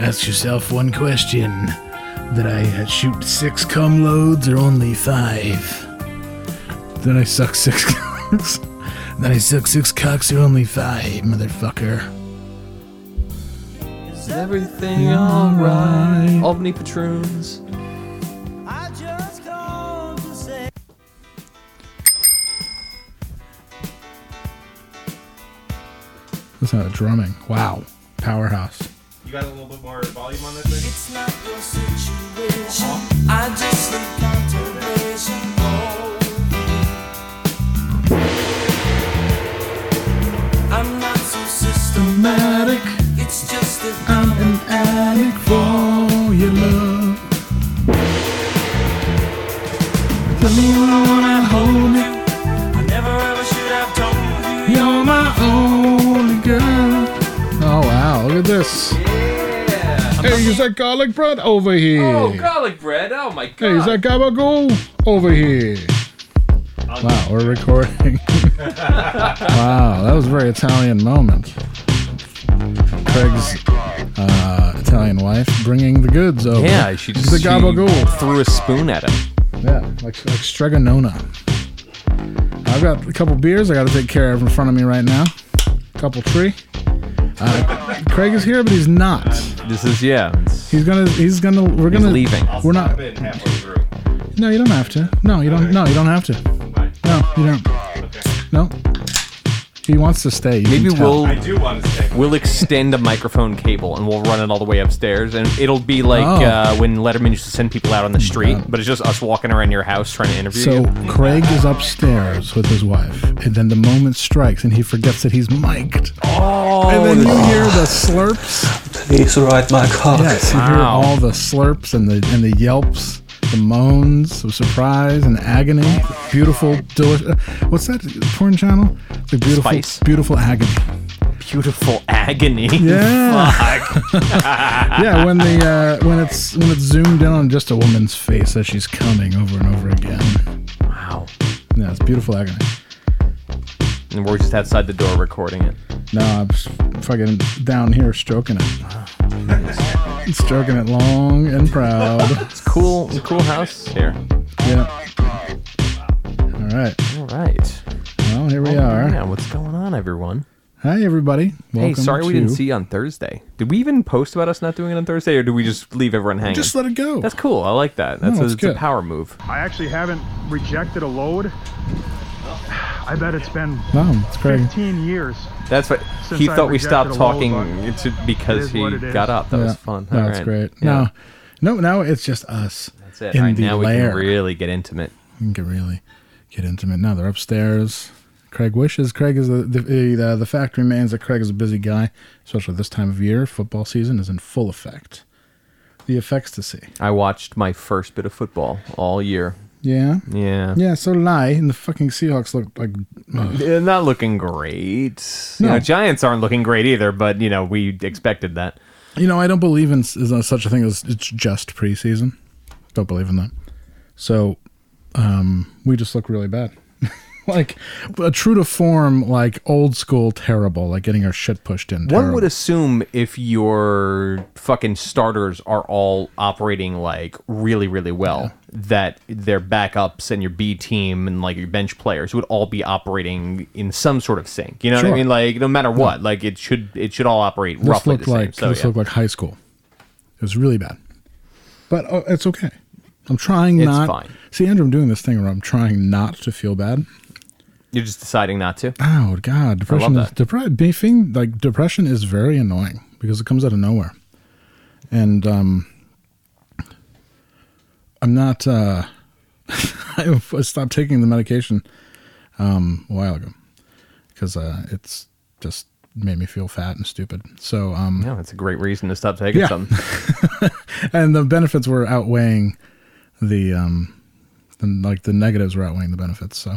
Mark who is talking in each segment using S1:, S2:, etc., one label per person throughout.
S1: Ask yourself one question. Did I shoot six cum loads or only five? Then I suck six cocks. then I suck six cocks or only five, motherfucker.
S2: Is everything alright? Albany Patroons.
S1: That's not drumming. Wow. Powerhouse.
S3: You got a little bit more volume on that thing?
S4: It's not your situation. I just need contemplation. Oh. I'm not so systematic. It's just that I'm an
S1: addict for your love.
S4: Let me alone and hold you. I never ever should have told you.
S1: You're my only girl. Oh, wow. Look at this. Hey, is that garlic bread over here?
S2: Oh, garlic bread! Oh my god!
S1: hey, is that gabagool over here? Wow, we're recording. wow, that was a very Italian moment. Craig's uh, Italian wife bringing the goods over.
S2: yeah, she just
S1: the
S2: she
S1: gabagool.
S2: threw a spoon at him.
S1: Yeah, like like stregonona. I've got a couple beers I got to take care of in front of me right now. Couple tree. Uh, Craig is here, but he's not.
S2: This is yeah. it's-
S1: He's gonna. He's gonna. We're gonna.
S2: leaving.
S1: We're not.
S3: Been halfway through.
S1: No, you don't have to. No, you don't. No, you don't have to.
S3: Fine.
S1: No, you don't. No. He wants to stay. you can
S2: Maybe
S1: tell.
S2: we'll
S3: I do want to stay.
S2: we'll extend a microphone cable and we'll run it all the way upstairs, and it'll be like
S1: Oh.
S2: uh, when Letterman used to send people out on the street, but it's just us walking around your house trying to interview
S1: So
S2: you.
S1: Craig is upstairs with his wife, and then the moment strikes, and he forgets that he's mic'd. Oh. And then you hear the slurps.
S4: He's right, my cock.
S1: Yes, you hear
S2: Wow.
S1: all the slurps and the and the yelps, the moans of surprise and agony. Beautiful, delicious. What's that porn channel? The beautiful,
S2: Spice.
S1: beautiful agony.
S2: Beautiful agony.
S1: Yeah.
S2: Fuck.
S1: yeah, when the uh, when it's when it's zoomed in on just a woman's face as she's coming over and over again.
S2: Wow.
S1: Yeah, it's beautiful agony.
S2: And we're just outside the door recording it.
S1: No, I'm s- fucking down here stroking it, stroking it long and proud.
S2: It's cool. It's a cool house here.
S1: yeah. All right.
S2: All right.
S1: Well, here we
S2: Yeah.
S1: are.
S2: What's going on, everyone?
S1: Hi, everybody.
S2: Hey,
S1: Welcome
S2: sorry we
S1: to-
S2: didn't see you on Thursday. Did we even post about us not doing it on Thursday, or did we just leave everyone hanging?
S1: Just let it go.
S2: That's cool. I like that. That's,
S1: No,
S2: a,
S1: it's
S2: it's a
S1: good.
S2: power move.
S5: I actually haven't rejected a load. I bet it's been
S1: no, it's Craig.
S5: 15 years.
S2: That's what
S5: Since
S2: he
S5: I
S2: thought. We
S5: rejected
S2: stopped
S5: a
S2: talking
S5: lullaby.
S2: to, because
S5: It is
S2: he
S5: what it is.
S2: got up. That was
S1: Yeah.
S2: fun.
S1: No,
S2: All
S1: it's
S2: right.
S1: great.
S2: Yeah.
S1: No, no, now it's just us.
S2: that's it.
S1: In
S2: All right,
S1: the
S2: now we
S1: lair.
S2: can really get intimate.
S1: You can really get intimate. Now they're upstairs. Craig wishes Craig is the the, the the fact remains that Craig is a busy guy, especially this time of year. Football season is in full effect. The effects to see.
S2: I watched my first bit of football all year.
S1: Yeah.
S2: Yeah.
S1: Yeah, so did I. And the fucking Seahawks look like. ugh.
S2: They're not looking great. You
S1: No.
S2: know, Giants aren't looking great either, but you know, we expected that.
S1: You know, I don't believe in s- is there such a thing as it's just preseason. Don't believe in that. So, um, we just look really bad. like a true to form, like old school terrible, like getting our shit pushed in.
S2: One
S1: terrible.
S2: would assume if your fucking starters are all operating like really, really well, that their backups and your B team and like your bench players would all be operating in some sort of sync. You know what
S1: Sure.
S2: I mean? Like no matter what, like it should it should all operate
S1: this
S2: roughly
S1: looked
S2: the same.
S1: like
S2: so
S1: this
S2: yeah.
S1: looked like high school. It was really bad, but oh, it's okay. I'm trying
S2: It's
S1: not.
S2: fine.
S1: See, Andrew, I'm doing this thing where I'm trying not to feel bad.
S2: you're just deciding not to.
S1: Oh God, depression.
S2: love
S1: Is, depre- being, like depression is very annoying because it comes out of nowhere, and um, I'm not. Uh, I stopped taking the medication um, a while ago because uh, it's just made me feel fat and stupid. So um,
S2: No, that's a great reason to stop taking
S1: Yeah.
S2: some.
S1: and the benefits were outweighing the um the, like the negatives were outweighing the benefits so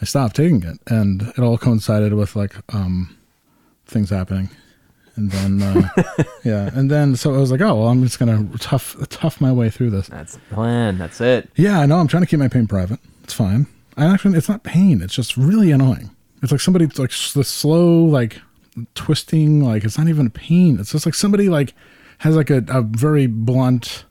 S1: i stopped taking it and it all coincided with like um things happening and then uh, yeah and then so i was like oh well i'm just gonna tough tough my way through this
S2: That's the plan. That's it.
S1: yeah i know i'm trying to keep my pain private it's fine i actually it's not pain it's just really annoying it's like somebody like s- the slow like twisting like it's not even a pain it's just like somebody like has like a, a very blunt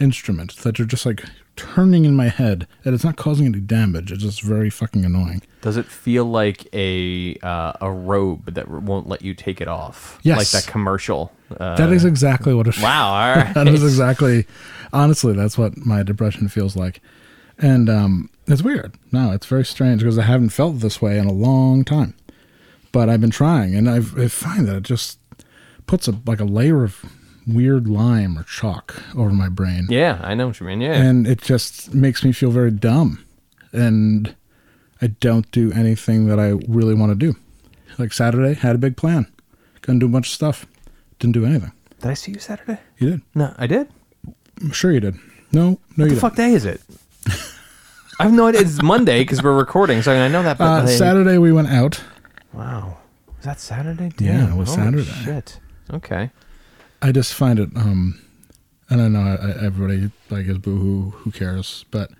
S1: instrument that you're just like turning in my head and it's not causing any damage it's just very fucking annoying
S2: Does it feel like a uh, a robe that won't let you take it off?
S1: Yes.
S2: like that commercial. Uh,
S1: that is exactly what it
S2: wow, all right.
S1: that is exactly honestly that's what my depression feels like and um it's weird no it's very strange because i haven't felt this way in a long time but i've been trying and I've, i find that it just puts a like a layer of weird lime or chalk over my brain
S2: Yeah, I know what you mean. Yeah,
S1: and it just makes me feel very dumb and i don't do anything that i really want to do like saturday had a big plan couldn't do much stuff didn't do anything
S2: did I see you Saturday?
S1: you did
S2: No, I did.
S1: i'm sure you did no no you
S2: What the
S1: didn't
S2: fuck day is it? I have no idea. It's Monday because we're recording, so I know that. But
S1: Uh,
S2: I-
S1: Saturday we went out.
S2: Wow, was that Saturday?
S1: Yeah, it
S2: Damn,
S1: was
S2: holy
S1: Saturday.
S2: Shit. Okay.
S1: I just find it, um, and I know I, I- everybody like is boohoo, who cares? But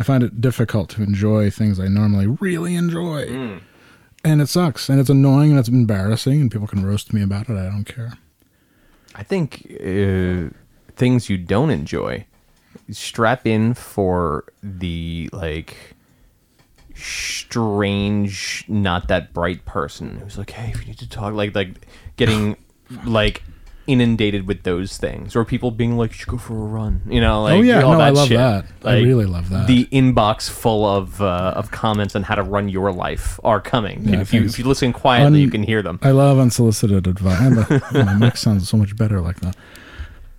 S1: I find it difficult to enjoy things I normally really enjoy, and it sucks, and it's annoying, and it's embarrassing, and people can roast me about it. I don't care.
S2: I think uh, things you don't enjoy strap in for the like strange, not that bright person who's like, "Hey, we need to talk." Like, like getting like inundated with those things, or people being like, "You should go for a run," you know? Like,
S1: Oh, yeah,
S2: all
S1: no,
S2: that
S1: I love
S2: shit.
S1: that. I
S2: Like,
S1: really love that.
S2: The inbox full of uh, of comments on how to run your life are coming.
S1: Yeah,
S2: if you
S1: thanks.
S2: if you listen quietly,
S1: Un-
S2: you can hear them.
S1: I love unsolicited advice. my mic sounds so much better like that.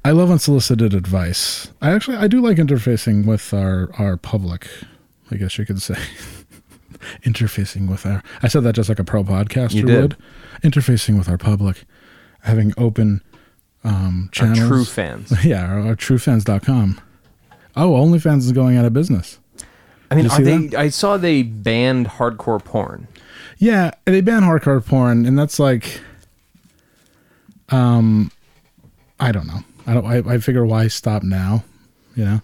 S1: I love unsolicited advice. I actually I do like interfacing with our our public. I guess you could say interfacing with our. I said that just like a pro podcaster
S2: You did.
S1: would. Interfacing with our public, having open um, channels.
S2: True fans.
S1: Yeah, our, our truefans.com. Oh, OnlyFans is going out of business.
S2: I mean,
S1: You
S2: are
S1: see
S2: they?
S1: that?
S2: I saw they banned hardcore porn.
S1: Yeah, they ban hardcore porn, and that's like, um, I don't know. I don't. I, I figure why stop now? You know,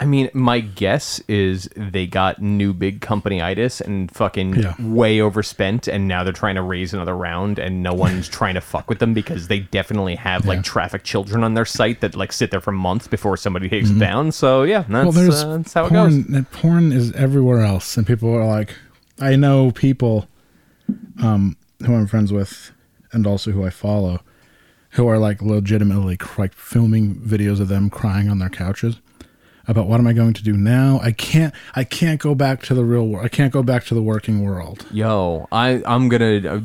S2: I mean, my guess is they got new big company itis and fucking
S1: Yeah.
S2: way overspent, and now they're trying to raise another round, and no one's trying to fuck with them because they definitely have
S1: Yeah.
S2: like traffic children on their site that like sit there for months before somebody takes them down. So yeah, that's,
S1: Mm-hmm. well, there's
S2: uh, that's how
S1: porn.
S2: it goes.
S1: that Porn is everywhere else, and people are like, I know people, um, who I'm friends with, and also who I follow, who are like legitimately cr- like filming videos of them crying on their couches about what am I going to do now? I can't. I can't go back to the real world. I can't go back to the working world.
S2: Yo, I I'm gonna uh,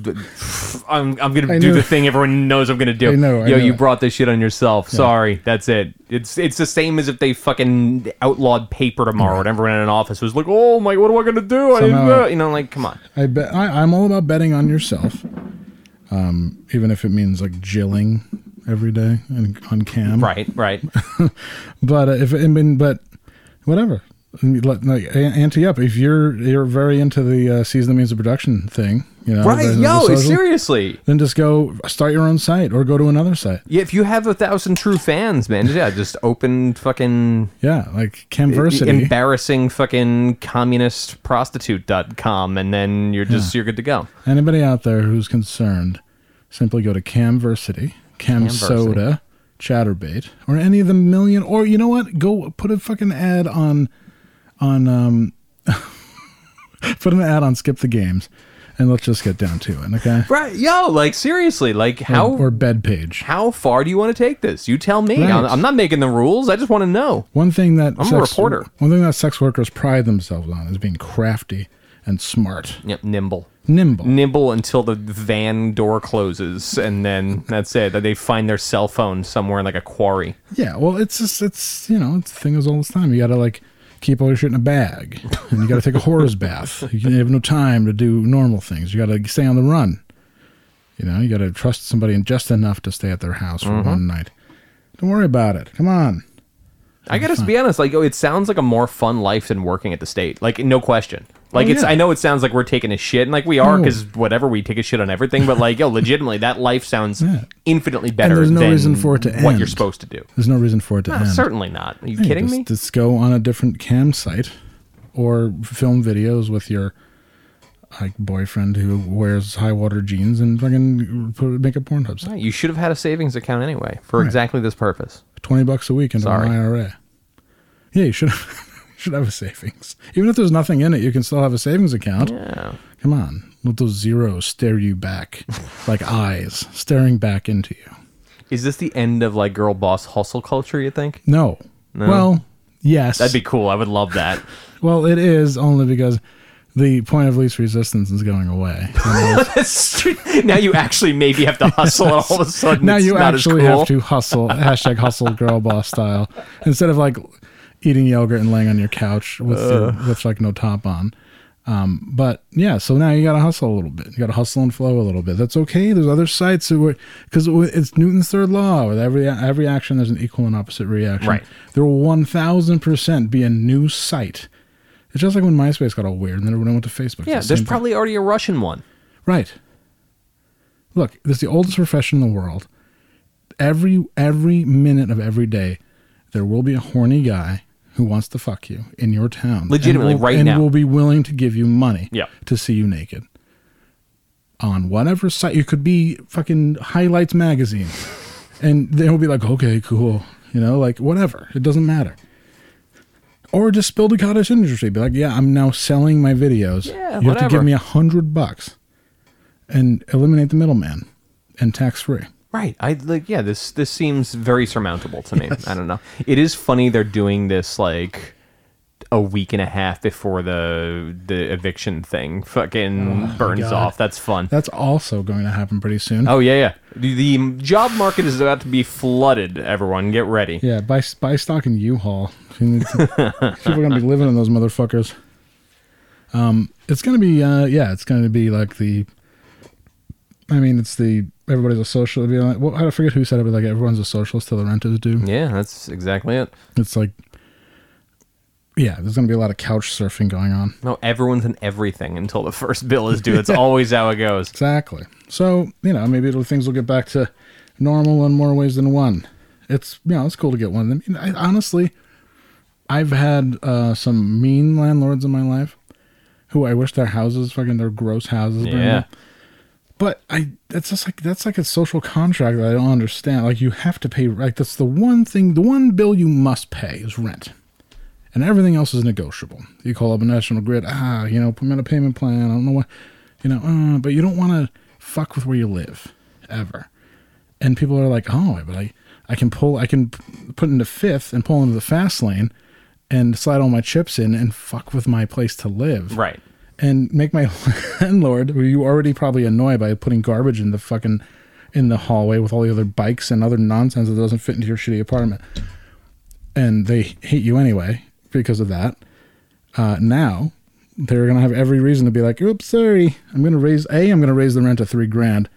S2: I'm I'm gonna
S1: I
S2: do
S1: know.
S2: the thing everyone knows I'm gonna do.
S1: I know, I
S2: Yo,
S1: know.
S2: you brought this shit on yourself. Sorry, that's it. It's it's the same as if they fucking outlawed paper tomorrow, and everyone in an office was like, "Oh my, what am I gonna do?" I didn't
S1: Somehow-
S2: know. You know, like, come on.
S1: I bet I, I'm all about betting on yourself, um, even if it means like jilling every day and on cam.
S2: Right, right.
S1: But uh, if I mean, but whatever, I mean, let, like a- ante up. If you're you're very into the uh, season the means of production thing, you know, the-
S2: right,
S1: the
S2: yo,
S1: social,
S2: seriously.
S1: Then just go start your own site or go to another site.
S2: Yeah, if you have a thousand true fans, man, yeah, just open fucking
S1: Yeah, like Camversity.
S2: embarrassing fucking communist prostitute.com and then you're just you're good to go.
S1: Anybody out there who's concerned, simply go to Camversity, Cam
S2: Camversity.
S1: Soda, Chatterbait, or any of the million. Or you know what? Go put a fucking ad on, on um, put an ad on Skip the Games, and let's just get down to it. Okay.
S2: Right, yo, like seriously, like how
S1: or, or bed page.
S2: how far do you want to take this? You tell me.
S1: Right.
S2: I'm, I'm not making the rules. I just want to know.
S1: One thing that
S2: I'm a reporter.
S1: One thing that sex workers pride themselves on is being crafty and smart,
S2: Yep, nimble.
S1: nimble.
S2: Nimble until the van door closes, and then that's it. They find their cell phone somewhere in like a quarry.
S1: Yeah, well, it's just it's you know it's the thing is all this time. You gotta like keep all your shit in a bag, and you got to take a horse bath. You can- you have no time to do normal things. You got to stay on the run. You know, you got to trust somebody and just enough to stay at their house for
S2: Mm-hmm.
S1: one night. Don't worry about it. Come on.
S2: I gotta be honest. Like, oh, it sounds like a more fun life than working at the state. Like, no question. Like,
S1: Oh,
S2: it's.
S1: yeah. Oh.
S2: I know it sounds like we're taking a shit, and like we are,
S1: No.
S2: because whatever we take a shit on everything. But like, yo, legitimately, that life sounds
S1: Yeah.
S2: infinitely better.
S1: there's no
S2: than
S1: reason for it to
S2: What you're
S1: end.
S2: supposed to do?
S1: There's no reason for it to
S2: No,
S1: end.
S2: certainly not. Are you
S1: Hey,
S2: kidding
S1: just,
S2: me?
S1: Just go on a different cam site or film videos with your like boyfriend who wears high water jeans and fucking put, make a Pornhub site.
S2: Right, You should have had a savings account anyway for exactly this purpose.
S1: 20 bucks a week into
S2: Sorry.
S1: an IRA. Yeah, you should have, you should have a savings. Even if there's nothing in it, you can still have a savings account.
S2: Yeah.
S1: Come on. Let those zeros stare you back like eyes staring back into you.
S2: Is this the end of like girl boss hustle culture? You think?
S1: No. Well, yes.
S2: That'd be cool. I would love that.
S1: well, it is only because the point of least resistance is going away.
S2: That's true. now you actually maybe have to hustle, and all of a sudden
S1: now
S2: it's
S1: you
S2: not as
S1: actually
S2: cool.
S1: have to hustle hashtag hustle girl boss style instead of like eating yogurt and laying on your couch with your, with like no top on um, but yeah so now you gotta hustle a little bit you gotta hustle and flow a little bit that's okay there's other sites because it's newton's third law with every every action there's an equal and opposite reaction
S2: Right.
S1: there will 1000% be a new site it's just like when myspace got all weird and then everyone went to facebook It's
S2: Yeah, there's
S1: the same thing.
S2: probably already a Russian one.
S1: Right. Look, this is the oldest profession in the world. Every every minute of every day, there will be a horny guy who wants to fuck you in your town. and
S2: Legitimately,
S1: will-
S2: right
S1: and
S2: now.
S1: will be willing to give you money
S2: Yeah.
S1: to see you naked. On whatever site you could be fucking highlights magazine. and they'll be like, okay, cool. You know, like whatever. It doesn't matter. Or just build a cottage industry. Be like, yeah, I'm now selling my videos.
S2: Yeah,
S1: you have to
S2: whatever.
S1: give me a hundred bucks and eliminate the middleman and tax free.
S2: Right. I like yeah, this this seems very surmountable to me. I don't know. It is funny they're doing this like a week and a half before the the eviction thing fucking burns
S1: Oh God.
S2: off. That's fun.
S1: That's also going to happen pretty soon.
S2: oh yeah, yeah. The, the job market is about to be flooded, everyone. Get ready.
S1: Yeah, buy buy stock in U-Haul. People are gonna be living in those motherfuckers. Um, it's gonna be uh, yeah, it's gonna be like the. I mean, it's the everybody's a social. it'd be like, well, I forget who said it, but like everyone's a socialist till the rent is due.
S2: Yeah, that's exactly it.
S1: It's like, yeah, there's gonna be a lot of couch surfing going on.
S2: No, everyone's in everything until the first bill is due. It's always how it goes.
S1: Exactly. So you know, maybe it'll, things will get back to normal in more ways than one. It's you know, it's cool to get one. I mean, I, honestly, I've had uh, some mean landlords in my life who I wish their houses, fucking their gross houses, burned
S2: Yeah.
S1: up. But I, that's just like that's like a social contract that I don't understand. Like you have to pay. Like that's the one thing, the one bill you must pay is rent, and everything else is negotiable. You call up a national grid. Ah, you know, put me on a payment plan. I don't know what, you know. Uh, but you don't want to fuck with where you live ever. And people are like, oh, but I, I can pull, I can p- put into fifth and pull into the fast lane, and slide all my chips in and fuck with my place to live
S2: Right.
S1: and make my landlord, who you already probably annoy by putting garbage in the fucking in the hallway with all the other bikes and other nonsense that doesn't fit into your shitty apartment, and they hate you anyway because of that. Uh, now they're gonna have every reason to be like, "Oops, sorry, I'm gonna raise a, I'm gonna raise the rent to three grand.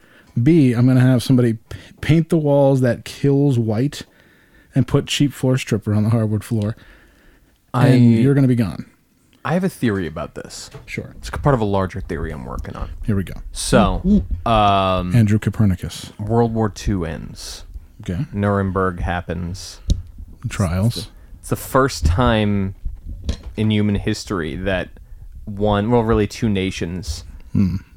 S1: B, I'm gonna have somebody p- paint the walls that kills white, and put cheap floor stripper on the hardwood floor, and you're gonna be gone."
S2: I have a theory about this.
S1: Sure.
S2: It's part of a larger theory I'm working on.
S1: Here we go.
S2: So,
S1: Andrew Copernicus.
S2: World War II ends.
S1: Okay.
S2: Mm-hmm. Nuremberg happens.
S1: Trials.
S2: It's the first time in human history that one, well, really two nations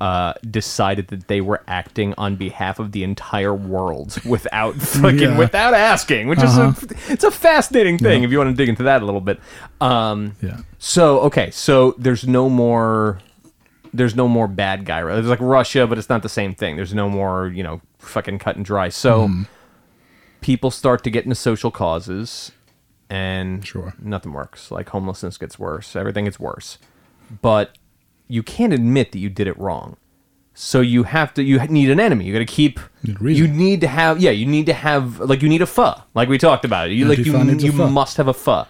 S2: uh, decided that they were acting on behalf of the entire world without fucking
S1: Yeah.
S2: without asking, which is a, it's a fascinating thing if you want to dig into that a little bit. Um,
S1: Yeah.
S2: So okay, so there's no more, there's no more bad guy. There's like Russia, but it's not the same thing. There's no more, you know, fucking cut and dry. So people start to get into social causes, and
S1: Sure.
S2: nothing works. Like homelessness gets worse, everything gets worse. But you can't admit that you did it wrong. So you have to. You need an enemy. You got to keep.
S1: Need a reason.
S2: You need to have. Yeah, you need to have. Like you need a pha. Like we talked about it. You like you.
S1: Antifa needs a
S2: You
S1: pha.
S2: must have a pha.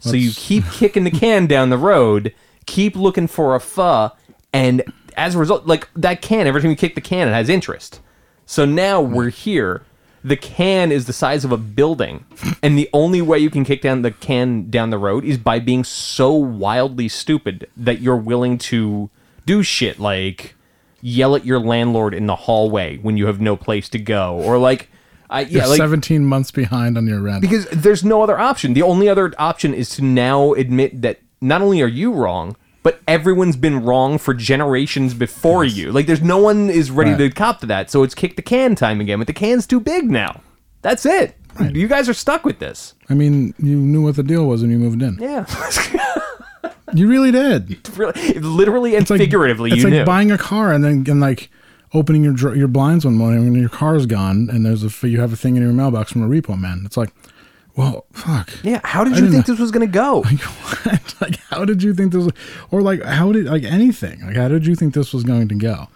S2: So you
S1: That's-
S2: keep kicking the can down the road, keep looking for a pho, and as a result, like that can, every time you kick the can, it has interest. So now we're here. The can is the size of a building, and the only way you can kick down the can down the road is by being so wildly stupid that you're willing to do shit like yell at your landlord in the hallway when you have no place to go, or like, I, yeah,
S1: You're
S2: like
S1: 17 months behind on your rent.
S2: because there's no other option. The only other option is to now admit that not only are you wrong, but everyone's been wrong for generations before you. Like there's no one is ready
S1: Right.
S2: to cop to that. So it's kick the can time again, but the can's too big now. That's it. You guys are stuck with this.
S1: I mean, you knew what the deal was when you moved in.
S2: Yeah.
S1: You really did.
S2: Really- literally and
S1: It's like,
S2: figuratively
S1: it's
S2: you
S1: like
S2: knew.
S1: buying a car and then and like opening your dr- your blinds one morning when your car's gone and there's a you have a thing in your mailbox from a repo man. It's like, well, fuck.
S2: yeah, how did
S1: I
S2: you
S1: didn't
S2: think
S1: know.
S2: this was going to go?
S1: What? like how did you think this was, or like how did like anything like how did you think this was going to go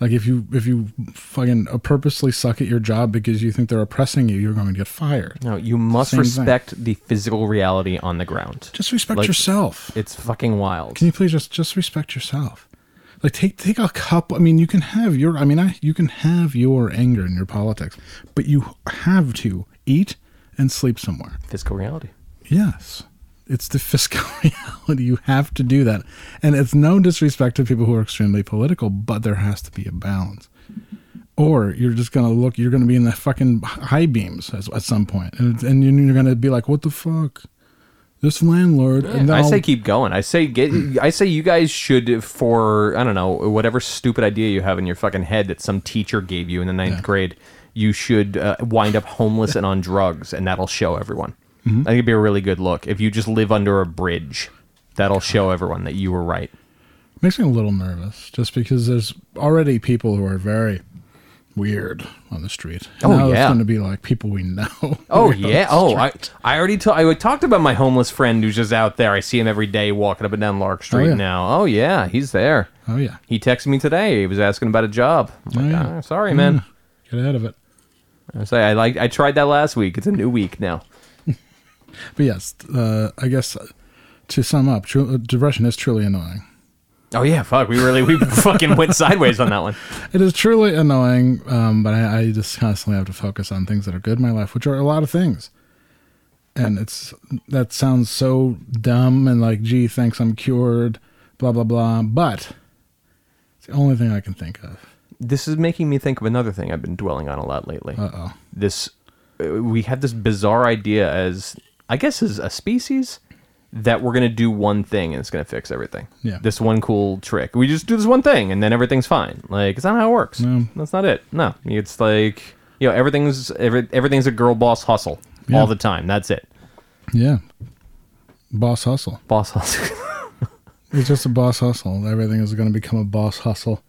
S1: like if you if you fucking purposely suck at your job because you think they're oppressing you you're going to get fired
S2: No, you must
S1: Same thing.
S2: respect the physical reality on the ground.
S1: just respect
S2: Like,
S1: yourself
S2: It's fucking wild.
S1: can you please just just respect yourself like take take a cup i mean you can have your i mean i you can have your anger and your politics but you have to eat and sleep somewhere
S2: physical reality.
S1: Yes. It's the fiscal reality. You have to do that. And it's no disrespect to people who are extremely political, but there has to be a balance. Or you're just going to look, you're going to be in the fucking high beams as, at some point. And, it's- and you- you're going to be like, what the fuck? This landlord. and then
S2: I
S1: I'll-
S2: say keep going. I say get. I say you guys should for I don't know whatever stupid idea you have in your fucking head that some teacher gave you in the ninth grade. You should uh, wind up homeless and on drugs, and that'll show everyone. I
S1: Mm-hmm.
S2: think it'd be a really good look if you just live under a bridge. That'll show
S1: Oh.
S2: everyone that you were right.
S1: makes me a little nervous just because there's already people who are very weird on the street.
S2: Oh,
S1: now It's
S2: yeah.
S1: going to be like people we know.
S2: Oh
S1: Weird on
S2: yeah.
S1: the
S2: Oh, I,
S1: street.
S2: I already ta- I talked about my homeless friend who's just out there. I see him every day walking up and down Lark Street
S1: yeah.
S2: now. Oh yeah, he's there.
S1: Oh, yeah.
S2: He texted me today. He was asking about a job. I'm like,
S1: Oh, yeah.
S2: "Ah, sorry, man.
S1: Get ahead of it.
S2: I say I like I tried that last week. It's a new week now.
S1: But yes, uh, I guess uh, to sum up, tru- uh, depression is truly annoying.
S2: Oh yeah, fuck. We really we fucking went sideways on that one.
S1: It is truly annoying, um, but I, I just constantly have to focus on things that are good in my life, which are a lot of things. And it's that sounds so dumb and like, gee, thanks, I'm cured, blah blah blah. But it's the only thing I can think of.
S2: This is making me think of another thing I've been dwelling on a lot lately. Uh-oh. This uh, we have this bizarre idea as I guess as a species that we're going to do one thing and it's going to fix everything.
S1: Yeah.
S2: This one cool trick. We just do this one thing and then everything's fine. Like it's not how it works. No. That's not it. No. It's like you know everything's every, everything's a girl boss hustle all the time. That's it.
S1: Yeah, boss hustle.
S2: Boss hustle.
S1: It's just a boss hustle. Everything is going to become a boss hustle.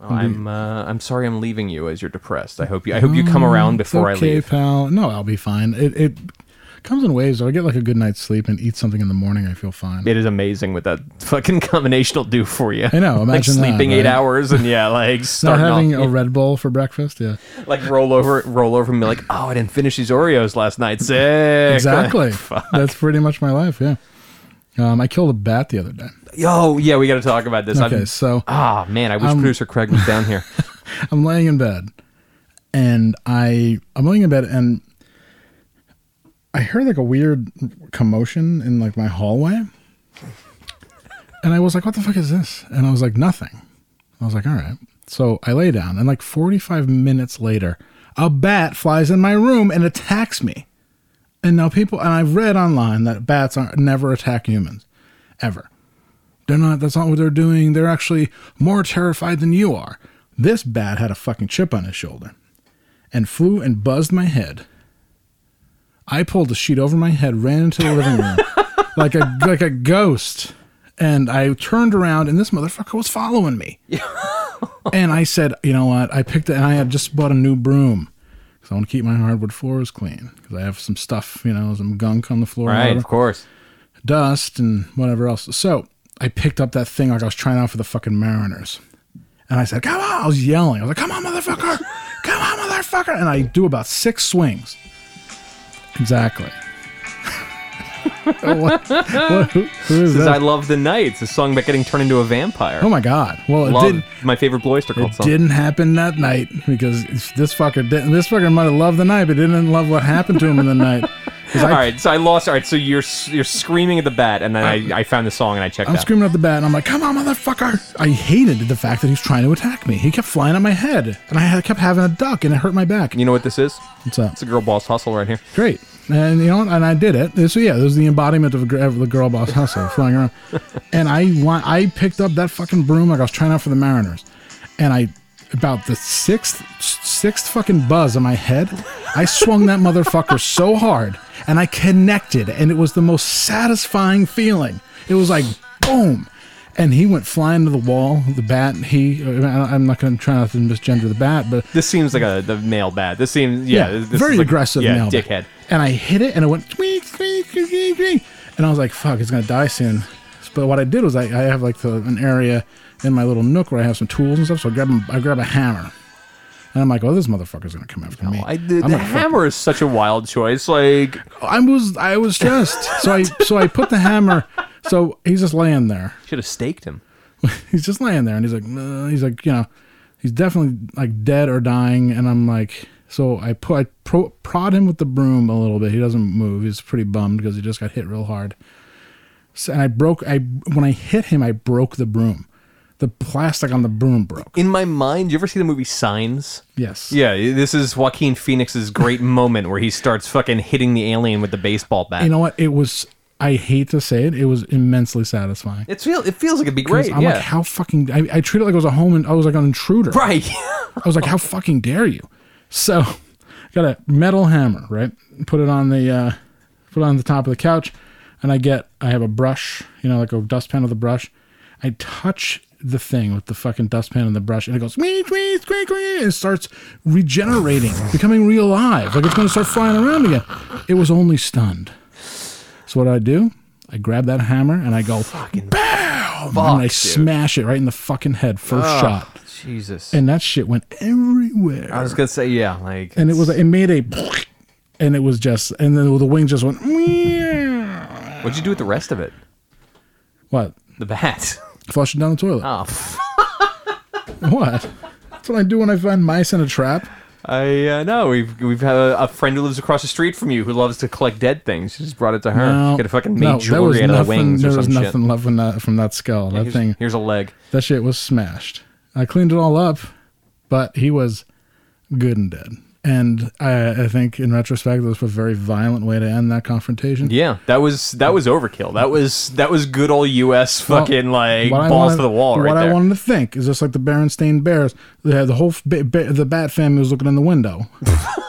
S2: I'm uh, I'm sorry I'm leaving you as you're depressed. I hope you I hope you come around
S1: It's
S2: before
S1: Mm, okay,
S2: I leave.
S1: pal. No, I'll be fine. It it comes in waves. I get like a good night's sleep and eat something in the morning. I feel fine.
S2: It is amazing what that fucking combination will do for you.
S1: I know,
S2: like
S1: imagine that,
S2: sleeping eight
S1: right?
S2: hours and yeah, like
S1: Not
S2: starting
S1: having
S2: off,
S1: a Red Bull for breakfast. Yeah,
S2: like roll over, roll over and be like, oh, I didn't finish these Oreos last night. Sick.
S1: exactly.
S2: Fuck.
S1: That's pretty much my life. Yeah. Um, I killed a bat the other day.
S2: Yo, yeah, we got to talk about this.
S1: Okay,
S2: I'm-
S1: so um,
S2: Ah man, I wish producer Craig was down here.
S1: I'm laying in bed, and I I'm laying in bed, and I heard like a weird commotion in like my hallway, and I was like, "What the fuck is this?" And I was like, "Nothing." I was like, "All right." So I lay down, and like 45 minutes later, a bat flies in my room and attacks me. And now people, and I've read online that bats are never attack humans, ever. They're not. That's not what they're doing. They're actually more terrified than you are. This bat had a fucking chip on his shoulder, and flew and buzzed my head. I pulled the sheet over my head, ran into the living room like a like a ghost, and I turned around, and this motherfucker was following me. and I said, you know what? I picked it, and I had just bought a new broom because I want to keep my hardwood floors clean because I have some stuff, you know, some gunk on the floor. and
S2: right,
S1: whatever
S2: of course.
S1: dust and whatever else. So I picked up that thing like I was trying out for the fucking Mariners. And I said, come on. I was yelling. I was like, come on, motherfucker. Come on, motherfucker. And I do about six swings. Exactly. What- what- who- who is
S2: Says
S1: that?
S2: I love the night. It's a song about getting turned into a vampire.
S1: oh my god. Well, it
S2: love
S1: did.
S2: my favorite Bloister Cult
S1: It
S2: song.
S1: didn't happen that night because this fucker didn't. This fucker might have loved the night, but didn't love what happened to him in the night. 'Cause I,
S2: All right, so I lost. All right, so you're s- you're screaming at the bat, and then I, I found the song and I checked
S1: I'm
S2: out.
S1: screaming at the bat, and I'm like, "Come on, motherfucker!" I hated the fact that he was trying to attack me. He kept flying on my head, and I had- kept having a duck, and it hurt my back.
S2: you know what this is?
S1: What's up?
S2: It's a girl boss hustle right here.
S1: Great, and you know, what? and I did it. So yeah, it was the embodiment of, a, gr- of the girl boss hustle, flying around. And I wa- I picked up that fucking broom like I was trying out for the Mariners, and I about the sixth sixth fucking buzz in my head, I swung that motherfucker so hard, and I connected, and it was the most satisfying feeling. It was like boom. And he went flying to the wall. The bat. He. I- I'm not going to try not to misgender the bat, but
S2: This seems like a the male bat. This seems yeah, this is
S1: very
S2: like-
S1: aggressive
S2: Yeah,
S1: nail bit.
S2: dickhead.
S1: And I hit it, and it went squeak, squeak, squeak, squeak, and I was like, "Fuck, it's gonna die soon." But what I did was I, I have like the, an area in my little nook where I have some tools and stuff. So I grab 'em- I grab a hammer, and I'm like, "Oh, this motherfucker's gonna come after me."
S2: I, the
S1: I'm
S2: the
S1: gonna fuck-
S2: hammer is such a wild choice. Like
S1: I was I was stressed, so I so I put the hammer. So he's just laying there.
S2: should have staked him.
S1: he's just laying there and he's like "Nah," he's like you know he's definitely like dead or dying and i'm like so i put i pro- prod him with the broom a little bit he doesn't move he's pretty bummed because he just got hit real hard so, and i broke i when i hit him i broke the broom the plastic on the broom broke
S2: In my mind, you ever see the movie Signs?
S1: yes
S2: Yeah, this is Joaquin Phoenix's great moment where he starts fucking hitting the alien with the baseball bat.
S1: you know what it was i hate to say it it was immensely satisfying
S2: it's feel it feels like it'd be
S1: 'Cause
S2: great.
S1: i'm
S2: yeah.
S1: like how fucking I, I treat it like it was a home and i was like an intruder
S2: right.
S1: I was like, how fucking dare you? So got a metal hammer, right? Put it on the uh, put it on the top of the couch, and I get I have a brush, you know, like a dustpan with a brush. I touch the thing with the fucking dustpan and the brush, and it goes squeak, squeak, squeak, squeak, and it starts regenerating, becoming real alive, like it's gonna start flying around again. It was only stunned. So what do I do? I grab that hammer and I go fucking BAM! and I
S2: dude.
S1: smash it right in the fucking head first shot
S2: Jesus.
S1: and that shit went everywhere.
S2: I was gonna say yeah, like
S1: and it was it made a, and it was just and then the wing just went. meow.
S2: what'd you do with the rest of it?
S1: What?
S2: The bat.
S1: Flush it down the toilet.
S2: Oh, f-
S1: What? That's what I do when I find mice in a trap.
S2: I uh, know we've we've had a, a friend who lives across the street from you who loves to collect dead things. She just brought it to her. she could have fucking made
S1: no, there was
S2: jewelry out of the
S1: nothing-
S2: wings
S1: There
S2: or
S1: was
S2: some
S1: nothing
S2: shit.
S1: left from that from that skull. That
S2: Here's,
S1: thing.
S2: here's a leg.
S1: That shit was smashed. I cleaned it all up, but he was good and dead. And I, I think in retrospect, that was a very violent way to end that confrontation.
S2: Yeah, that was that was overkill. That was that was good old U.S. fucking like
S1: What I
S2: balls
S1: wanted-
S2: to the wall
S1: What
S2: right
S1: I
S2: there.
S1: wanted to think is just like the Berenstain Bears. They had the whole f- ba- ba- the Bat family was looking in the window,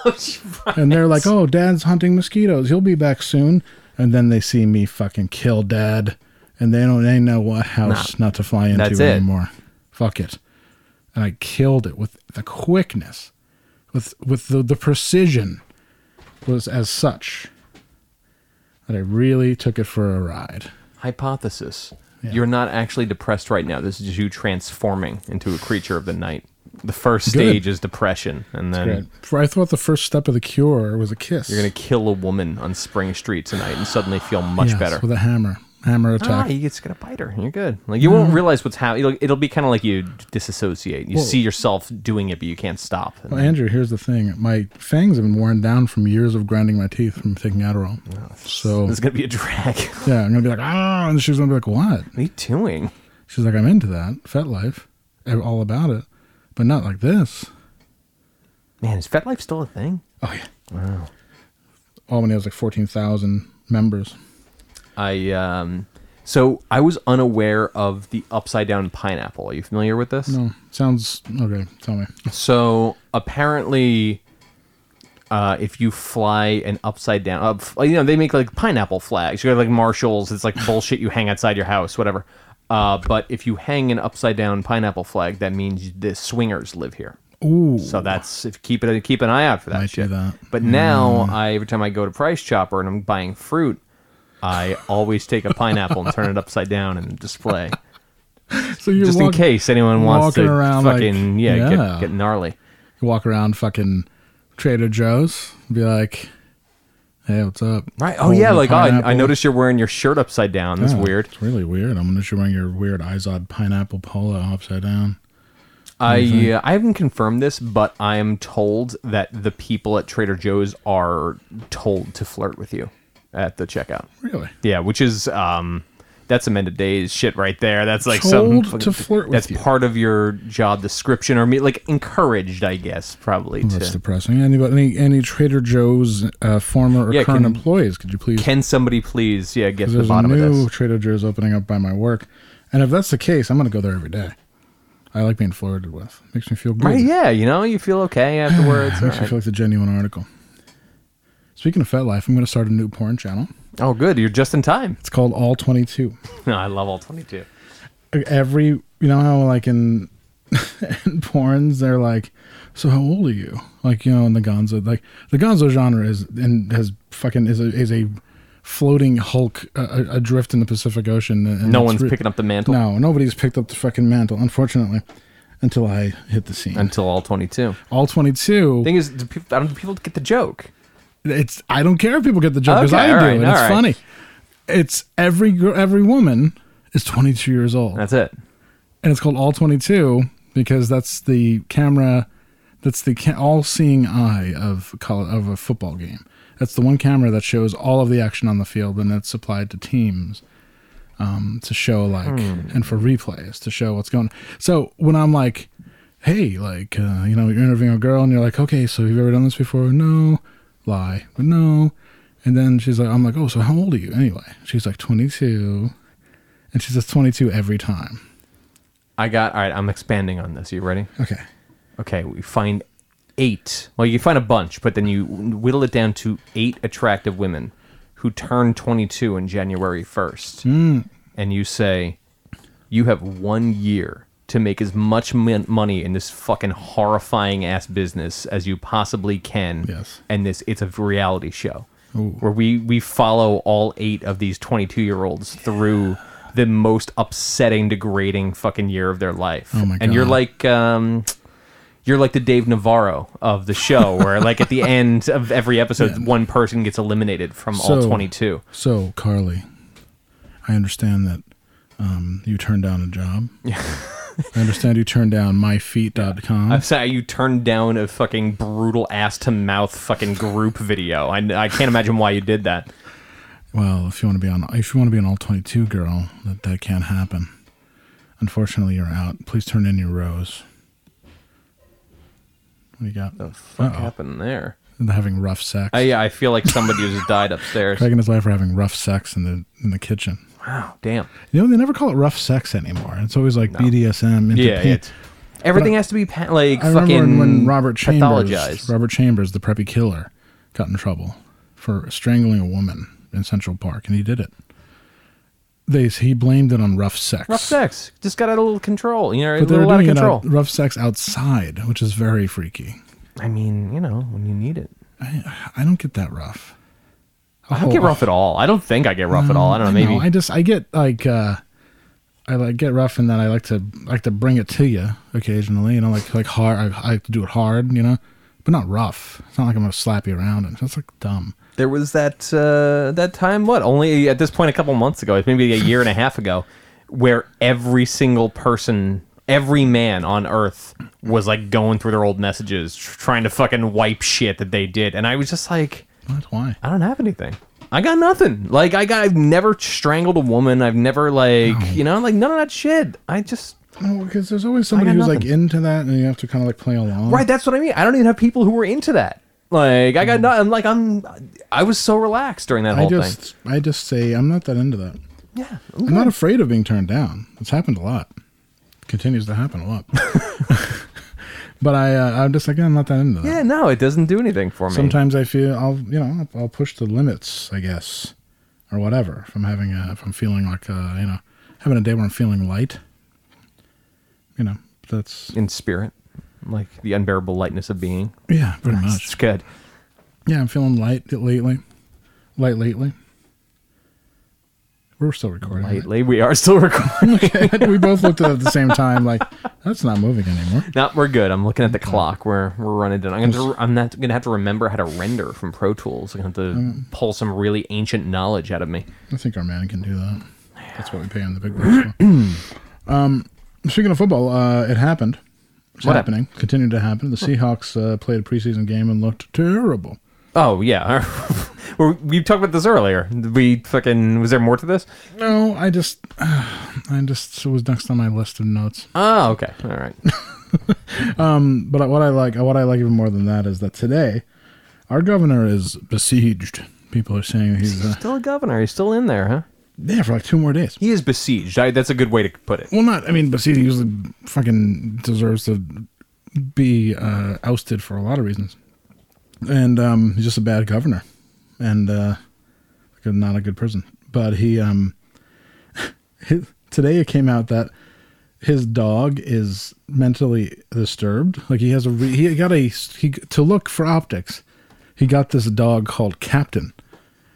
S2: Oh,
S1: and they're like, "Oh, Dad's hunting mosquitoes. He'll be back soon." And then they see me fucking kill Dad, and they don't they know what house not to fly into
S2: That's it.
S1: anymore. Fuck it, and I killed it with the quickness, with with the, the precision, was as such that I really took it for a ride.
S2: Hypothesis: You're not actually depressed right now. This is just you transforming into a creature of the night. The first
S1: Good.
S2: stage is depression, and then
S1: Right. For I thought the first step of the cure was a kiss.
S2: you're gonna kill a woman on Spring Street tonight and suddenly feel much
S1: Yes,
S2: better.
S1: with a hammer, hammer
S2: Ah,
S1: attack.
S2: you just gonna bite her. You're good. Like you won't realize what's happening. It'll, it'll be kind of like you disassociate. You see yourself doing it, but you can't stop. And
S1: Well, Andrew, here's the thing: my fangs have been worn down from years of grinding my teeth from taking Adderall. so
S2: it's Oh, gonna be a drag. what
S1: yeah, I'm gonna be like, ah, and she's gonna be like, what?
S2: are you doing?
S1: She's like, I'm into that Fet Life, I'm all about it, but not like this.
S2: Man, is FetLife still a thing?
S1: Oh yeah. Wow. Albany has like fourteen thousand members.
S2: I um, so I was unaware of the upside down pineapple. Are you familiar with this?
S1: Oh, sounds okay. Tell me.
S2: So apparently, uh, if you fly an upside down, uh, f- you know they make like pineapple flags. You got like Marshalls. It's like bullshit you hang outside your house, whatever. Uh, but if you hang an upside down pineapple flag, that means the swingers live here. Ooh. So that's if keep it keep an eye out for that
S1: Might do
S2: shit.
S1: that. Hmm.
S2: But now I every time I go to Price Chopper and I'm buying fruit, I always take a pineapple and turn it upside down and display
S1: So you're
S2: just in
S1: walk-
S2: case anyone wants to
S1: walking around like-
S2: fucking yeah,
S1: yeah.
S2: Get, get gnarly.
S1: You walk around fucking Trader Joe's and be like, Hey, what's up?
S2: Right. Oh
S1: Holding
S2: yeah,
S1: a
S2: like oh, I, I
S1: pineapple.
S2: noticed you're wearing your shirt upside down. That's
S1: Yeah,
S2: weird.
S1: It's really weird. I'm just wearing your weird Izod pineapple polo upside down.
S2: I uh, I haven't confirmed this, but I am told that the people at Trader Joe's are told to flirt with you at the checkout.
S1: Really?
S2: Yeah, which is um that's amended days shit right there. That's like some
S1: Told
S2: fucking-
S1: to flirt with
S2: That's
S1: you.
S2: part of your job description or me like encouraged, I guess, probably
S1: That's
S2: to
S1: depressing. Anybody, any, any Trader Joe's uh, former or
S2: Yeah,
S1: current
S2: can-
S1: employees, could you please?
S2: Can somebody please yeah get to the
S1: there's a
S2: bottom of
S1: new
S2: this?
S1: Trader Joe's opening up by my work, and if that's the case, I'm gonna go there every day. I like being flirted with. Makes me feel good.
S2: Right, yeah, you know, you feel okay afterwards. all
S1: Makes me
S2: right.
S1: feel like the genuine article. Speaking of Fat Life, I'm gonna start a new porn channel.
S2: Oh good, you're just in time.
S1: It's called All 22.
S2: I love all twenty two.
S1: every you know how like in in porns they're like so how old are you like you know in the gonzo like the gonzo genre is and has fucking is a is a floating hulk uh, uh, adrift in the pacific ocean and
S2: No
S1: it's
S2: one's
S1: re-
S2: picking up the mantle
S1: no nobody's picked up the fucking mantle unfortunately until i hit the scene
S2: until all twenty two.
S1: all 22
S2: Thing is, do people, I don't do people get the joke.
S1: it's i don't care if people get the joke because
S2: Okay,
S1: i do
S2: alright,
S1: and it's
S2: alright.
S1: funny it's every gr- every woman is 22 years old
S2: That's it.
S1: and it's called All 22 because that's the camera, that's the ca- all-seeing eye of col- of a football game. That's the one camera that shows all of the action on the field, and it's supplied to teams um, to show like and for replays to show what's going. So when I'm like, hey, like uh, you know, you're interviewing a girl, and you're like, okay, so have you ever done this before? No, lie, but no. And then she's like, I'm like, oh, so how old are you anyway? She's like 22, and she says 22 every time.
S2: I got. All right, I'm expanding on this. You ready?
S1: Okay.
S2: Okay, we find eight. Well, you find a bunch, but then you whittle it down to eight attractive women who turn 22 on January 1st.
S1: Hmm.
S2: And you say, you have one year to make as much mon- money in this fucking horrifying ass business as you possibly can.
S1: Yes.
S2: And this, it's a reality show where we, we follow all eight of these 22 year olds through the most upsetting, degrading fucking year of their life.
S1: Oh my
S2: And you're
S1: God.
S2: like, um, you're like the Dave Navarro of the show, where like at the end of every episode, one person gets eliminated from all
S1: So-
S2: 22.
S1: So, Carly, I understand that um, you turned down a job. I understand you turned down myfeet.com.
S2: I'm sorry, you turned down a fucking brutal ass to mouth fucking group video. I, I can't imagine why you did that.
S1: well, if you want to be on, if you want to be an all twenty-two girl, that that can't happen. Unfortunately, you're out. Please turn in your rows. What do you got?
S2: What the fuck happened there?
S1: They're having rough sex.
S2: I, yeah, I feel like somebody just died upstairs.
S1: Craig and his wife are having rough sex in the in the kitchen.
S2: Wow, damn.
S1: You know they never call it rough sex anymore. It's always like BDSM. into
S2: Yeah,
S1: pe-
S2: it's, everything has to be pa- like
S1: I
S2: fucking
S1: remember when, when Robert Chambers,
S2: pathologized.
S1: Robert Chambers, the preppy killer, got in trouble for strangling a woman in Central Park, and he did it. They he blamed it on rough sex.
S2: Rough sex just got out of little control. You know,
S1: but
S2: a
S1: they were
S2: little out of
S1: doing it
S2: control.
S1: out, rough sex outside, which is very freaky.
S2: I mean, you know, when you need it.
S1: I don't get that rough.
S2: I don't get rough at all. I don't think I get rough at all. Oh. Mm, I don't know. Maybe
S1: No, I just I get like uh I like get rough in that I like to like to bring it to you occasionally. You know, like like hard. I, I like to do it hard. You know, but not rough. It's not like I'm gonna slap you around, and that's like dumb.
S2: there was that uh, that time what only at this point a couple months ago maybe a year and a half ago where every single person every man on earth was like going through their old messages tr- trying to fucking wipe shit that they did and i was just like
S1: That's why.
S2: i don't have anything i got nothing like i got i've never strangled a woman i've never like you know like none of that shit i just
S1: No, Oh, because there's always somebody
S2: got
S1: who's like
S2: nothing.
S1: into that, and you have to kind of like play along.
S2: Right, that's what I mean. I don't even have people who were into that. Like I got not. I'm like I'm. I was so relaxed during that
S1: Mm-hmm. I
S2: whole
S1: just, I just say I'm not that into that.
S2: thing. Yeah.
S1: I'm not afraid of being turned down. It's happened a lot. Continues to happen a lot. but I, uh, I'm just like I'm not that into that.
S2: Yeah. No, it doesn't do anything for me.
S1: Sometimes I feel I'll, you know, I'll, I'll push the limits, I guess, or whatever. If I'm having, a, if I'm feeling like, uh, you know, having a day where I'm feeling light. You know, that's
S2: in spirit, like the unbearable lightness of being.
S1: yeah, pretty much.
S2: It's good.
S1: Yeah, I'm feeling light lately. Light lately. We're still recording. right?
S2: Lately, we are still recording.
S1: we both looked at it at the same time, like, That's not moving anymore.
S2: No, we're good. I'm looking at the clock. We're we're running down. I'm gonna I'm not gonna have to remember how to render from Pro Tools. I'm gonna have to
S1: Mm.
S2: pull some really ancient knowledge out of me.
S1: I think our man can do that. That's what we pay him the big bucks for. um, speaking of football, uh, it happened. It's
S2: What
S1: happening. Continued to happen. The Seahawks uh, played a preseason game and looked terrible.
S2: Oh yeah, We're- we talked about this earlier. We fucking was there more to this?
S1: No, I just, I just it was next on my list of notes.
S2: Oh okay, all right.
S1: But what I like, what I like even more than that is that today, our governor is besieged. People are saying he's uh,
S2: Still a governor. He's still in there, huh?
S1: there for like two more days.
S2: He is besieged. I, that's a good way to put it.
S1: Well, not. I mean, Basidi usually fucking deserves to be uh, ousted for a lot of reasons, and um, he's just a bad governor, and uh, like a- not a good person. But he, um, his, today it came out that his dog is mentally disturbed. Like he has a re- he got a he to look for optics. He got this dog called Captain,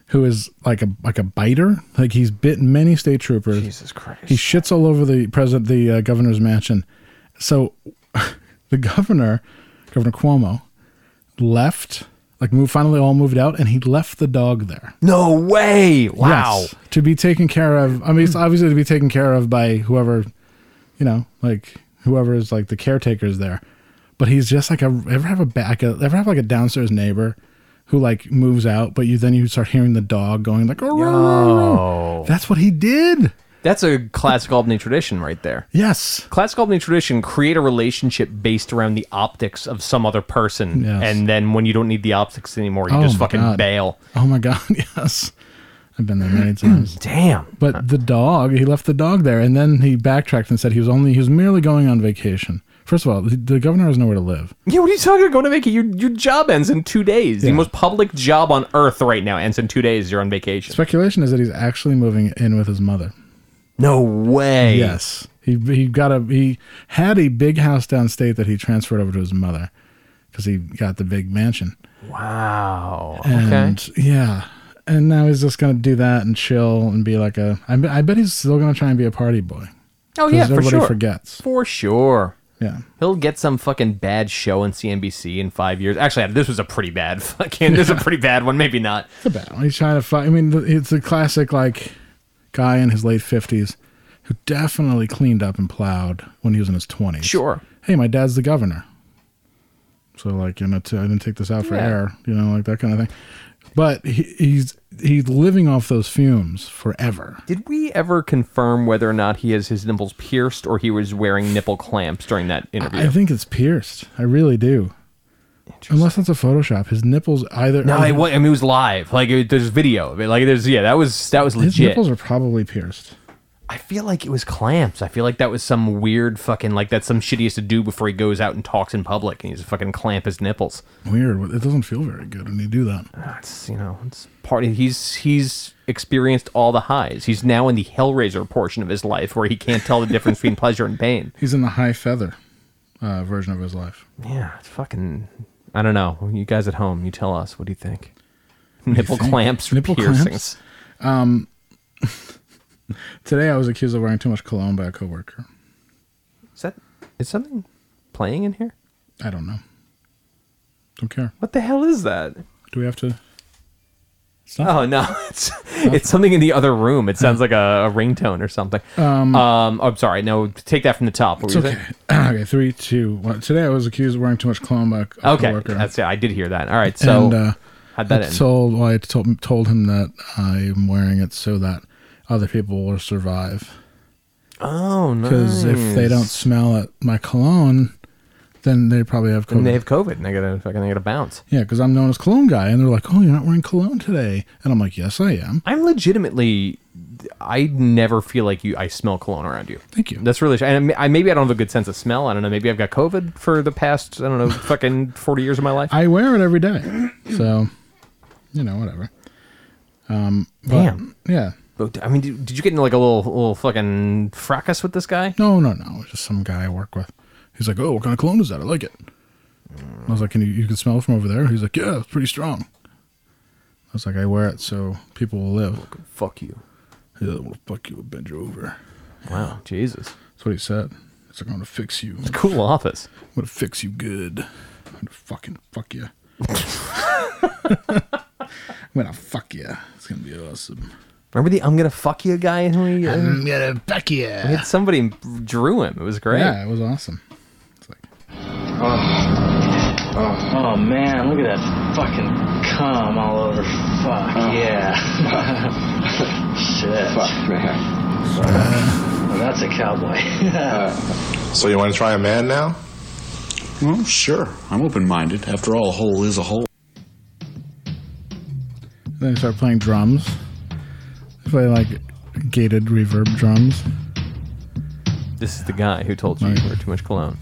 S1: who is like a like a biter. Like he's bitten many state troopers.
S2: Jesus Christ.
S1: He shits all over the president, the uh, governor's mansion. So the governor, Governor Cuomo, left. Like move, finally all moved out, and he left the dog there.
S2: No way! Wow.
S1: Yes, to be taken care of. I mean, it's obviously to be taken care of by whoever, you know, like whoever is like the caretakers there. But he's just like a ever have a back ever have like a downstairs neighbor who like moves out, but you then you start hearing the dog going like, oh, that's what he did.
S2: That's a classic Albany tradition right there.
S1: Yes,
S2: Classic Albany tradition create a relationship based around the optics of some other person,
S1: Yes.
S2: and then when you don't need the optics anymore, you
S1: Oh
S2: just
S1: my
S2: fucking
S1: God.
S2: bail.
S1: Oh my god, yes. I've been there many times.
S2: Damn.
S1: But the dog, he left the dog there and then he backtracked and said he was only he was merely going on vacation. First of all, the, the governor has nowhere to live.
S2: Yeah, what are you talking about? Going to vacation? Your, your job ends in two days. The
S1: Yeah.
S2: most public job on earth right now ends in two days. You're on vacation.
S1: Speculation is that he's actually moving in with his mother.
S2: no way.
S1: Yes. He he got a he had a big house downstate that he transferred over to his mother cuz he got the big mansion.
S2: Wow.
S1: And
S2: okay.
S1: yeah. And now he's just going to do that and chill and be like a I, be- I bet he's still going to try and be a party boy.
S2: Oh
S1: 'Cause
S2: yeah, for
S1: everybody
S2: sure.
S1: forgets.
S2: For sure.
S1: Yeah.
S2: He'll get some fucking bad show on CNBC in five years. Actually, this was a pretty bad fucking. This is a pretty bad one. Maybe not.
S1: It's a battle. He's trying to fight. I mean, th- it's a classic like guy in his late fifties who definitely cleaned up and plowed when he was in his twenties.
S2: Sure.
S1: Hey, my dad's the governor, so like you know, t- I didn't take this out for
S2: Yeah.
S1: air, you know, like that kind of thing. But he, he's he's living off those fumes forever.
S2: Did we ever confirm whether or not he has his nipples pierced or he was wearing nipple clamps during that interview?
S1: I think it's pierced. I really do. Unless it's a Photoshop, his nipples either.
S2: no, it, wa- I mean it was live. Like it, there's video. of it. Like there's yeah, that was that was
S1: his
S2: legit.
S1: nipples are probably pierced.
S2: I feel like it was clamps. I feel like that was some weird fucking like that's some shit he has to do before he goes out and talks in public and he's fucking clamp his nipples.
S1: Weird. It doesn't feel very good when you do that.
S2: It's you know it's part of, he's he's experienced all the highs. He's now in the Hellraiser portion of his life where he can't tell the difference between pleasure and pain.
S1: He's in the high feather uh, version of his life.
S2: Yeah, it's fucking. I don't know. You guys at home, you tell us. What do you think? Nipple clamps,
S1: Nipple
S2: nipple
S1: clamps?
S2: piercings.
S1: Today, I was accused of wearing too much cologne by a coworker.
S2: Is that is something playing in here?
S1: I don't know. Don't care.
S2: What the hell is that?
S1: Do we have to?
S2: Oh no, it's it's something in the other room. It sounds like a, a ringtone or something. Um, I'm sorry. No, take that from the top. What
S1: It's
S2: were you
S1: okay.
S2: saying?
S1: okay, three, two, one. Today, I was accused of wearing too much cologne by a co-
S2: Okay,
S1: coworker.
S2: that's it. I did hear that. All right, so
S1: and uh,
S2: how'd that
S1: I
S2: end?
S1: told well, I told, told him that I'm wearing it so that other people will survive.
S2: oh no,
S1: Because if they don't smell it, my cologne, then they probably have
S2: and
S1: cologne.
S2: they have COVID, and I gotta fucking, I gotta bounce.
S1: yeah, because I'm known as cologne guy, and they're like, "Oh, you're not wearing cologne today," and I'm like, "Yes, I am."
S2: I'm legitimately, I never feel like you. I smell cologne around you.
S1: Thank you.
S2: That's really. And I, maybe I don't have a good sense of smell. I don't know. Maybe I've got COVID for the past I don't know fucking forty years of my life.
S1: I wear it every day. So, you know, whatever. Um, but-
S2: Damn.
S1: Yeah.
S2: But, I mean, did, did you get into like a little little fucking fracas with this guy?
S1: No, no, no. It's just some guy I work with. He's like, oh, what kind of cologne is that? I like it. I was like, can you, you can smell it from over there? He's like, yeah, it's pretty strong. I was like, I wear it so people will live.
S2: Fuck you.
S1: He's like, well, fuck you, I'll bend you over.
S2: Wow, Jesus.
S1: That's what he said. It's like, I'm gonna fix you. I'm
S2: Cool office.
S1: gonna fix you good. I'm gonna fucking fuck you. I'm gonna fuck you. It's gonna be awesome.
S2: Remember the "I'm gonna fuck you" guy who we, uh,
S1: I'm gonna fuck you.
S2: we had somebody drew him. It was great.
S1: Yeah, it was awesome. It's like
S6: Oh man, look at that fucking cum all over. Fuck yeah. Shit. Fuck man. that's a cowboy.
S7: So you want to try a man now? Well, Hmm, sure. I'm open-minded. After all, a hole is a hole.
S1: Then I started playing drums. I play like gated reverb drums.
S2: This is the guy who told you you wear too much cologne.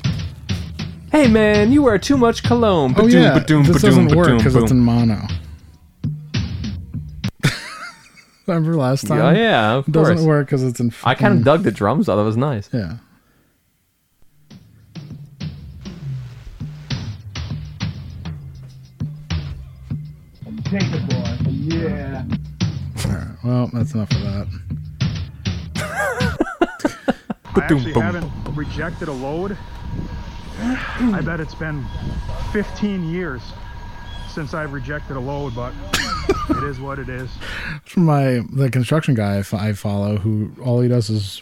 S2: Hey man, you wear too much cologne.
S1: Oh
S2: Ba-doom,
S1: yeah,
S2: ba-doom,
S1: this
S2: ba-doom,
S1: doesn't work
S2: ba-doom,
S1: because it's
S2: boom.
S1: in mono. Remember last time?
S2: Yeah, yeah, of
S1: It doesn't
S2: course.
S1: work because it's in.
S2: I kind
S1: fucking-
S2: of dug the drums though. That was nice.
S1: Yeah.
S5: Take the boy. Yeah.
S1: All right. Well, that's enough of that.
S5: I actually haven't rejected a load. I bet it's been 15 years since I've rejected a load, but it is what it is.
S1: from my the construction guy I, fo- I follow who all he does is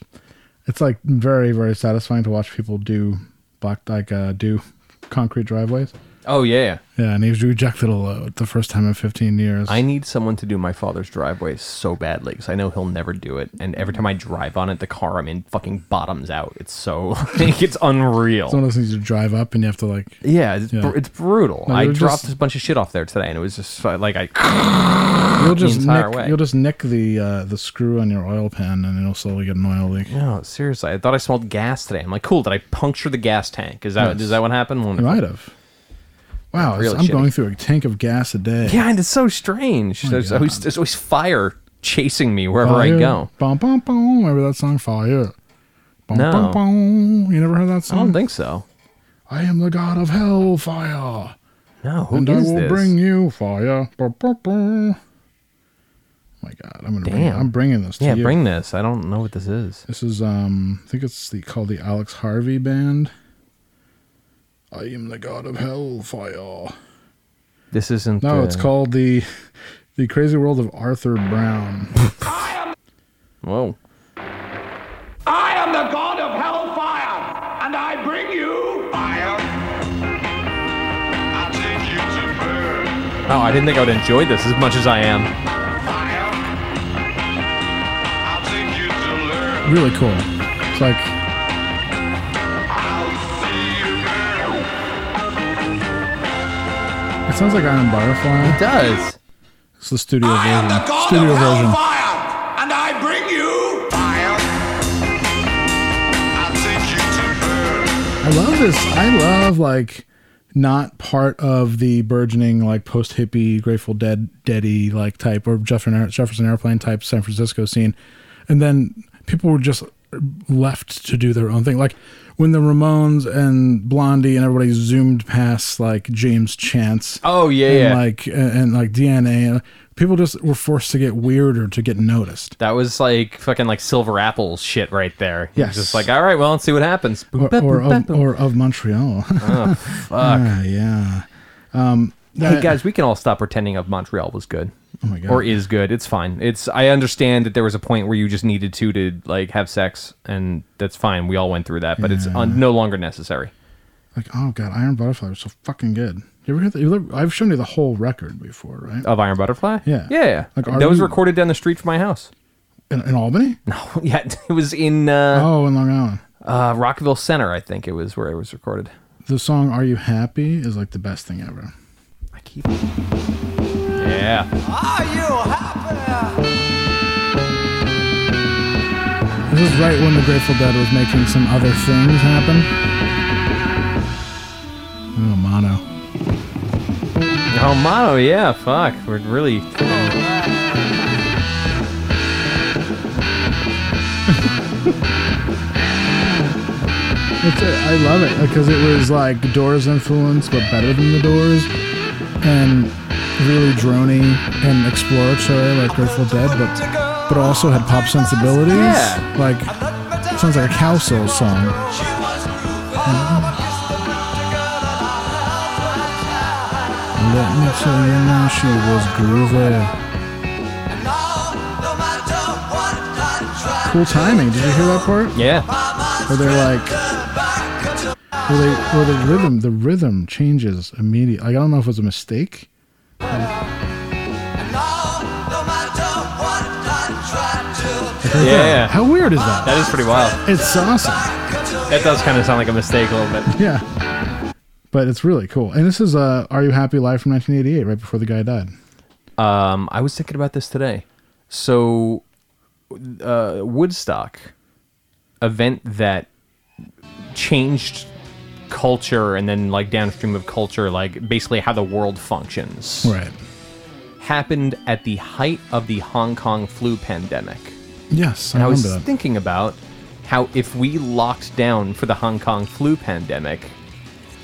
S1: it's like very very satisfying to watch people do black like uh do concrete driveways
S2: Oh yeah.
S1: yeah and he's rejected a load the first time in 15 years
S2: I need someone to do my father's driveway so badly because I know he'll never do it. And every time I drive on it, the car I'm in fucking bottoms out. It's so like it's unreal.
S1: it's one of those things you drive up and you have to like
S2: yeah, it's, br-
S1: Yeah.
S2: it's brutal.
S1: No,
S2: I
S1: you're
S2: dropped
S1: just-
S2: a bunch of shit off there today, and it was just uh, like I.
S1: you'll just
S2: entire
S1: nick,
S2: way.
S1: you'll just nick the uh the screw on your oil pan and it'll slowly get an oil leak
S2: No, seriously, I thought I smelled gas today. I'm like, cool. Did I puncture the gas tank? Is that
S1: Yes.
S2: is that what happened?
S1: you
S2: Wonderful.
S1: might have wow it's-
S2: Really
S1: i'm
S2: shitty.
S1: going through a tank of gas a day
S2: Yeah, and it's so strange. there's,
S1: God.
S2: always, there's always fire chasing me wherever
S1: Oh, Fire.
S2: I go.
S1: Bum, bum, bum. Remember that song, Fire? Bum,
S2: No. Oh,
S1: bum, bum. You never heard that
S2: I
S1: song?
S2: don't think so.
S1: I am the god of hellfire,
S2: No, who
S1: and I
S2: is
S1: will
S2: this?
S1: bring you fire. Ba, ba, ba. My God, I'm gonna. Bring,
S2: Damn.
S1: I'm bringing this. To
S2: yeah,
S1: you.
S2: bring this. I don't know what this is.
S1: This is um, I think it's the, called the Alex Harvey Band. I am the god of hellfire.
S2: This isn't.
S1: No, it's
S2: uh,
S1: called the, the Crazy World of Arthur Brown.
S2: Whoa.
S4: I am the god of hellfire, and I bring you fire. I take you to burn.
S2: Oh, I didn't think I would enjoy this as much as I am.
S4: Fire. I'll take you to learn.
S1: really cool. It's like
S4: I'll see you burn.
S1: it sounds like Iron Butterfly.
S2: It does.
S1: It's the studio
S4: I am the
S1: version.
S4: god
S1: Studio
S4: of
S1: version.
S4: hellfire, and I bring you fire. I'll take you to burn.
S1: I love this. I love like not part of the burgeoning like post hippie Grateful Dead deady like type or Jefferson Jefferson Airplane type San Francisco scene, and then people were just left to do their own thing. Like when the Ramones and Blondie and everybody zoomed past like James Chance.
S2: Oh yeah,
S1: and,
S2: yeah.
S1: like and, and like DNA. and uh, People just were forced to get weirder to get noticed.
S2: that was like fucking like silver apples shit right there.
S1: Yes.
S2: Just like all right, well, let's see what happens.
S1: or, or, of, or of Montreal. Ah, yeah.
S2: Oh,
S1: Um,
S2: hey guys, we can all stop pretending of Montreal was good.
S1: Oh my God.
S2: Or is good. It's fine. It's I understand that there was a point where you just needed to to like have sex and that's fine. We all went through that, but it's un- no longer necessary.
S1: Like, oh god, Iron Butterfly was so fucking good. You ever hear that? you ever- I've shown you the whole record before, right?
S2: Of Iron Butterfly?
S1: Yeah.
S2: Yeah. yeah.
S1: Like, are
S2: that was
S1: you-
S2: recorded down the street from my house.
S1: In, in Albany?
S2: No, yeah, it was in uh,
S1: Oh, in Long Island.
S2: uh, Rockville Center, I think it was where it was recorded.
S1: The song "Are You Happy" is like the best thing ever.
S2: I keep Yeah.
S4: Are you happy?
S1: This is right when the Grateful Dead was making some other things happen. Oh, mono.
S2: Oh mono, yeah, fuck. We're really
S1: It's a, I love it because it was like Doors influence, but better than the Doors, and really drony and exploratory like Grateful Dead, but but also had pop sensibilities.
S2: Yeah.
S1: Like sounds like a cow soul song.
S4: She was
S1: Let me tell you now, she was groovy. Cool timing. Did you hear that part?
S2: Yeah.
S1: Where they're like, where they, where the rhythm, the rhythm changes immediately. Like, I don't know if it was a mistake.
S2: Yeah.
S1: How weird is that?
S2: That is pretty wild.
S1: It's awesome.
S2: That does kind of sound like a mistake a little bit.
S1: Yeah. But it's really cool. And this is uh, Are You Happy Live from 1988, right before the guy died.
S2: Um, I was thinking about this today. So, uh, Woodstock event that changed culture and then like downstream of culture, like basically how the world functions,
S1: Right.
S2: happened at the height of the Hong Kong flu pandemic.
S1: Yes, I
S2: And I was
S1: remember that.
S2: thinking about how if we locked down for the Hong Kong flu pandemic,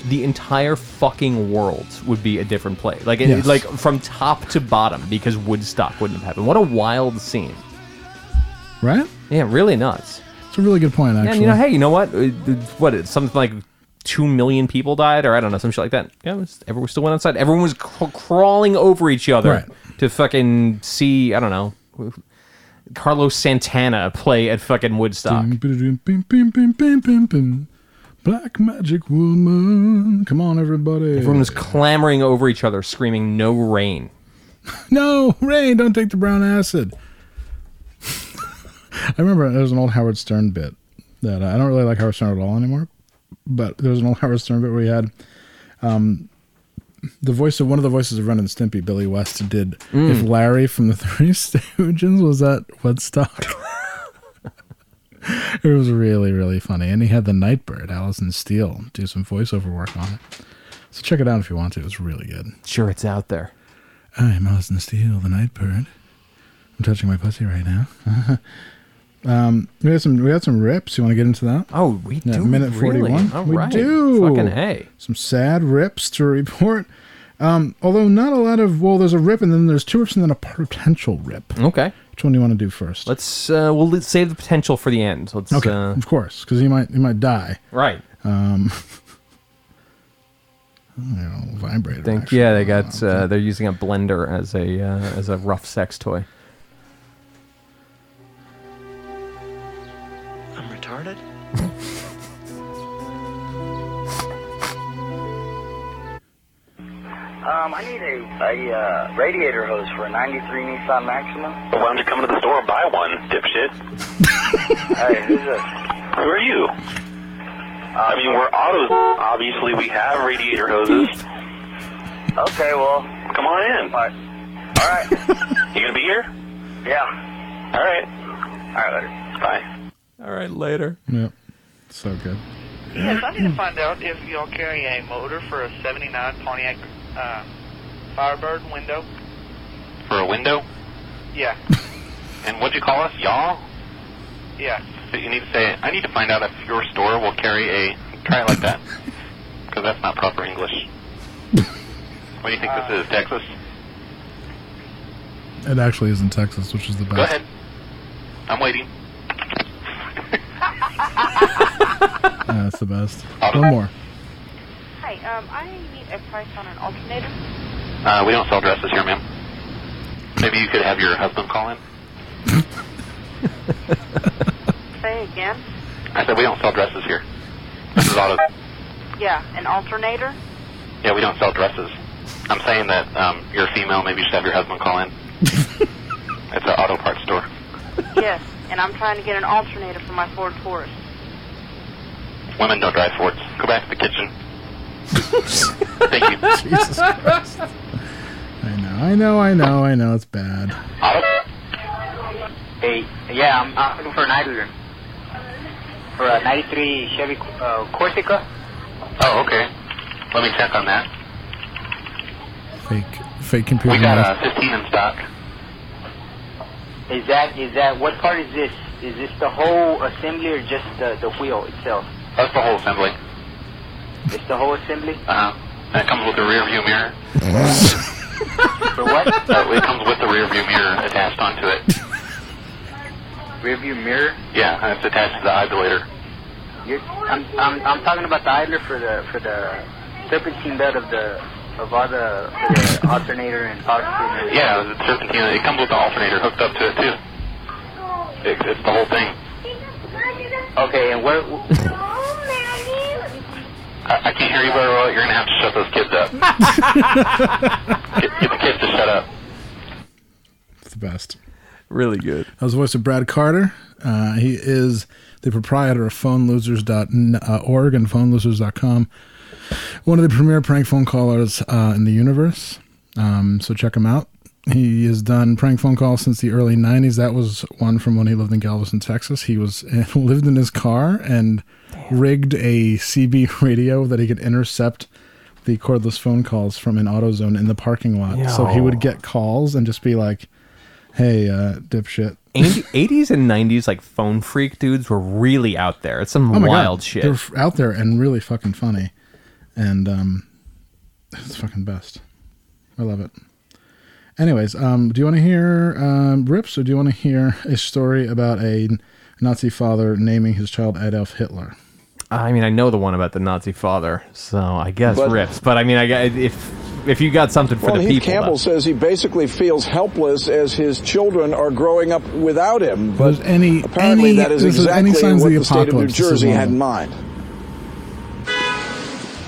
S2: the entire fucking world would be a different place. Like, it-
S1: Yes.
S2: like from top to bottom, because Woodstock wouldn't have happened. What a wild scene!
S1: right?
S2: Yeah, really nuts.
S1: It's a really good point, actually.
S2: And you know, hey, you know what? Uh, uh, What it's something like two million people died, or I don't know, some shit like that. Yeah, it was, everyone still went outside. Everyone was cr- crawling over each other
S1: Right.
S2: to fucking see. I don't know. Carlos Santana play at fucking Woodstock.
S1: Black Magic Woman. Come on, everybody.
S2: Everyone was clamoring over each other, screaming "No rain!"
S1: no, rain, don't take the brown acid. I remember there was an old Howard Stern bit that uh, I don't really like Howard Stern at all anymore, but there was an old Howard Stern bit where he had um, the voice of one of the voices of Ren and Stimpy, Billy West, did if Larry from the Three Stooges was at Woodstock. it was really, really funny. And he had the Nightbird, Allison Steele, do some voiceover work on it. So check it out if you want to. It was really good.
S2: Sure, it's out there.
S1: I'm Allison Steele, the night bird. I'm touching my pussy right now. um, we had some we had some rips. You want to get into that?
S2: Oh, we
S1: Yeah,
S2: do.
S1: minute
S2: really?
S1: 41.
S2: All
S1: We
S2: right.
S1: do.
S2: Fucking hey.
S1: Some sad rips to report. Um, although not a lot of well, there's a rip and then there's two rips and then a potential rip.
S2: Okay,
S1: Which one do you want to do first?
S2: let's. Uh, we'll let's save the potential for the end. Let's.
S1: okay,
S2: Uh,
S1: of course, because he might he might die.
S2: right.
S1: You know, vibrator.
S2: Think.
S1: actually.
S2: Yeah, they got. Uh, they're using a blender as a uh, as a rough sex toy.
S4: I'm retarded?
S6: Um, I need a, a uh, radiator hose for a 93 Nissan Maxima.
S3: Why don't you come to the store and buy one, dipshit?
S6: Hey, who's this?
S3: Who are you? I mean, we're autos. Obviously, we have radiator hoses.
S6: Okay, well,
S3: Come on in.
S6: all right. All right.
S3: You gonna be here?
S6: yeah.
S3: All right.
S6: All right, later.
S3: Bye.
S2: All right, later.
S1: Yep. So good.
S8: Yes, I need to find out if y'all carry a motor for a 79 Pontiac uh, Firebird window.
S3: For a window?
S8: Yeah,
S3: And what'd you call us, y'all?
S8: yeah.
S3: So you need to say, I need to find out if your store will carry a. Try it like that. Because that's not proper English. what do you think
S8: Uh,
S3: this is, Texas?
S1: It actually is in Texas, which is the best.
S3: Go ahead. I'm waiting.
S1: Yeah, that's the best. One more.
S8: Hi, um, I need a price on an alternator.
S3: Uh, we don't sell dresses here, ma'am. Maybe you could have your husband call in.
S8: Say again.
S3: I said we don't sell dresses here. This is auto.
S8: Yeah, an alternator.
S3: Yeah, we don't sell dresses. I'm saying that um, you're female. Maybe you should have your husband call in. it's an auto parts store.
S8: yes, and I'm trying to get an alternator for my Ford Taurus.
S3: Women don't drive Fords. Go back to the kitchen. Thank you.
S1: Jesus Christ. I know, I know, I know, I know. It's bad.
S3: Auto.
S6: Hey, yeah, I'm, I'm looking for an idler. For a 93 Chevy uh, Corsica.
S3: Oh, okay. Let me check on that.
S1: Fake, fake computer.
S3: We got
S1: noise.
S3: a 15 in stock.
S6: Is that, is that, what part is this? Is this the whole assembly or just the, the wheel itself?
S3: That's the whole assembly.
S6: It's the whole assembly?
S3: Uh huh. And it comes with a rear view mirror.
S6: For what?
S3: Uh, it comes with the rear view mirror attached onto it.
S6: Rearview mirror?
S3: Yeah, and it's attached to the isolator.
S6: You're, I'm, I'm, I'm talking about the idler for the for the serpentine bed of the of all the, for the uh, alternator and power stream.
S3: Yeah, the serpentine. It comes with the alternator hooked up to it too. It, it's the whole thing.
S6: Okay, and where?
S3: I, I can't hear you very well. You're gonna have to shut those kids up. get, get the kids to shut up.
S1: It's the best.
S2: Really good.
S1: That was the voice of Brad Carter. Uh, he is the proprietor of phonelosers.org uh, and phonelosers.com. One of the premier prank phone callers uh, in the universe. Um, so check him out. He has done prank phone calls since the early 90s. That was one from when he lived in Galveston, Texas. He was lived in his car and rigged a CB radio that he could intercept the cordless phone calls from an auto zone in the parking lot. So he
S2: Yo.
S1: would get calls and just be like, hey, uh, dipshit.
S2: Eighty- 80s and 90s, like phone freak dudes were really out there. It's some
S1: Oh my
S2: wild
S1: God.
S2: shit.
S1: They're f- out there and really fucking funny, and um, it's fucking best. I love it. Anyways, um, do you want to hear um, rips or do you want to hear a story about a Nazi father naming his child Adolf Hitler?
S2: I mean, I know the one about the Nazi father, so I guess
S9: But-
S2: rips. But I mean, I gu- if if you got something for
S9: well,
S2: the
S9: Heath
S2: people,
S9: Campbell
S2: that's-
S9: says he basically feels helpless as his children are growing up without him. But
S1: any,
S9: apparently,
S1: any-
S9: that is
S1: this is any
S9: exactly
S1: signs of
S9: what
S1: the
S9: the, state of New
S1: apocalypse, this is
S9: Jersey
S1: one of
S9: had in
S1: them.
S9: mind.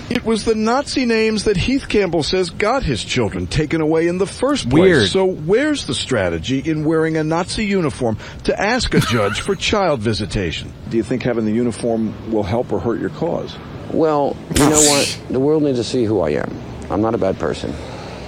S9: It was the Nazi names that Heath Campbell says got his children taken away in the first place.
S2: Weird.
S9: So where's the strategy in wearing a Nazi uniform to ask a judge for child visitation? Do you think having the uniform will help or hurt your cause?
S10: Well, you know what? The world needs to see who I am. I'm not a bad person.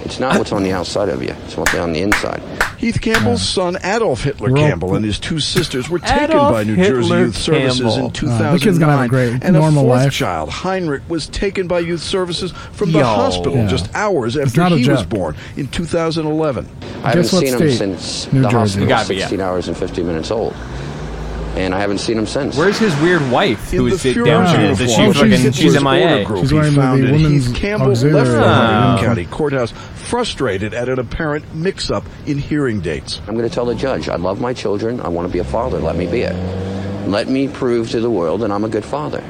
S10: It's not what's on the outside of you, it's what's on the inside.
S9: Heath Campbell's son Adolf Hitler
S10: Well-
S9: Campbell and his two sisters were taken
S10: Adolf
S9: by New Jersey
S10: Hitler
S9: Youth Services
S10: Campbell.
S9: in
S1: Uh,
S9: 2009.
S1: the kid's gonna have a great
S9: and
S1: normal
S9: a fourth
S1: life.
S9: child, Heinrich, was taken by Youth Services from the
S10: Yo.
S9: hospital
S10: Yeah.
S9: just hours
S10: It's
S9: after
S10: not a
S9: he was
S10: joke.
S9: born in 2011.
S10: I haven't seen him since the hospital was 16 hours and 15 minutes old. And I haven't seen him since. Where's
S2: his weird wife
S10: who
S2: is sit down
S10: there?
S2: here? That
S1: Oh,
S2: she's fucking she's MIA.
S9: She's wearing found the Heath Campbell left the
S2: auxiliary
S9: Hardin
S2: auxiliary.
S9: County Courthouse frustrated at an apparent mix-up in hearing dates.
S10: I'm going to tell the judge, I love my children. I want to be a father. Let me be it. Let me prove to the world that I'm a good father.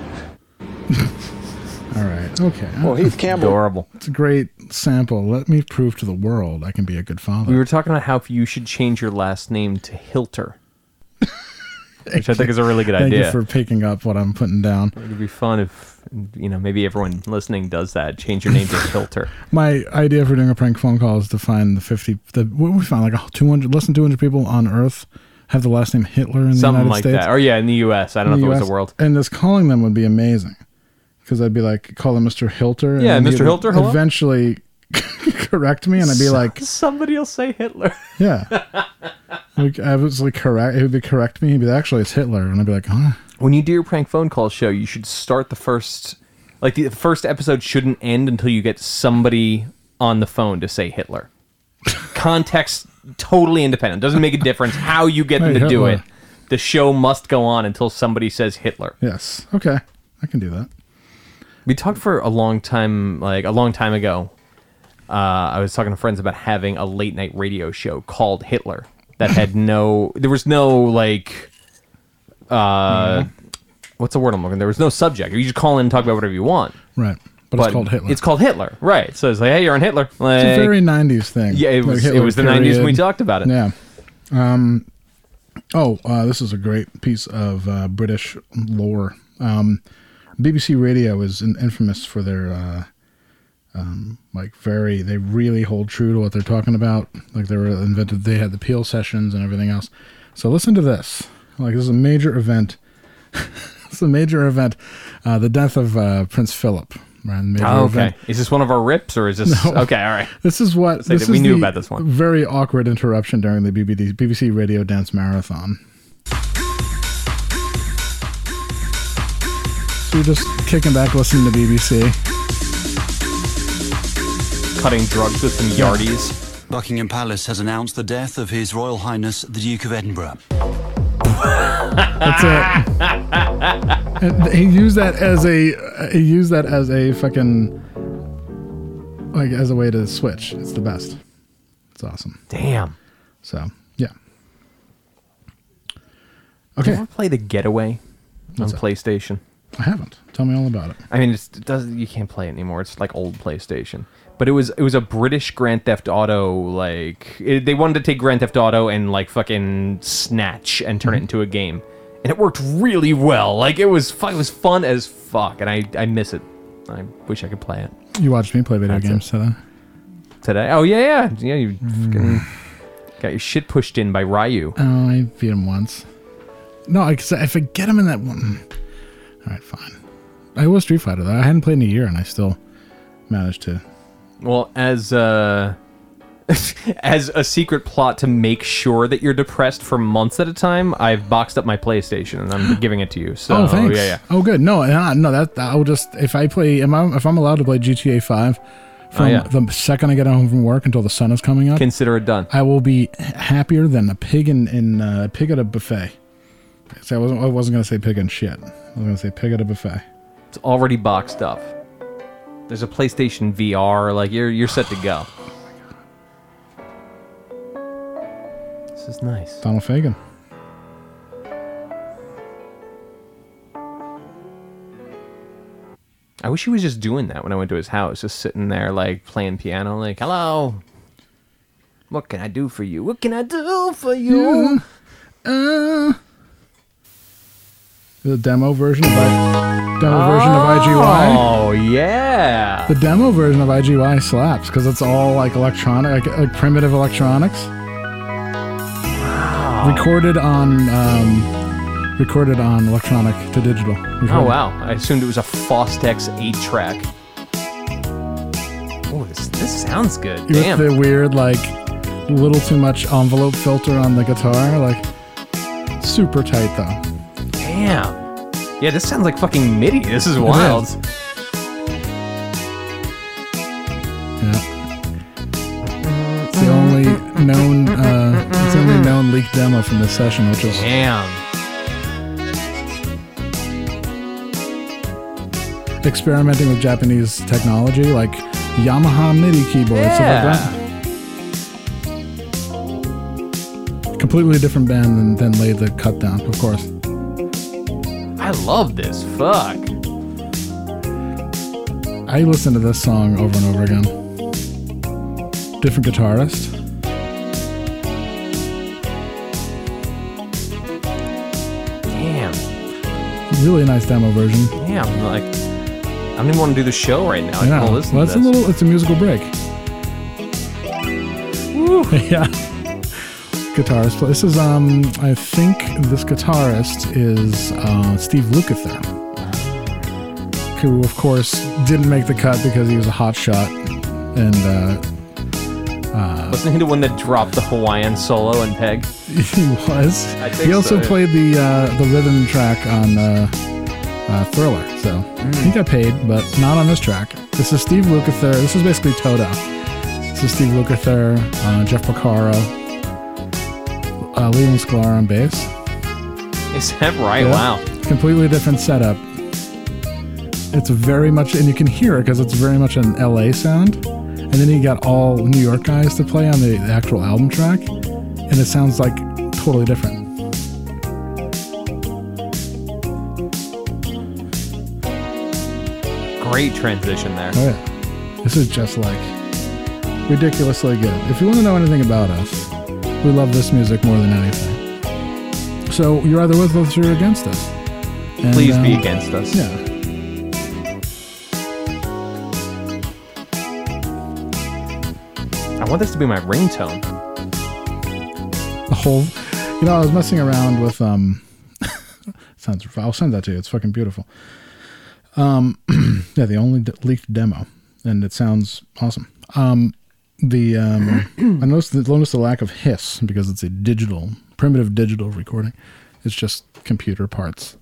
S1: All right. Okay.
S10: Well, Heath Campbell-
S2: Adorable.
S1: It's a great sample. Let me prove to the world I can be a good father.
S2: we were talking about how if you should change your last name to Hilter, which I think is a really good
S1: Thank
S2: idea.
S1: you for picking up what I'm putting down.
S2: It'd be fun if you know maybe everyone listening does that. Change your name to Hilter.
S1: My idea for doing a prank phone call is to find the 50, the, what we found, like 200, less than 200 people on Earth have the last name Hitler in the
S2: Something
S1: United
S2: like
S1: States.
S2: that. Or yeah, in the U.S. I don't know if it
S1: in the
S2: was
S1: US,
S2: the world.
S1: And just calling them would be amazing. Because I'd be like, call them Mr. Hilter. and
S2: Yeah,
S1: then
S2: Mr.
S1: he'd
S2: Hilter, hello?
S1: Eventually correct me, and I'd be
S2: So-
S1: like,
S2: somebody will say Hitler.
S1: yeah. like, I was like, correct. He would be correct me. He'd be like, actually, it's Hitler. And I'd be like, huh?
S2: when you do your prank phone call show, you should start the first, like the first episode shouldn't end until you get somebody on the phone to say Hitler. Context totally independent. Doesn't make a difference how you get them
S1: Hey,
S2: to do
S1: Hitler.
S2: it. The show must go on until somebody says Hitler.
S1: Yes. Okay. I can do that.
S2: We talked for a long time, like a long time ago. Uh, I was talking to friends about having a late night radio show called Hitler that had no, there was no like,
S1: Mm-hmm.
S2: uh, what's the word I'm looking? There was no subject. You just call in and talk about whatever you want.
S1: Right. But, it's called Hitler.
S2: It's called Hitler, right? So it's like, hey, you're on Hitler. Like,
S1: It's a very '90s thing.
S2: Yeah, it
S1: Like
S2: was.
S1: Hitler
S2: it was the '90s when we
S1: period.
S2: talked about it.
S1: Yeah. Um, oh, uh, this is a great piece of uh, British lore. Um, BBC Radio is in, infamous for their uh, um, like very. They really hold true to what they're talking about. Like they were invented. They had the Peel sessions and everything else. So listen to this. Like this is a major event. it's a major event. Uh, the death of uh, Prince Philip. Right. Major
S2: Oh,
S1: event.
S2: okay. Is this one of our rips or is this
S1: No.
S2: okay? All right.
S1: This is what
S2: Say
S1: this
S2: that we
S1: is
S2: knew
S1: the
S2: about this one.
S1: Very awkward interruption during the BBC, BBC Radio Dance Marathon. So you're just kicking back, listening to BBC.
S2: Cutting drugs with some yardies.
S11: Buckingham Palace has announced the death of His Royal Highness the Duke of Edinburgh.
S1: That's it. And he used that as a he used that as a fucking like as a way to switch. It's the best. It's awesome.
S2: Damn.
S1: So yeah. Okay.
S2: Did you ever play the Getaway
S1: What's
S2: on
S1: that?
S2: PlayStation?
S1: I haven't. Tell me all about it.
S2: I mean, it's, it doesn't. You can't play it anymore. It's like old PlayStation. But it was it was a British Grand Theft Auto. Like it, they wanted to take Grand Theft Auto and like fucking Snatch and turn it into a game, and it worked really well. Like it was fu- it was fun as fuck, and I I miss it. I wish I could play it
S1: You watched me play video games today.
S2: today. Oh yeah yeah yeah. You fucking got your shit pushed in by Ryu.
S1: Oh, I beat him once. No, I, 'cause I forget him in that one. All right, fine. I was Street Fighter though. I hadn't played in a year, and I still managed to.
S2: Well, as uh, as a secret plot to make sure that you're depressed for months at a time, I've boxed up my PlayStation and I'm giving it to you. So
S1: oh, thanks.
S2: yeah, yeah.
S1: Oh, good. No, uh, no. That I'll just if I play am I, if I'm allowed to play GTA Five from
S2: Oh, yeah.
S1: the second I get home from work until the sun is coming up.
S2: Consider it done.
S1: I will be happier than a pig in in uh, pig at a buffet. See, I wasn't I wasn't gonna say pig and shit. I was gonna say pig at a buffet.
S2: It's already boxed up. There's a PlayStation VR. Like you're you're set to go.
S1: Oh
S2: This is nice.
S1: Donald Fagan.
S2: I wish he was just doing that when I went to his house, just sitting there like playing piano, like hello. What can I do for you? What can I do for you?
S1: Uh, the demo version of I, demo version of IGY.
S2: Oh yeah.
S1: The demo version of IGY slaps because it's all like electronic, like, like primitive electronics. Recorded on, um, recorded on electronic to digital. We've
S2: Oh
S1: heard-
S2: wow! I assumed it was a Fostex eight track. Oh, this this sounds good.
S1: With
S2: Damn.
S1: the weird, like, little too much envelope filter on the guitar, like, super tight though.
S2: Damn. Yeah, this sounds like fucking MIDI. This is
S1: It
S2: wild.
S1: is. Yeah. It's the only known, uh, it's the only known leaked demo from this session, which is
S2: Damn.
S1: experimenting with Japanese technology, like Yamaha MIDI keyboards, stuff like that. Completely different band than, than Lay the Cut Down, of course.
S2: I love this. Fuck.
S1: I listen to this song over and over again. Different guitarist.
S2: Damn.
S1: Really nice demo version.
S2: Damn. Like, I don't even want to do the show right now. I just
S1: yeah.
S2: want to listen
S1: well,
S2: to
S1: it's
S2: this.
S1: a little. It's a musical break. yeah. Guitarist. play- This is um. I think this guitarist is uh, Steve Lukather, who of course didn't make the cut because he was a hot shot, and uh, uh,
S2: Wasn't he the one that dropped the Hawaiian solo and Peg?
S1: he was.
S2: I think
S1: He also
S2: so.
S1: played the uh, the rhythm track on uh, uh, Thriller, so
S2: Mm.
S1: he got paid, but not on this track. This is Steve Lukather. This is basically Toto. This is Steve Lukather, uh, Jeff Porcaro, uh, Leland Sklar on bass.
S2: Is that right?
S1: Yeah.
S2: Wow.
S1: Completely different setup. It's very much, and you can hear it because it's very much an LA sound. And then you got all New York guys to play on the, the actual album track, and it sounds like totally different.
S2: Great transition there.
S1: Oh yeah, this is just like ridiculously good. If you want to know anything about us, we love this music more than anything. So you're either with us or you're against us. And,
S2: Please be
S1: um,
S2: against us.
S1: Yeah.
S2: I want this to be my ringtone.
S1: The whole, you know, I was messing around with um. sounds. I'll send that to you. It's fucking beautiful. Um, yeah, the only d- leaked demo, and it sounds awesome. Um, the um, I noticed the, noticed the lack of hiss because it's a digital, primitive digital recording. It's just computer parts,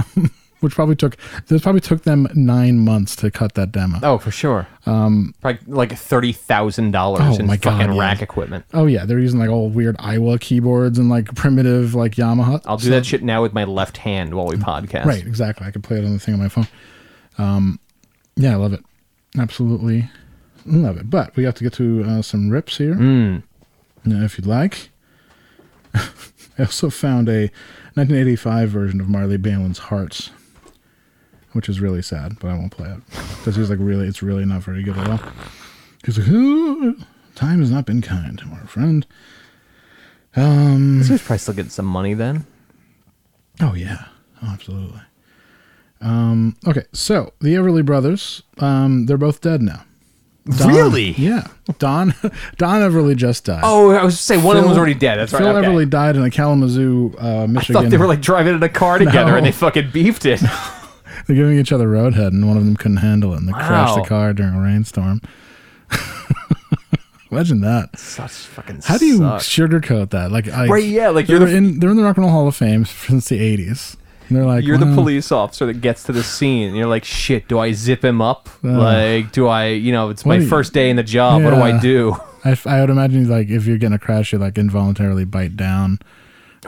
S1: which probably took this probably took them nine months to cut that demo.
S2: Oh, for sure.
S1: Um,
S2: Probably like thirty thousand dollars
S1: Oh,
S2: in
S1: my God,
S2: fucking
S1: yeah.
S2: rack equipment.
S1: oh yeah, they're using like old weird Iowa keyboards and like primitive like Yamaha.
S2: I'll do
S1: So-
S2: that shit now with my left hand while we podcast.
S1: Right, exactly. I could play it on the thing on my phone. Um, yeah, I love it. Absolutely love it. But we have to get to uh, some rips here, Now, if you'd like. I also found a 1985 version of Marley Balin's Hearts, which is really sad, but I won't play it because he's like really, it's really not very good at all. He's like, "Ooh, time has not been kind to our friend. Um,
S2: this was probably still getting some money then.
S1: Oh yeah, oh, absolutely. Um, okay, so the Everly brothers, um, they're both dead now.
S2: Really?
S1: Yeah. Don Don Everly just died.
S2: Oh, I was just saying one of them was already dead. That's right.
S1: Phil
S2: okay.
S1: Everly died in a Kalamazoo, uh,
S2: I
S1: Michigan.
S2: thought they were like driving in a car together and
S1: No.
S2: they fucking beefed it.
S1: They're giving each other roadhead, and one of them couldn't handle it, and they crashed the
S2: Wow.
S1: car during a rainstorm. Imagine that.
S2: Such fucking.
S1: How do you
S2: suck.
S1: sugarcoat that? Like, I,
S2: Right, yeah, like you're
S1: they're
S2: the-
S1: in they're in the Rock and Roll Hall of Fame since the '80s. And they're like,
S2: You're the
S1: "Well,
S2: police officer that gets to the scene. And you're like, shit. Do I zip him up?
S1: Uh,
S2: like, do I? You know, it's
S1: what
S2: my
S1: do you-
S2: first day in the job. What do I
S1: yeah."
S2: do?
S1: I, f- I would imagine like if you're getting a crash, you like involuntarily bite down.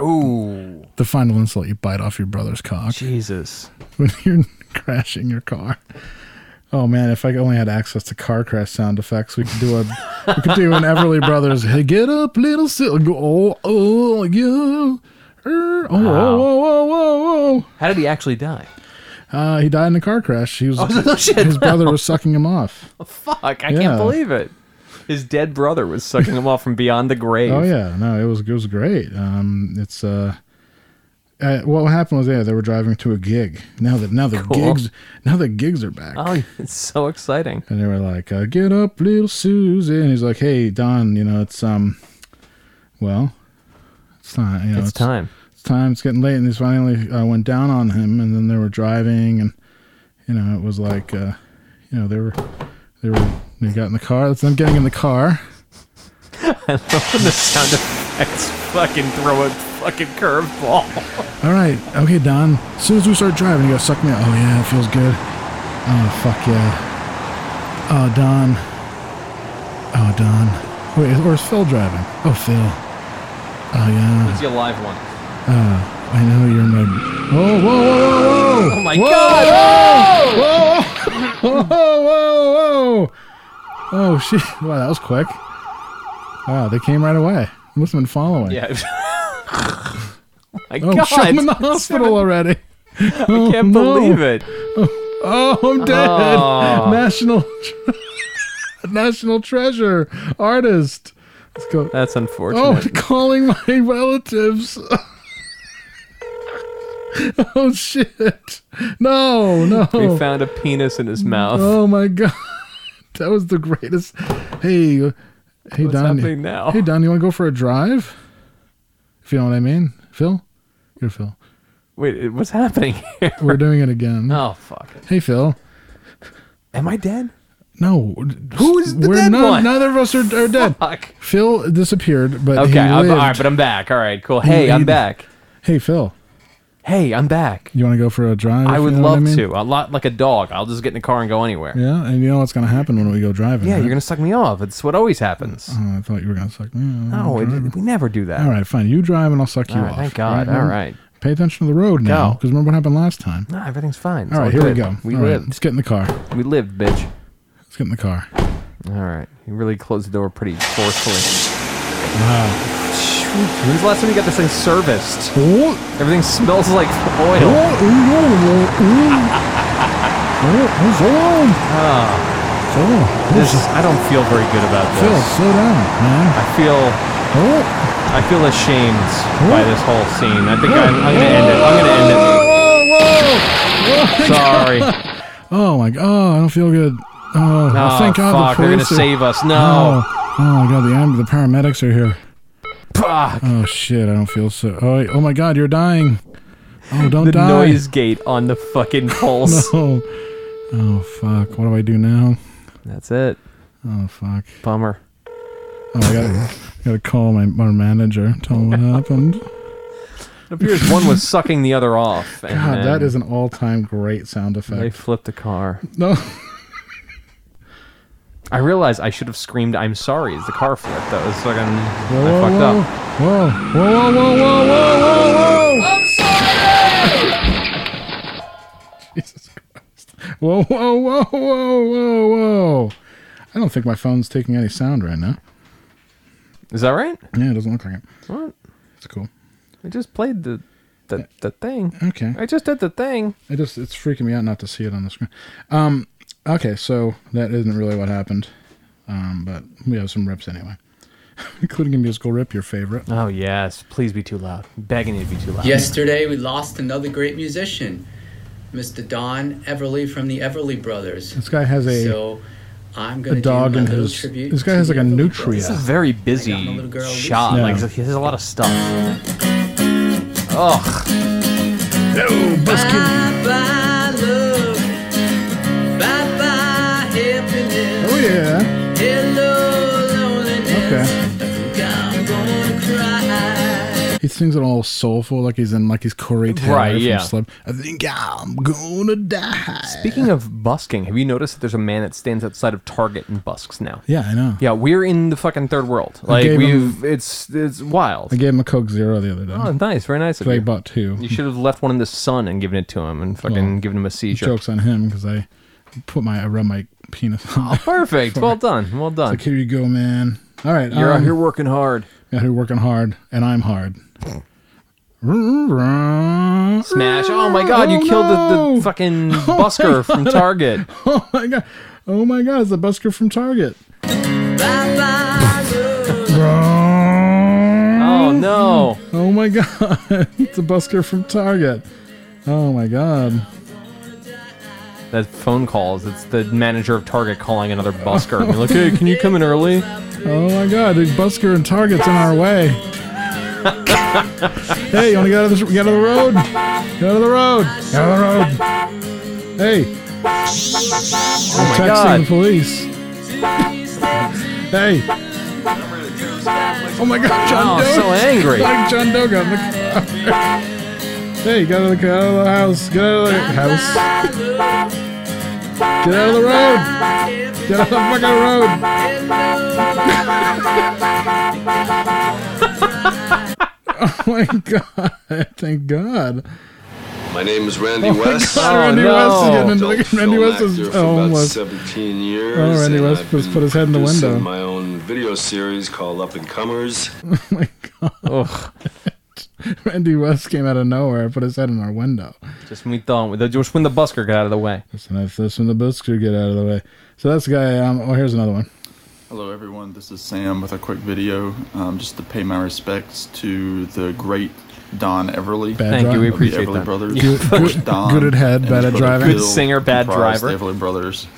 S2: Ooh,
S1: the final insult you bite off your brother's cock.
S2: Jesus,
S1: when you're crashing your car. Oh man, if I only had access to car crash sound effects, we could do a we could do an Everly Brothers. Hey, get up, little silly. Oh, oh, yeah. Er, Oh,
S2: Wow.
S1: whoa, whoa, whoa, whoa.
S2: How did he actually die?
S1: Uh, he died in a car crash. He was
S2: Oh, no shit.
S1: his brother was sucking him off.
S2: Fuck! I
S1: Yeah.
S2: can't believe it. His dead brother was sucking him off from beyond the grave.
S1: Oh yeah, no, it was it was great. Um, it's uh, uh, what happened was yeah, they were driving to a gig. Now that now the
S2: Cool.
S1: gigs now the gigs are back.
S2: Oh, it's so exciting.
S1: And they were like, uh, "Get up, little Susie." And he's like, "Hey, Don, you know it's um, well, it's not. You know,
S2: It's time.
S1: It's time. It's getting late." And this finally uh, went down on him. And then they were driving, and you know it was like, uh, you know they were they were they got in the car. That's them getting in the car.
S2: I love when the sound effects fucking throw a fucking curveball.
S1: All right, okay, Don. As soon as we start driving, you gotta suck me. Out. Oh yeah, it feels good. Oh fuck yeah. Oh Don. Oh Don. Wait, or is Phil driving? Oh Phil. Oh yeah.
S2: It's the live one.
S1: Uh, I know you're my. Oh, Whoa, whoa, whoa, whoa, whoa!
S2: Oh my
S1: Whoa,
S2: God.
S1: Whoa, whoa, whoa, whoa! Oh shit! Wow, that was quick. Wow, they came right away. Must have been following.
S2: Yeah. My
S1: Oh,
S2: God.
S1: shit, I'm in the hospital already. I
S2: can't believe it.
S1: Oh, oh, I'm dead.
S2: Oh.
S1: National, national treasure artist. Let's go.
S2: That's
S1: Oh,
S2: unfortunate.
S1: calling my relatives. oh shit! No, Oh, no.
S2: We found a penis in his mouth.
S1: Oh my god, that was the greatest. Hey, uh, hey
S2: What's
S1: Don.
S2: happening now?
S1: Hey Don, you want to go for a drive? If you know what I mean, Phil. You're Phil.
S2: Wait, it- what's happening here?
S1: We're doing it again.
S2: Oh, fuck.
S1: Hey Phil.
S2: Am I dead?
S1: No.
S2: Who's the
S1: We're
S2: dead
S1: none,
S2: one?
S1: Neither of us are, are dead.
S2: Fuck.
S1: Phil disappeared, but he
S2: okay, I'm, all
S1: lived.
S2: right, but I'm back. All right, cool.
S1: He-
S2: Hey,
S1: he-
S2: I'm back.
S1: Hey Phil,
S2: Hey, I'm back.
S1: you want to go for a drive?
S2: I
S1: if
S2: would
S1: you know what
S2: love
S1: mean?
S2: to. A lot like a dog. I'll just get in the car and go anywhere. Yeah,
S1: Yeah, and you know what's gonna happen when we go driving? right?
S2: you're gonna suck me off. It's what always happens.
S1: Oh, I thought you were gonna suck me.
S2: No, it, we never do that.
S1: Mm-hmm. All right, fine. You drive and I'll suck you
S2: All right,
S1: off.
S2: thank God. All
S1: All
S2: right.
S1: Pay attention to the road now, because remember what happened last time.
S2: No, everything's fine. It's
S1: all right, here
S2: good.
S1: we go.
S2: We
S1: All right,
S2: lived.
S1: let's get in the car.
S2: We lived, bitch.
S1: Let's get in the car.
S2: All right. You really closed the door pretty forcefully.
S1: Wow.
S2: When's the last time you got this thing serviced?
S1: Oh,
S2: Everything smells like
S1: oh,
S2: oil.
S1: oh, oh, oh, oh, so long.
S2: Ah,
S1: So long.
S2: this I don't feel very good about this.
S1: Phil, slow down, man.
S2: I feel
S1: Oh,
S2: I feel ashamed by this whole scene. I think I'm, I'm gonna end it. I'm gonna end it.
S1: whoa, whoa, whoa.
S2: Sorry.
S1: Oh my god, oh, I don't feel good. Oh,
S2: Oh,
S1: thank God
S2: fuck,
S1: the
S2: they're
S1: police
S2: gonna
S1: are-
S2: save us. No.
S1: Oh, oh my God, the amb- the paramedics are here.
S2: Fuck.
S1: Oh shit, I don't feel so. Oh, oh my God, you're dying. Oh, don't
S2: The
S1: die.
S2: noise gate on the fucking pulse.
S1: No. Oh fuck, what do I do now?
S2: That's it.
S1: Oh fuck.
S2: Bummer.
S1: Oh, I gotta, gotta call my our manager, tell him what happened.
S2: It appears one was sucking the other off. And
S1: God, that
S2: then
S1: is an all-time great sound
S2: They
S1: effect.
S2: flipped the car.
S1: No.
S2: I realized I should have screamed, "I'm sorry." As the car flipped, that was fucking.
S1: Whoa,
S2: I
S1: whoa,
S2: fucked
S1: whoa.
S2: up.
S1: Whoa, whoa, whoa, whoa, whoa, whoa, whoa, whoa! I'm sorry. Jesus Christ! Whoa, whoa, whoa, whoa, whoa, whoa! I don't think my phone's taking any sound right now.
S2: Is that right?
S1: Yeah, it doesn't look like it.
S2: What?
S1: It's cool.
S2: I just played the the the thing.
S1: Okay.
S2: I just did the thing.
S1: It just it's freaking me out not to see it on the screen. Um okay, so that isn't really what happened. Um but we have some rips anyway. Including a musical rip, your favorite.
S2: Oh yes, please be too loud. Begging you to be too loud.
S12: Yesterday, we lost another great musician, Mr. Don Everly from the Everly Brothers.
S1: This guy has a
S12: So I'm
S1: a
S12: going to do a
S1: dog in
S12: little
S1: his
S12: tribute.
S1: This guy has like a nutria.
S2: This is a very
S12: my
S2: busy
S12: little girl,
S2: shot.
S1: Lisa.
S2: Like
S1: Yeah.
S2: he has a lot of stuff. Ugh.
S1: No,
S12: Bye-bye, love. Bye-bye, happiness.
S1: Oh yeah.
S12: Hello, loneliness.
S1: Okay.
S12: I'm gonna cry.
S1: He sings it all soulful, like he's in like he's Corey Taylor
S2: Right,
S1: from
S2: yeah.
S1: Slip. I think I'm gonna die.
S2: Speaking of busking, have you noticed that there's a man that stands outside of Target and busks now?
S1: Yeah, I know.
S2: Yeah, we're in the fucking third world.
S1: I
S2: Like
S1: gave
S2: we've, it's it's wild.
S1: I gave him a Coke Zero the other day.
S2: Oh, nice, very nice. Of
S1: So I
S2: you.
S1: bought two.
S2: You should have left one in the sun and given it to him, and fucking
S1: Well,
S2: given him a seizure.
S1: Jokes on him because I put my I rubbed my penis. On oh,
S2: Perfect. Well done. Well done.
S1: Like here you go, man. All right,
S2: You're out
S1: um,
S2: here Hmm. working hard.
S1: Out here working hard, and I'm hard.
S2: Smash! Oh my God! You
S1: Oh,
S2: killed the,
S1: no.
S2: the fucking
S1: Oh my
S2: busker from
S1: God.
S2: Target.
S1: Oh my god! Oh my god! It's the busker from Target.
S2: Oh no!
S1: Oh my god! it's a busker from Target. Oh my god!
S2: That phone calls. It's the manager of Target calling another busker. And you're like, hey, can you come in early?
S1: Oh my god! The busker and Target's in our way. hey, you want to get out of this? Get out of the road! Get out of the road! Get out of the road! Hey!
S2: Oh my
S1: texting
S2: God.
S1: the police. hey! Oh my god, John
S2: Oh,
S1: Doe!
S2: so angry.
S1: Like John Doe got in the car. hey, get out, of the, get out of the house. Get out of the house. Get out of the road. Get out of the fucking road. Oh my god! Thank God.
S13: My name is Randy
S1: Oh my
S13: West.
S1: God, Randy
S13: I'm
S1: West is
S13: an
S1: getting into-
S13: adult
S1: Randy
S13: film
S1: West is-
S13: actor for
S1: oh, almost.
S13: about 17 years.
S1: Oh, Randy
S13: and
S1: West
S13: I've
S1: just
S13: been
S1: put his head in the
S13: producing
S1: window.
S13: My own video series called Up and Comers.
S1: Oh my god. Randy West came out of nowhere, put his head in our window.
S2: Just when we thought, just when the busker got out of the way.
S1: Listen, that's this when the boots could get out of the way. So that's the guy. Um, oh, here's another one.
S14: Hello, everyone. This is Sam with a quick video um, just to pay my respects to the great Don Everly.
S1: Bad Thank you, we
S14: of the
S1: appreciate
S14: Everly
S1: that.
S14: Brothers.
S1: Yeah. Good-
S14: Of course,
S1: good- good at head,
S14: and
S1: bad at
S14: his brother
S1: driving. Good
S14: Bill
S1: singer, bad
S14: comprised
S1: driver.
S14: the Everly Brothers.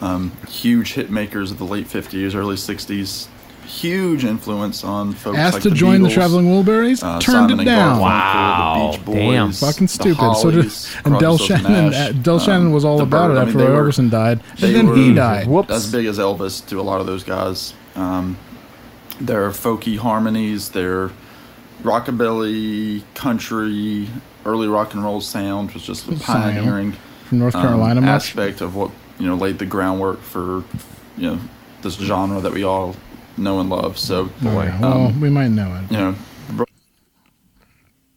S14: Um, huge hit makers of the late 50s, early 60s. Huge influence on folks
S1: Asked
S14: like
S1: to
S14: the
S1: join the
S14: Beatles,
S1: Traveling Wilburys,
S14: uh,
S1: turned
S14: Simon
S1: it
S14: and
S1: down.
S14: Garfunkel, the Beach Boys,
S1: Fucking
S14: the
S1: stupid. so
S14: Hollies,
S1: did, and Del
S14: Crosby, Stills,
S1: Shannon.
S14: Nash,
S1: uh, Del Shannon
S14: um,
S1: was all
S14: The
S1: about it
S14: Bird. I mean,
S1: after
S14: they
S1: Roy
S14: were-
S1: Orbison died,
S14: they
S1: and then he
S14: were
S1: died.
S14: As big as Elvis to a lot of those guys. Um, their folky harmonies, their rockabilly, country, early rock and roll sound was just the
S1: Sound.
S14: pioneering
S1: From North
S14: um,
S1: Carolina, much?
S14: aspect of what you know laid the groundwork for you know this genre that we all know and love. So,
S1: Boy, well,
S14: um,
S1: we might know it.
S14: you know, bro-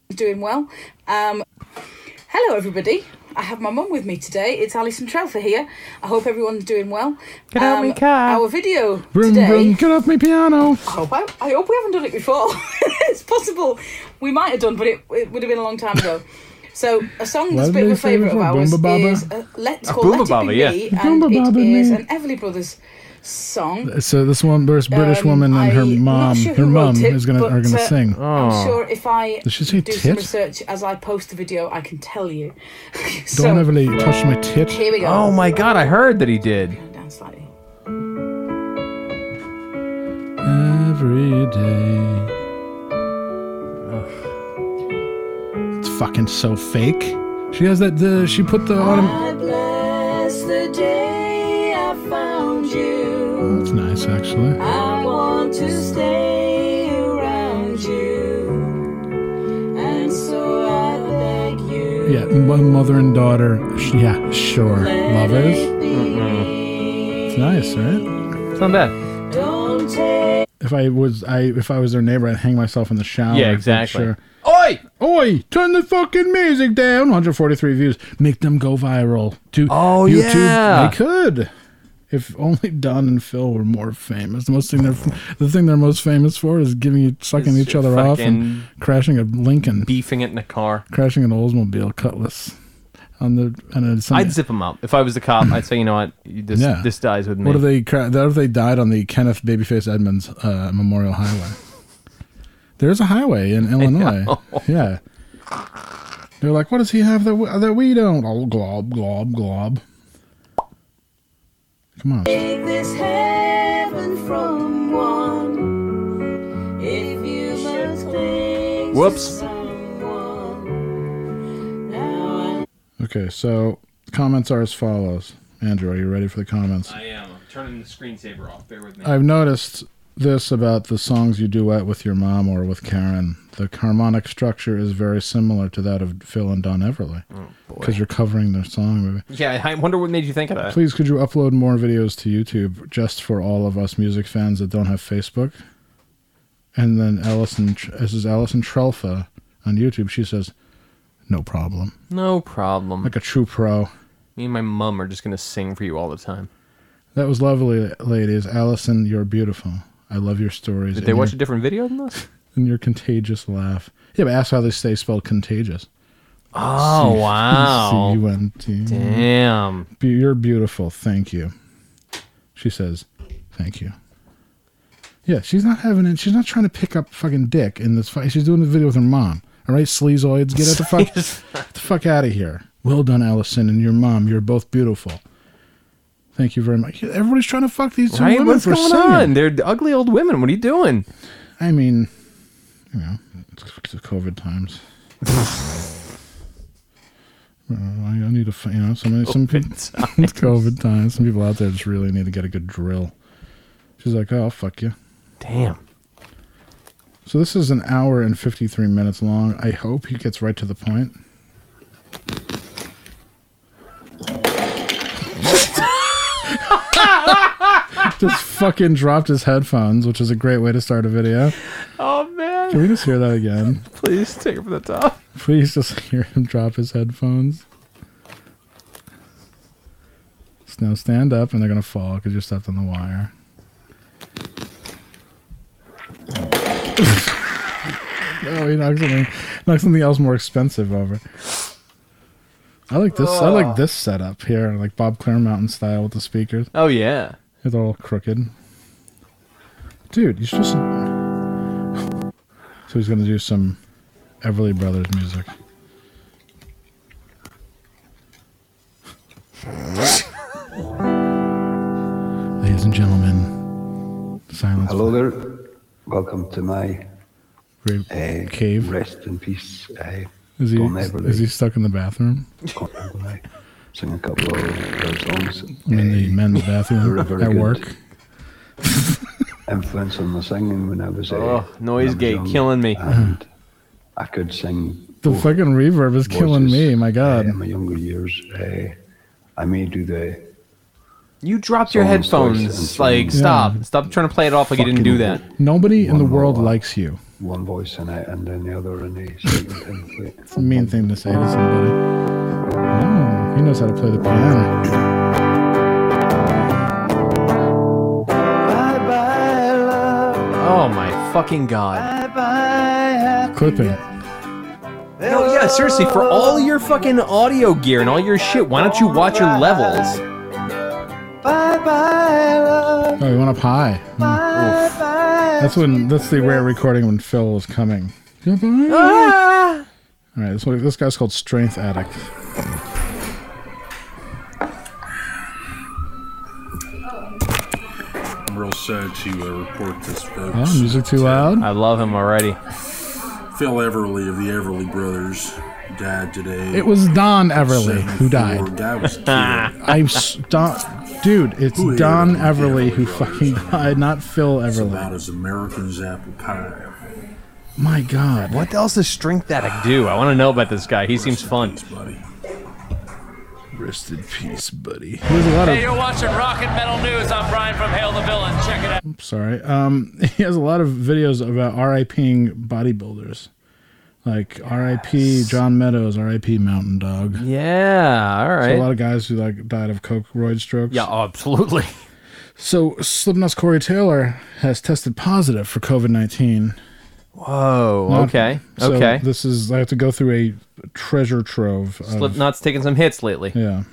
S15: doing well. Um, hello, everybody. I have my mum with me today. It's Alison Trelfer here. I hope everyone's doing well.
S1: Get out my car.
S15: Our video
S1: Vroom,
S15: today. Oh,
S1: vroom, get off my piano.
S15: I hope, I, I hope we haven't done it before. it's possible we might have done, but it, it would have been a long time ago. So a song that's
S1: What
S15: a bit
S1: did
S15: of a
S1: they say
S15: favourite of
S1: before?
S15: ours
S1: Boomba Baba?
S15: is uh, Let's
S2: Uh,
S15: Call Let
S2: Boomba
S15: It
S2: Baba,
S15: Be
S2: yeah.
S15: Me,
S1: Boomba
S15: and
S1: Baba,
S15: it is
S1: yeah.
S15: an Everly Brothers song.
S1: Uh, So this one, this British
S15: Um,
S1: woman and her
S15: I'm not
S1: mom,
S15: sure
S1: her
S15: who
S1: mom
S15: wrote it,
S1: is gonna
S15: but,
S1: are gonna
S15: uh,
S1: sing.
S15: I'm sure if I
S1: Does she say
S15: do some
S1: tit?
S15: research as I post the video, I can tell you.
S2: Don't
S15: so, uh,
S1: Everly touched my tit.
S15: Here we go.
S2: Oh my God! I heard that he did.
S15: down slightly.
S1: Every day. It's fucking so fake. She has that. The, she put the autumn.
S15: I bless the day I found you.
S1: That's nice, actually.
S15: I want to stay around you. And so I beg you.
S1: Yeah, one mother and daughter. sh- Yeah, sure. Lovers.
S2: Mm-hmm.
S1: It's nice, right?
S2: It's not bad.
S15: Don't take
S1: If I was, I if I was their neighbor, I'd hang myself in the shower.
S2: Yeah,
S1: I'd make
S2: exactly.
S1: Sure. Oi! Oi! Turn the fucking music down. 143 views. Make them go viral. Do
S2: Oh,
S1: YouTube?
S2: yeah.
S1: They could. If only Don and Phil were more famous. The most thing they're the thing they're most famous for is giving sucking
S2: Is
S1: each other off
S2: fucking-
S1: and crashing a Lincoln,
S2: beefing it in a car.
S1: crashing an Oldsmobile Cutlass on the on a some-
S2: I'd zip them up if I was the cop. I'd say, you know what, this
S1: Yeah.
S2: this dies with me.
S1: What if they cra- what if they died on the Kenneth Babyface Edmonds uh, Memorial Highway? There's a highway in Illinois. Yeah. They're like, what does he have that we, that we don't? Oh, glob, glob, glob. Come on.
S4: Take this heaven from one. If you must cling to
S2: Whoops.
S1: Okay, so comments are as follows. Andrew, are you ready for the comments?
S2: I am. I'm turning the screensaver off. Bear with me.
S1: I've noticed this about the songs you duet with your mom or with Karen. The harmonic structure is very similar to that of Phil and Don Everly because you're covering their song. Maybe.
S2: Yeah, I wonder what made you think of that.
S1: Please, could you upload more videos to YouTube just for all of us music fans that don't have Facebook? And then Allison, this is Allison Trelfa on YouTube. She says, "No problem."
S2: No problem.
S1: Like a true pro.
S2: Me and my mum are just gonna sing for you all the time.
S1: That was lovely, ladies. Allison, you're beautiful. I love your stories.
S2: Did they
S1: and
S2: watch a
S1: your,
S2: different video than this?
S1: and your contagious laugh. Yeah, but ask how they stay spelled contagious.
S2: Oh,
S1: C-
S2: wow.
S1: C-U-N-T.
S2: Damn.
S1: Be- you're beautiful. Thank you. She says, "Thank you." Yeah, she's not having it. She's not trying to pick up fucking dick in this fight. She's doing the video with her mom. All right, sleazoids, get out the fuck, get the fuck out of here. Well done, Allison, and your mom. You're both beautiful. Thank you very much. Everybody's trying to fuck these two
S2: Right?
S1: women
S2: What's
S1: for
S2: going
S1: singing.
S2: on? They're ugly old women. What are you doing?
S1: I mean, you know, it's the COVID times. Uh, I need to, fi- you know, some some people. it's COVID times. Some people out there just really need to get a good drill. She's like, "Oh, I'll fuck you."
S2: Damn.
S1: So this is an hour and fifty-three minutes long. I hope he gets right to the point. just fucking dropped his headphones, which is a great way to start a video.
S2: Oh man.
S1: Can we just hear that again?
S2: Please take it from the top.
S1: Please just hear him drop his headphones. So now stand up and they're going to fall because you're stepped on the wire. no, he knocked something, knocked something else more expensive over. I like this. I like this setup here, like Bob Mountain style with the speakers.
S2: Oh yeah.
S1: It's all crooked. Dude, he's just. So he's gonna do some Everly Brothers music. Ladies and gentlemen, silence.
S16: Hello there. Welcome to my uh,
S1: cave.
S16: Rest in peace. Uh,
S1: Is he
S16: Don Everly.
S1: is he stuck in the bathroom?
S16: Don Everly. Sing a couple of their songs.
S1: I'm in the men's bathroom
S16: Very,
S1: at
S16: very good
S1: work.
S16: Influence on my singing when I was. Uh,
S2: Oh, noise
S16: when I was
S2: gate killing me.
S1: Uh-huh.
S16: And I could sing.
S1: The
S16: both.
S1: fucking reverb is killing me. My God.
S16: In my younger years, uh, I may do the
S2: You dropped your
S16: Someone's voice and
S2: headphones. Like,
S16: someone's-
S2: stop. Stop trying to play it off like you didn't do that.
S1: Nobody in the world likes you.
S16: one voice in it and then the other in the second thing. Wait.
S1: It's a mean thing to say to somebody. Oh, he knows how to play the piano.
S2: Oh my fucking god.
S1: Clipping.
S2: No, yeah, seriously, for all your fucking audio gear and all your shit, why don't you watch your levels?
S4: Bye bye, love.
S1: Oh, he went up high. Mm. That's when. That's the rare recording when Phil is coming. Goodbye. All right, this one, this guy's called Strength Addict.
S17: I'm real sad to uh, report this, folks.
S1: Oh, music too loud.
S2: I love him already.
S17: Phil Everly of the Everly Brothers died today.
S1: It was Ah. Don Everly who died.
S17: Guy was killed.
S1: I'm s- Don, dude. It's
S17: Who is
S1: Don Everly who fucking died, not Phil
S17: It's
S1: Everly.
S17: about as American as apple pie.
S1: My God.
S2: What else does Strength Addict do? I want to know about this guy. He seems fun.
S1: Rest in peace, buddy. There's a lot of.
S4: Hey, you're watching Rock and Metal News. I'm Brian from Hail the Villain. Check it out.
S1: I'm sorry. Um, he has a lot of videos about RIPing bodybuilders, like RIP John Meadows, RIP Mountain Dog.
S2: Yeah, all
S1: So a
S2: right.
S1: lot of guys who like died of cokeroid strokes.
S2: Yeah, absolutely.
S1: So Slipknot's Corey Taylor has tested positive for COVID nineteen.
S2: Whoa. okay. okay.
S1: This is I have to go through a treasure trove. Of,
S2: Slipknot's taking some hits lately.
S1: Yeah.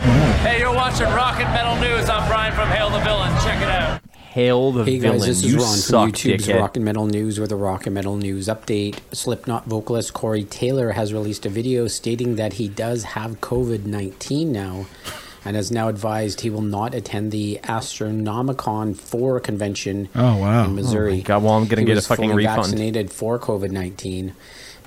S4: Hey, you're watching Rock and Metal News. I'm Brian from Hail the Villain. Check it out.
S2: Hail the
S18: hey
S2: villain.
S18: guys, this is
S2: you
S18: Ron
S2: suck,
S18: from YouTube's
S2: dickhead.
S18: Rock and Metal News with a Rock and Metal News update. Slipknot vocalist Corey Taylor has released a video stating that he does have COVID 19 now and has now advised he will not attend the Astronomicon 4 convention
S2: Oh, wow.
S18: in Missouri.
S2: Oh, my God. Well, I'm gonna
S18: He
S2: get a
S18: was
S2: fucking
S18: fully
S2: refund.
S18: vaccinated for COVID 19.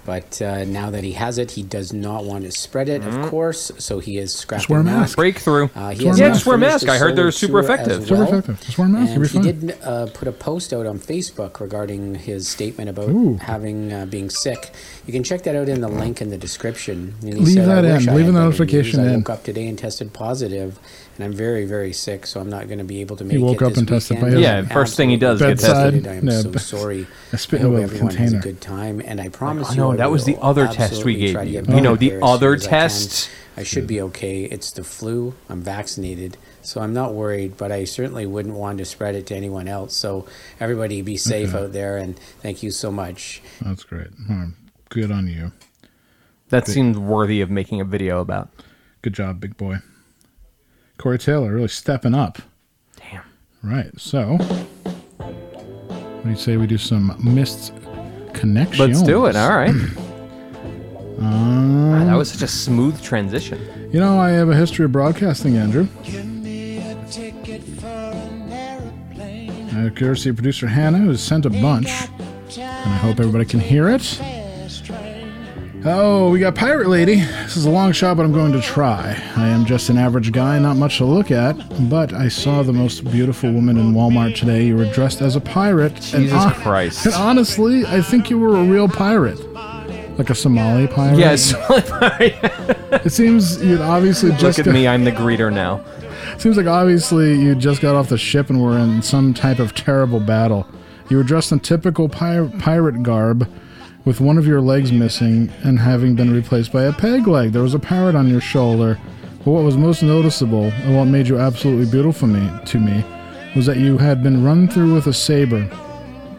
S18: But uh, now that he has it, he does not want to spread it, of course, so he is scrapping
S2: wear a
S18: masks.
S2: mask. Breakthrough.
S18: Uh, he
S2: Just wear
S18: has
S2: a
S18: now
S2: mask. Just wear a
S18: finished
S2: mask.
S18: his
S2: I heard they're
S18: solo
S2: super
S18: tour as
S2: effective.
S18: well.
S1: Super effective. Just wear a mask,
S18: And
S1: you'll
S18: he
S1: be
S18: did uh, put a post out on Facebook regarding his statement about
S1: Ooh.
S18: having uh, being sick. You can check that out in the link in the description. And he
S1: Leave
S18: said, "I
S1: that
S18: wish
S1: in.
S18: I
S1: Leave
S18: had
S1: the
S18: better
S1: notification
S18: news. I
S1: in.
S18: woke up today and tested positive, and I'm very very sick, so I'm not going to be able to make
S1: He
S18: it.
S1: woke up
S18: this
S1: and tested
S18: weekend.
S1: positive.
S18: I'm
S2: Yeah, first thing he does,
S18: absolutely
S2: get tested.
S18: devastated.
S1: No,
S18: I'm so
S1: but-
S18: sorry.
S1: I spit
S18: I hope
S1: into a
S18: everyone has
S1: container.
S18: a good time, and I promise
S2: I
S18: you.
S2: know, that was the
S18: will
S2: other test we
S18: absolutely
S2: gave
S18: try to
S2: you.
S18: get
S2: You know,
S18: back
S2: the
S18: there as soon
S2: other
S18: as I can.
S2: test?
S18: I should be okay. It's the flu. I'm vaccinated, so I'm not worried. But I certainly wouldn't want to spread it to anyone else. So everybody, be safe
S1: Okay.
S18: out there, and thank you so much.
S1: That's great. Hmm. Good on you.
S2: That
S1: Good.
S2: seemed worthy of making a video about.
S1: Good job, big boy. Corey Taylor really stepping up.
S2: Damn.
S1: Right. So, what do you say we do some missed connections?
S2: Let's do it. All right.
S1: Um,
S2: God, that was such a
S18: Mm.
S2: smooth transition.
S1: You know, I have a history of broadcasting, Andrew. Uh, courtesy of producer Hannah, who's sent a bunch, and I hope everybody can hear it. Oh, we got Pirate Lady. This is a long shot, but I'm going to try. I am just an average guy, not much to look at, but I saw the most beautiful woman in Walmart today. You were dressed as a pirate. and
S2: Jesus Christ.
S1: And honestly, I think you were a real pirate. Like a Somali pirate?
S2: Yes.
S1: It seems you'd obviously
S2: Look
S1: just
S2: at
S1: got-
S2: me. I'm the greeter now.
S1: Seems like obviously you just got off the ship and were in some type of terrible battle. You were dressed in typical pir- pirate garb, with one of your legs missing and having been replaced by a peg leg. There was a parrot on your shoulder, but what was most noticeable and what made you absolutely beautiful me, to me was that you had been run through with a saber,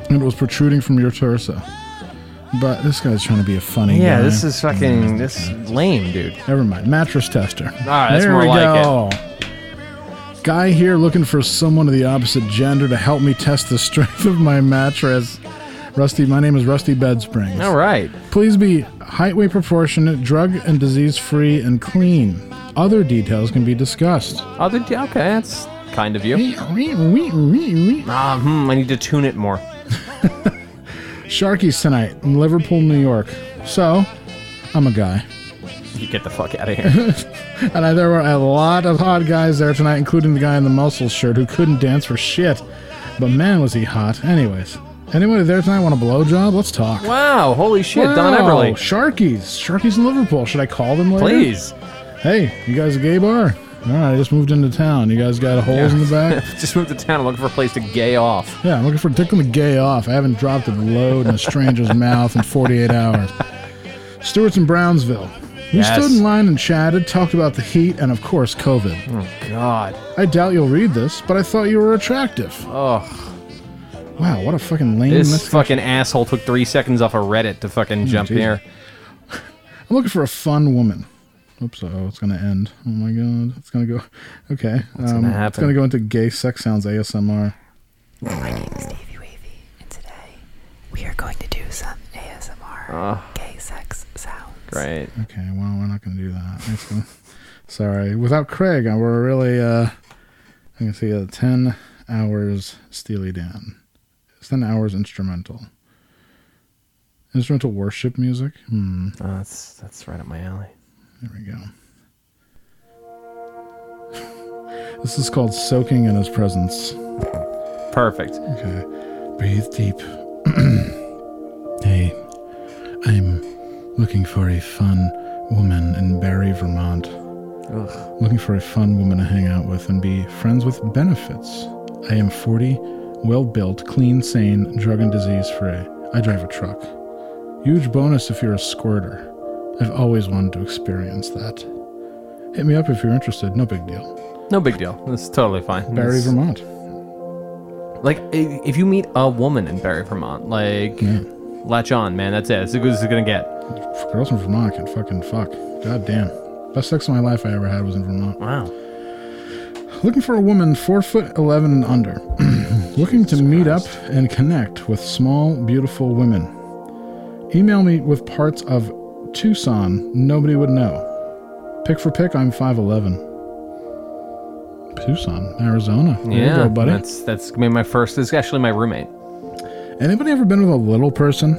S1: and it was protruding from your torso. But this guy's trying to be a funny guy.
S2: Yeah, this is fucking this is lame, dude.
S1: Never mind. Mattress tester. All
S2: right, that's
S1: there
S2: more
S1: we
S2: like
S1: go. Guy here looking for someone of the opposite gender to help me test the strength of my mattress. Rusty, my name is Rusty Bedsprings.
S2: All right.
S1: Please be height, weight proportionate, drug and disease free, and clean. Other details can be discussed.
S2: Other d- Oh, okay, that's kind of you.
S1: Sharkies
S2: Ah, hmm, I need to tune it more.
S1: tonight in Liverpool, New York. So, I'm a guy.
S2: You get the fuck out of here.
S1: and I, there were a lot of hot guys there tonight, including the guy in the muscle shirt who couldn't dance for shit. But man, was he hot. Anyways, anybody there tonight want a blowjob? Let's talk.
S2: wow, holy shit, Don
S1: Wow,
S2: Everly.
S1: Sharkies. Sharkies in Liverpool. Should I call them later?
S2: Please.
S1: Hey, you guys a gay bar? All right, I just moved into town. You guys got holes in the back?
S2: Just moved to town. I'm looking for a place to gay off.
S1: Yeah, I'm looking for tickling the gay off. I haven't dropped a load in a stranger's mouth in 48 hours. Stewart's in Brownsville. We
S2: Yes.
S1: stood in line and chatted, talked about the heat, and of course, COVID.
S2: God.
S1: I doubt you'll read this, but I thought you were attractive.
S2: Oh,
S1: Wow, what a fucking lame.
S2: this
S1: mess-
S2: fucking asshole took three seconds off of Reddit to fucking jump
S1: Jesus.
S2: here.
S1: I'm looking for a fun woman. Oops, oh, it's gonna end. Oh my god, it's gonna go. Okay, um,
S2: What's gonna
S1: It's
S2: happen?
S1: gonna go into gay sex sounds ASMR.
S19: My name is Davey Wavy, and today we are going to do some ASMR
S1: Oh.
S19: gay sex sound.
S2: Great.
S1: Okay, well, we're not gonna do that. That's gonna- sorry, without Craig, uh, we're really. uh I can see uh, ten hours Steely Dan. It's ten hours instrumental. Instrumental worship music. Hmm.
S2: that's that's right up my alley.
S1: There we go. This is called Soaking in His Presence.
S2: Perfect.
S1: Okay. Breathe deep. hey, I'm looking for a fun woman in Barry, Vermont. Looking for a fun woman to hang out with and be friends with benefits. I am 40, well built, clean, sane, drug and disease free. I drive a truck. Huge bonus if you're a squirter. I've always wanted to experience that. Hit me up if you're interested. No big deal.
S2: No big deal. It's totally fine.
S1: Barry,
S2: It's-
S1: Vermont.
S2: Like, i- if you meet a woman in Barry, Vermont, like, latch on, man. That's it. That's as good as it's gonna get.
S1: Girls from Vermont can fucking fuck. God damn. Best sex of my life I ever had was in Vermont.
S2: Wow.
S1: Looking for a woman four foot eleven and under. Looking to meet up and connect with small, beautiful women. Email me with parts of Tucson nobody would know. Pick for pick, I'm five eleven. Tucson, Arizona. There you
S2: yeah,
S1: go, buddy.
S2: that's that's gonna be my first. This is actually my roommate.
S1: Anybody ever been with a little person?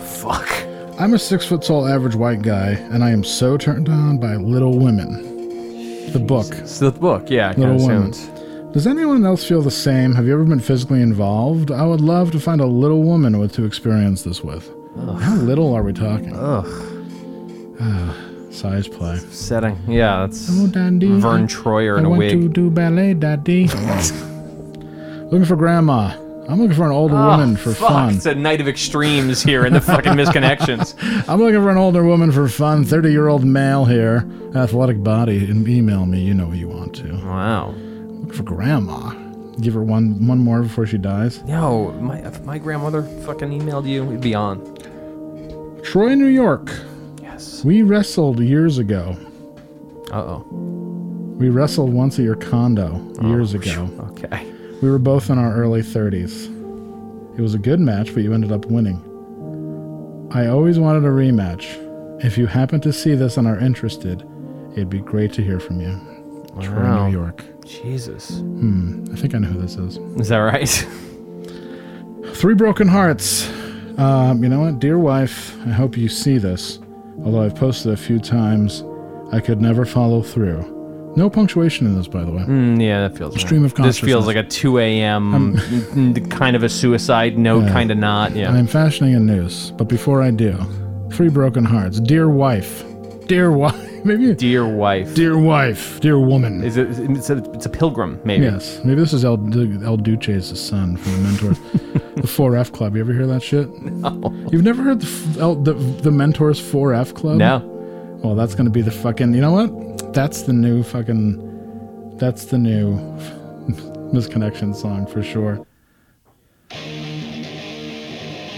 S1: fuck. I'm a six foot tall average white guy, and I am so turned on by Little Women. The book.
S2: So the book, yeah, it
S1: Little
S2: kinda
S1: Women.
S2: sounds-
S1: Does anyone else feel the same? Have you ever been physically involved? I would love to find a little woman with to experience this with. How little are we talking?
S2: Ugh.
S1: Size play.
S2: Setting. Yeah, that's
S1: Oh, Dandy,
S2: Vern
S1: I-
S2: Troyer in
S1: I
S2: a
S1: want to
S2: wig.
S1: do ballet, daddy. looking for grandma. I'm looking for an older
S2: Ah,
S1: woman for
S2: fuck,
S1: fun.
S2: It's a night of extremes here in the fucking misconnections.
S1: I'm looking for an older woman for fun, 30 year old male here, athletic body, and email me. You know who you want to.
S2: Wow.
S1: Look for grandma. Give her one one more before she dies.
S2: Yo, my if my grandmother fucking emailed you, we'd be on.
S1: Troy, New York.
S2: Yes.
S1: We wrestled years ago.
S2: Uh oh.
S1: We wrestled once at your condo years ago.
S2: Okay.
S1: We were both in our early 30s. It was a good match, but you ended up winning. I always wanted a rematch. If you happen to see this and are interested, it'd be great to hear from you. Troy,
S2: Wow.
S1: New York.
S2: Jesus.
S1: Hmm, I think I know who this is.
S2: Is that right?
S1: Three Broken Hearts. Um, you know what? Dear wife, I hope you see this. Although I've posted a few times, I could never follow through. No punctuation in this, by the way.
S2: Mm, yeah, that feels.
S1: Stream
S2: right.
S1: of
S2: This feels like a 2 a.m. n- kind of a suicide note,
S1: Yeah.
S2: kind of not. Yeah.
S1: I am fashioning a noose, but before I do, Three Broken Hearts. Dear wife. Dear wife. Maybe.
S2: Dear wife.
S1: Dear wife. Dear woman.
S2: Is it? It's a, it's a pilgrim, maybe.
S1: Yes. Maybe this is El, El Duce's son from the Mentors. the 4F Club. You ever hear that shit? No. You've never heard the, f- El, the, the Mentors 4F Club?
S2: No.
S1: Well, that's going to be the fucking. You know what? That's the new fucking. That's the new Misconnection song for sure.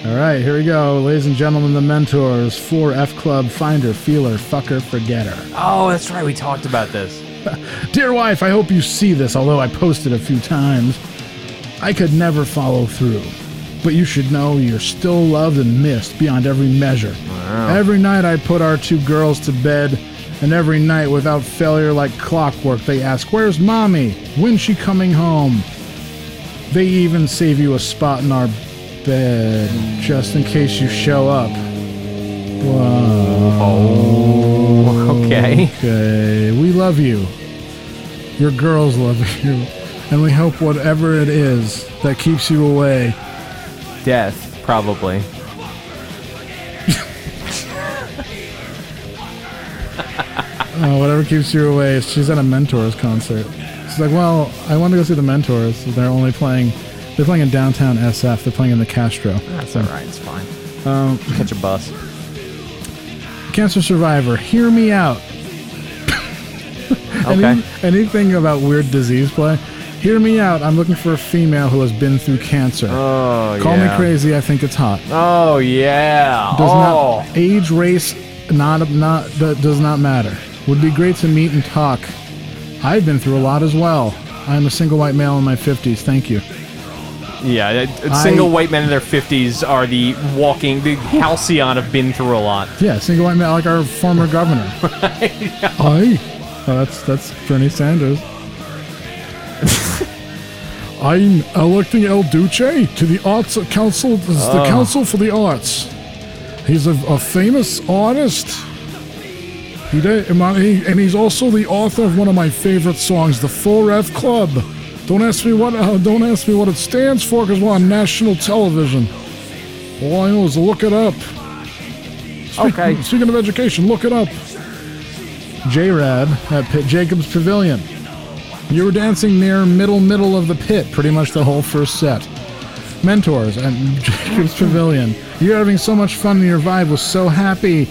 S1: All right, here we go. Ladies and gentlemen, the Mentors 4F Club Finder, Feeler, Fucker, Forgetter.
S2: Oh, that's right. We talked about this.
S1: Dear wife, I hope you see this, although I posted a few times. I could never follow through. But you should know you're still loved and missed beyond every measure. Every night I put our two girls to bed, and every night without failure, like clockwork, they ask, Where's mommy? When's she coming home? They even save you a spot in our bed just in case you show up. Whoa.
S2: okay.
S1: Okay. We love you. Your girls love you. And we hope whatever it is that keeps you away.
S2: Death, probably.
S1: Uh, whatever keeps you away. She's at a Mentors concert. She's like, well, I want to go see the Mentors. They're only playing. They're playing in downtown SF. They're playing in the Castro.
S2: That's all right. It's fine.
S1: Um,
S2: Catch a bus.
S1: Cancer survivor, hear me out. Any-
S2: Okay.
S1: anything about weird disease play? Hear me out. I'm looking for a female who has been through cancer.
S2: Oh
S1: Call
S2: yeah.
S1: me crazy. I think it's hot.
S2: Oh yeah.
S1: Does
S2: oh.
S1: not age, race, not not that does not matter. Would be great to meet and talk. I've been through a lot as well. I'm a single white male in my 50s. Thank you.
S2: Yeah, that-
S1: I-
S2: single white men in their 50s are the walking, the halcyon have been through a lot.
S1: Yeah, single white male, like our former governor. I. Oh, that's that's Bernie Sanders. I'm electing El Duce to the Arts Council, this is the
S20: Oh.
S1: Council for the Arts. He's a, a famous artist. He did, and my- he- and he's also the author of one of my favorite songs, the 4F Club. Don't ask me what uh, don't ask me what it stands for, because we're on national television. All I know is to look it up. okay. Speaking of education, look it up. J Rad at Pit Jacobs Pavilion. You were dancing near middle middle of the pit pretty much the whole first set. Mentors at Jacobs Pavilion. You're having so much fun and your vibe was so happy.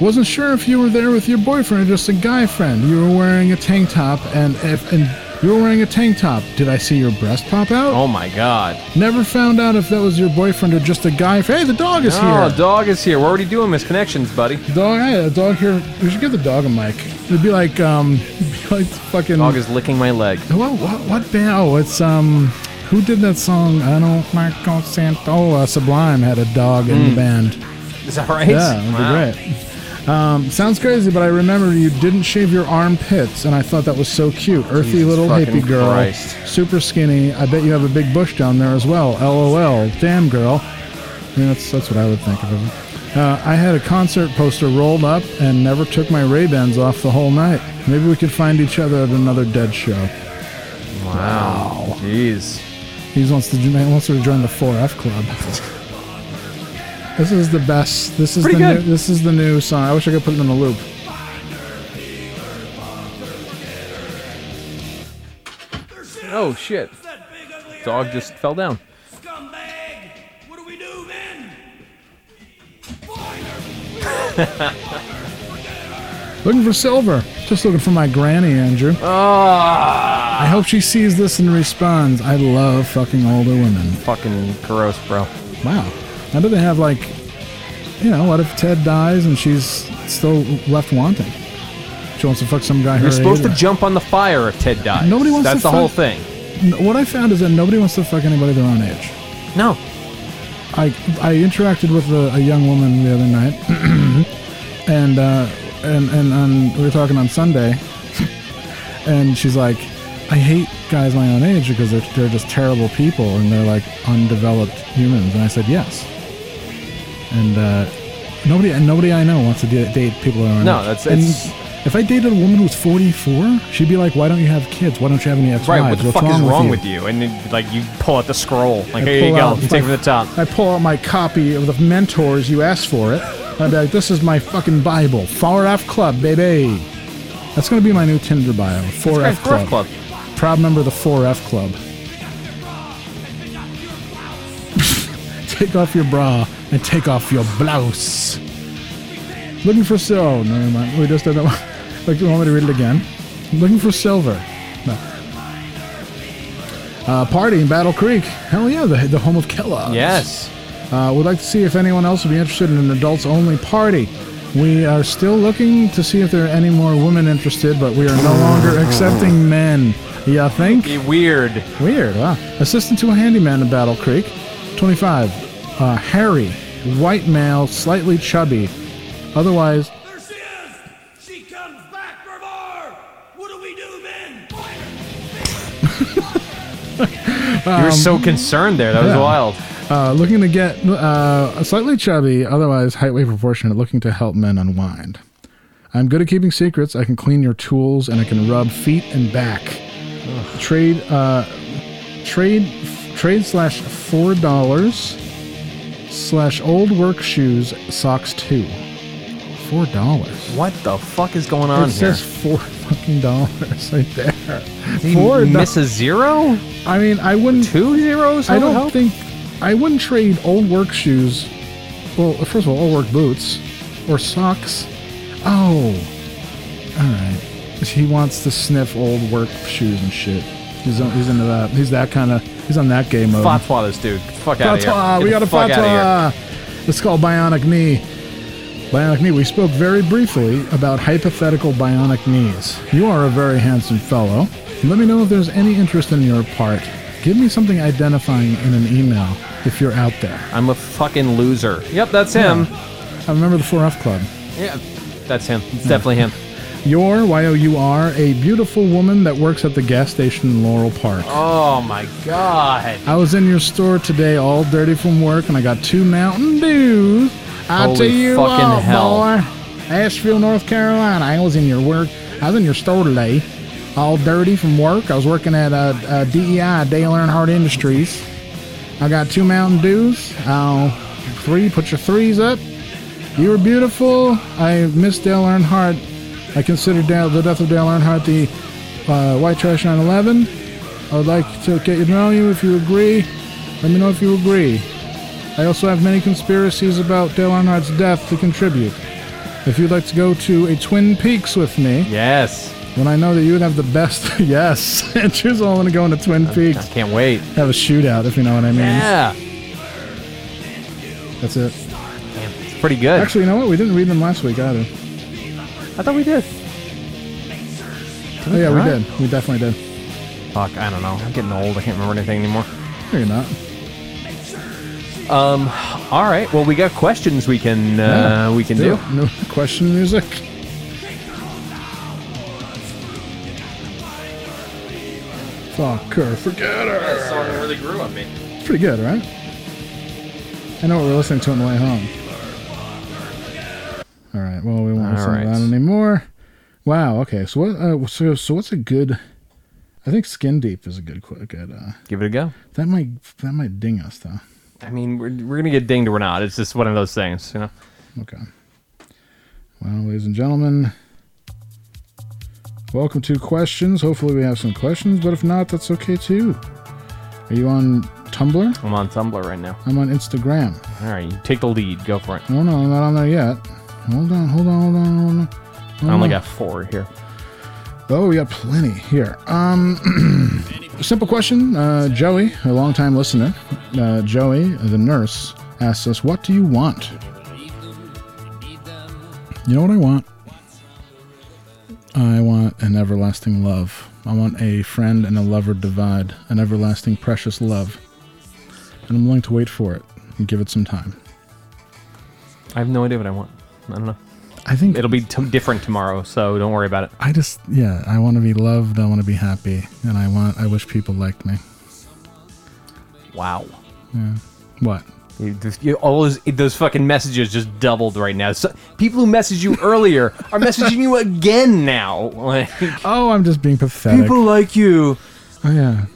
S1: Wasn't sure if you were there with your boyfriend or just a guy friend. You were wearing a tank top and if, and You were wearing a tank top. Did I see your breast pop out?
S2: Oh my god.
S1: Never found out if that was your boyfriend or just a guy. Hey, the dog is
S2: Oh,
S1: here.
S2: dog is here. We're already doing misconnections, buddy.
S1: Dog, hey, the dog here. We should give the dog a mic. It'd be like, um, it'd be like fucking.
S2: Dog is licking my leg.
S1: What, what, what band? Oh, it's, um, who did that song? I don't like Santo. Oh, uh, Sublime had a dog in the
S2: Mm.
S1: band.
S2: Is that right?
S1: Yeah, that'd be great. Um, sounds crazy, but I remember you didn't shave your armpits, and I thought that was so cute. Earthy
S2: Jesus
S1: little
S2: fucking
S1: hippie girl,
S2: Christ.
S1: super skinny. I bet you have a big bush down there as well. LOL, damn girl. I mean, that's that's what I would think of it. Uh, I had a concert poster rolled up and never took my Ray Bans off the whole night. Maybe we could find each other at another Dead show.
S2: Wow. Jeez.
S1: He wants to he wants her to join the 4F club. this is the best. This is
S2: Pretty
S1: the
S2: good.
S1: New, this is the new song. I wish I could put it in a loop.
S2: Oh shit. Dog just fell down.
S1: Looking for silver. Just looking for my granny, Andrew. I hope she sees this and responds. I love fucking older women.
S2: Fucking gross, bro.
S1: Wow. How do they have like, you know, what if Ted dies and she's still left wanting? She wants to fuck some guy. her
S2: You're supposed to
S1: age.
S2: jump on the fire if Ted dies.
S1: Nobody wants
S2: That's
S1: to
S2: the
S1: fuck-
S2: whole thing.
S1: N- What I found is that nobody wants to fuck anybody their own age.
S2: No.
S1: I I interacted with a, a young woman the other night, and uh, and and on, we were talking on Sunday, and she's like, I hate guys my own age because they're they're just terrible people and they're like undeveloped humans. And I said yes. And uh, nobody and nobody I know wants to da- date people their own
S2: No,
S1: age.
S2: that's-
S1: and
S2: it's-
S1: if I dated a woman who's 44, she'd be like, "Why don't you have kids? Why don't you have any ex-wives?
S2: Right, what the
S1: What's
S2: fuck is wrong
S1: you?"
S2: with you? And then, like you pull out the scroll. Like
S1: I
S2: here you
S1: pull
S2: go.
S1: out-
S2: You take it from the top.
S1: I pull out my copy of the mentors. You asked for it. And I'd be like, this is my fucking Bible. Far F Club, baby. That's going to be my new Tinder bio. 4F
S2: That's great,
S1: Club.
S2: 4F Club.
S1: Proud member of the 4F Club. take off your bra and take off your blouse. Looking for silver. Oh, never mind. We just did that one. Like, you want me to read it again? Looking for silver. No. Uh, party in Battle Creek. Hell yeah, the, the home of Kellogg.
S2: Yes.
S1: Uh, we'd like to see if anyone else would be interested in an adults only party. We are still looking to see if there are any more women interested, but we are no longer accepting men. Yeah, think?
S2: Be weird.
S1: Weird, huh? Assistant to a handyman in Battle Creek. 25. Uh, Harry. White male, slightly chubby. Otherwise.
S2: you were so concerned there. That was
S1: Um, yeah.
S2: wild.
S1: Uh, looking to get uh, slightly chubby, otherwise height weight proportionate, looking to help men unwind. I'm good at keeping secrets. I can clean your tools and I can rub feet and back. Trade, uh, trade, trade slash four dollars slash old work shoes socks two. Four dollars.
S2: What the fuck is going
S1: It
S2: on here?
S1: says four fucking dollars right there.
S2: Did he
S1: Four do-
S2: miss a zero?
S1: I mean, I wouldn't
S2: two zeros.
S1: I
S2: would
S1: don't
S2: help?
S1: think I wouldn't trade old work shoes. Well, first of all, old work boots or socks. Oh, all right. He wants to sniff old work shoes and shit. He's, on, he's into that. He's that kind of. He's on that game mode.
S2: Fatwa this dude. Fuck out of here.
S1: Fatwa,
S2: Get
S1: We
S2: the
S1: got a
S2: fuck outta here.
S1: fatwa. It's called bionic knee. Bionic knee. We spoke very briefly about hypothetical bionic knees. You are a very handsome fellow. Let me know if there's any interest in your part. Give me something identifying in an email if you're out there.
S2: I'm a fucking loser. Yep, that's him.
S1: I remember the 4F Club.
S2: Yeah, that's him. It's definitely him.
S1: You're, Y O U R, a beautiful woman that works at the gas station in Laurel Park.
S2: Oh my god.
S1: I was in your store today, all dirty from work, and I got two Mountain Dews. I
S2: Holy
S1: tell you
S2: fucking
S1: what,
S2: hell.
S1: boy, Asheville, North Carolina. I was in your work. I was in your store today, all dirty from work. I was working at uh, uh, DEI, Dale Earnhardt Industries. I got two Mountain Dews. Uh, three, put your threes up. You were beautiful. I miss Dale Earnhardt. I consider Dale, the death of Dale Earnhardt the uh, White Trash 911. I would like to get to know you if you agree. Let me know if you agree. I also have many conspiracies about Dale Earnhardt's death to contribute. If you'd like to go to a Twin Peaks with me,
S2: Yes.
S1: When I know that you would have the best, yes, and choose all to go into Twin Peaks.
S2: Can't wait.
S1: Have a shootout, if you know what I mean.
S2: Yeah.
S1: That's it.
S2: It's pretty good.
S1: Actually, you know what? We didn't read them last week either.
S2: I thought we did.
S1: Oh, yeah, we
S2: not?
S1: did. We definitely did.
S2: Fuck, I don't know. I'm getting old. I can't remember anything anymore.
S1: No, you're not.
S2: Um, all right. Well, we got questions we can uh,
S1: Yeah,
S2: we can do.
S1: it. No question music. Fuck her, forget
S2: That
S1: her.
S2: song really grew on me.
S1: It's pretty good, right? I know what we're listening to on the way home. All right. Well, we won't
S2: All
S1: listen
S2: right.
S1: to that anymore. Wow. Okay. So what? Uh, so so what's a good? I think Skin Deep is a good qu- good. Uh,
S2: Give it a go.
S1: that might that might ding us though.
S2: I mean, we're, we're gonna get dinged or not. It's just one of those things, you know.
S1: Okay. Well, ladies and gentlemen, welcome to questions. Hopefully, we have some questions, but if not, that's okay too. Are you on Tumblr?
S2: I'm on Tumblr right now.
S1: I'm on Instagram.
S2: All right, you take the lead. Go for it.
S1: No, no, I'm not on there yet. Hold on, hold on, hold on, hold on.
S2: I only
S1: on.
S2: got four here.
S1: Oh, we got plenty here. Um, simple question. Uh, Joey, a longtime listener, uh, Joey, the nurse, asks us, What do you want? You know what I want? I want an everlasting love. I want a friend and a lover divide, an everlasting precious love. And I'm willing to wait for it and give it some time.
S2: I have no idea what I want. I don't know.
S1: I think
S2: it'll be t- different tomorrow, so don't worry about it.
S1: I just, yeah, I want to be loved. I want to be happy. And I want, I wish people liked me.
S2: Wow.
S1: Yeah. What?
S2: You, just- you- all those those fucking messages just doubled right now. So, people who messaged you earlier are messaging you again now. Like,
S1: Oh, I'm just being pathetic.
S2: people like you.
S1: Oh yeah.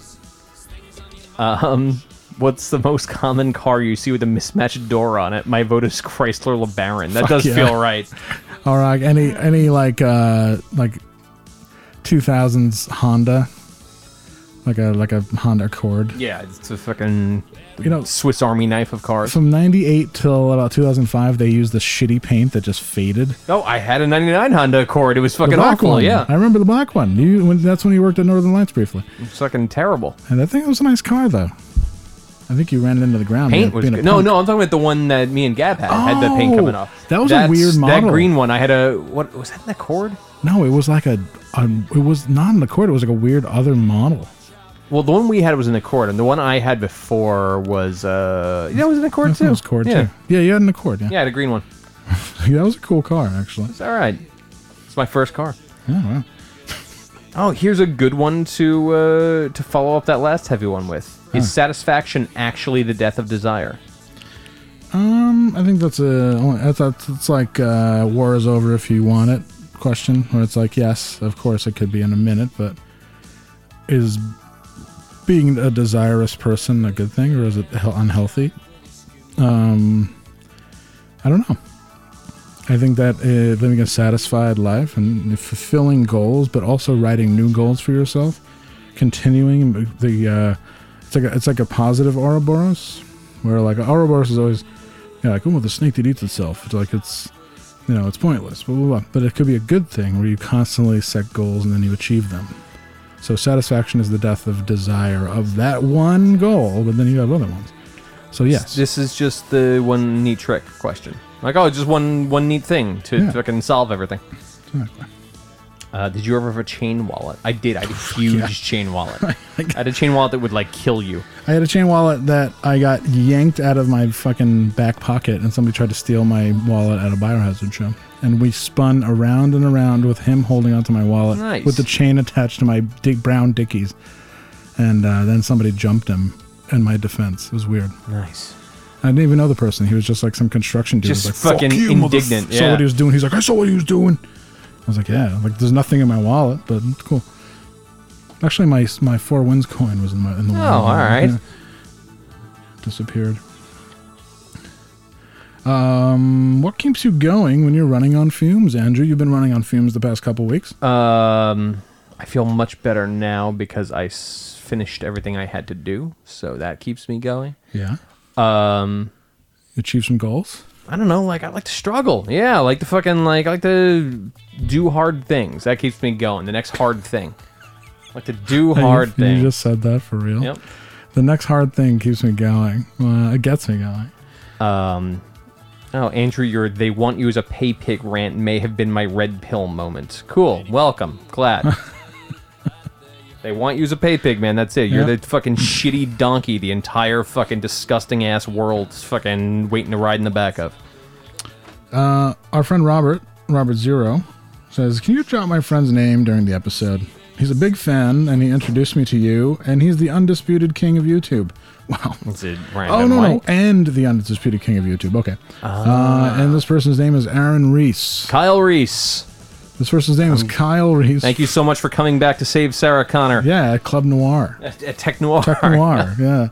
S2: Um, what's the most common car you see with a mismatched door on it? My vote is Chrysler LeBaron. That
S1: Fuck
S2: does
S1: yeah.
S2: feel right.
S1: All right. Any any like uh like 2000s Honda, like a like a Honda Accord
S2: Yeah, it's a fucking
S1: You know-
S2: Swiss Army knife of cars.
S1: from '98 till about 2005. They used the shitty paint that just faded.
S2: Oh, I had a '99 Honda Accord. It was
S1: The
S2: fucking
S1: black
S2: awful.
S1: one.
S2: Yeah,
S1: I remember the black one. You when that's when you worked at Northern Lights briefly,
S2: it's fucking terrible.
S1: and I think it was a nice car though. I think you ran it into the ground.
S2: Paint
S1: being-
S2: was
S1: being a
S2: good. no,
S1: punk.
S2: no. I'm talking about the one that me and Gab had. had that paint coming off.
S1: Oh, that was a weird
S2: That
S1: model.
S2: green one. I had a what was that? An Accord?
S1: no. It was like a, a it was not an Accord. It was like a weird other model.
S2: Well, the one we had was an Accord, and the one I had before was uh, yeah, it was an Accord too.
S1: It was Accord
S2: yeah.
S1: too. Yeah, you had an Accord.
S2: Yeah, I had a green one.
S1: that was a cool car actually.
S2: It's all right. It's my first car.
S1: Yeah, wow.
S2: Oh, here's a good one to uh, to follow up that last heavy one with.
S1: Huh.
S2: Is satisfaction actually the death of desire?
S1: Um, I think that's a that's, that's it's like uh, war is over if you want it question where it's like yes, of course it could be in a minute, but is being a desirous person a good thing or is it hel- unhealthy? Um, I don't know. I think that uh, living a satisfied life and fulfilling goals, but also writing new goals for yourself, continuing the uh, it's like a, it's like a positive Ouroboros, where like Ouroboros is always you know, like oh the snake that eats itself. It's like it's you know it's pointless, blah blah blah. But it could be a good thing where you constantly set goals and then you achieve them. So satisfaction is the death of desire of that one goal, but then you have other ones. So yes,
S2: This is just the one neat trick question. Like, oh, just one one neat thing to
S1: Yeah.
S2: fucking solve everything.
S1: Exactly.
S2: Uh, did you ever have a chain wallet? I did. I had a huge
S1: yeah.
S2: chain wallet. I had a chain wallet that would like kill you.
S1: I had a chain wallet that I got yanked out of my fucking back pocket, and somebody tried to steal my wallet at a biohazard show. And we spun around and around with him holding onto my wallet
S2: Nice.
S1: with the chain attached to my dig- brown dickies. And uh, then somebody jumped him in my defense. It was weird.
S2: Nice.
S1: I didn't even know the person. He was just like some construction dude. He was
S2: Just
S1: like,
S2: fucking
S1: Fuck you, motherf-"
S2: indignant,
S1: Saw
S2: yeah.
S1: what he was doing. He's like, I saw what he was doing. I was like, yeah. Like, there's nothing in my wallet, but it's cool. Actually, my my four wins coin was in my in the
S2: Oh,
S1: wallet.
S2: all right.
S1: Yeah. Disappeared. Um, what keeps you going when you're running on fumes, Andrew? You've been running on fumes the past couple weeks.
S2: Um, I feel much better now because I s- finished everything I had to do, so that keeps me going.
S1: Yeah.
S2: Um,
S1: You achieved some goals.
S2: I don't know, like I like to struggle. Yeah, I like to fucking like I like to do hard things. That keeps me going. The next hard thing. I like to do
S1: Hey, you-
S2: hard
S1: you,
S2: things.
S1: just said that for real.
S2: Yep.
S1: The next hard thing keeps me going. Well, it gets me going.
S2: Um Oh, Andrew, your they want you as a pay pig rant may have been my red pill moment. Cool. Welcome. Glad. they want you as a pay pig, man. That's it. You're
S1: Yep.
S2: the fucking shitty donkey the entire fucking disgusting ass world's fucking waiting to ride in the back of.
S1: Uh, our friend Robert, Robert Zero, says, Can you drop my friend's name during the episode? He's a big fan, and he introduced me to you, and he's the undisputed king of YouTube. Wow.
S2: That's it.
S1: oh,
S2: Random
S1: no,
S2: like.
S1: no, and the undisputed king of YouTube. Okay. Uh, and this person's name is Aaron Reese.
S2: Kyle Reese.
S1: This person's name is Kyle Reese.
S2: Oh. Thank you so much for coming back to save Sarah Connor.
S1: Yeah, at Club Noir.
S2: At, at Tech Noir.
S1: Tech Noir, yeah.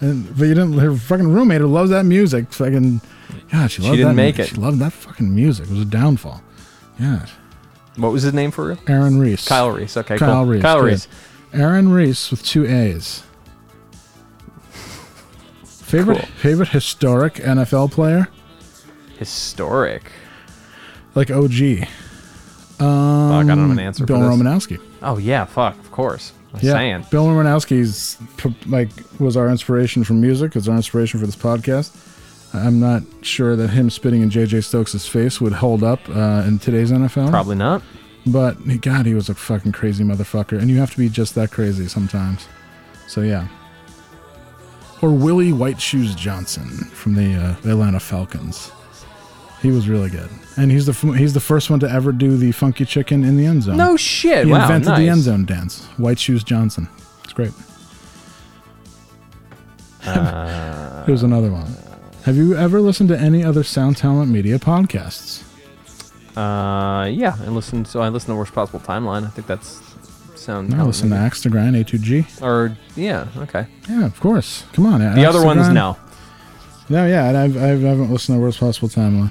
S1: And, but you didn't. Her fucking roommate who loves that music. Fucking, yeah, she
S2: She
S1: loved
S2: didn't
S1: that.
S2: make it.
S1: She loved that fucking music. It was a downfall. Yeah.
S2: What was his name for real?
S1: Aaron Reese.
S2: Kyle Reese. Okay,
S1: Kyle
S2: cool.
S1: Reese.
S2: Kyle
S1: good.
S2: Reese.
S1: Aaron Reese with two A's. Favorite
S2: Cool.
S1: favorite historic NFL player
S2: Historic.
S1: like OG. Um,
S2: Fuck, I don't have an answer for
S1: Bill
S2: this.
S1: Romanowski.
S2: Oh yeah, fuck, of course. I'm saying.
S1: Bill Romanowski's p- like was our inspiration for music. It's our inspiration for this podcast. I'm not sure that him spitting in J.J. Stokes' face would hold up uh, in today's NFL.
S2: Probably not.
S1: But he- God, he was a fucking crazy motherfucker, and you have to be just that crazy sometimes. So yeah. Or Willie White Shoes Johnson from the uh, Atlanta Falcons. He was really good, and he's the f- he's the first one to ever do the funky chicken in the end zone.
S2: No shit,
S1: He
S2: wow,
S1: invented the
S2: nice.
S1: end zone dance. White Shoes Johnson. It's great.
S2: Uh,
S1: Here's another one. Have you ever listened to any other Sound Talent Media podcasts?
S2: uh, yeah, I listen. So I listen to worst possible timeline. I think that's sound.
S1: No, listen to Axe to Grind, A2G.
S2: Or yeah, okay.
S1: Yeah, of course. Come on.
S2: The other ones, no.
S1: No, yeah, and I've, I've, I haven't listened to Worst Possible Timeline.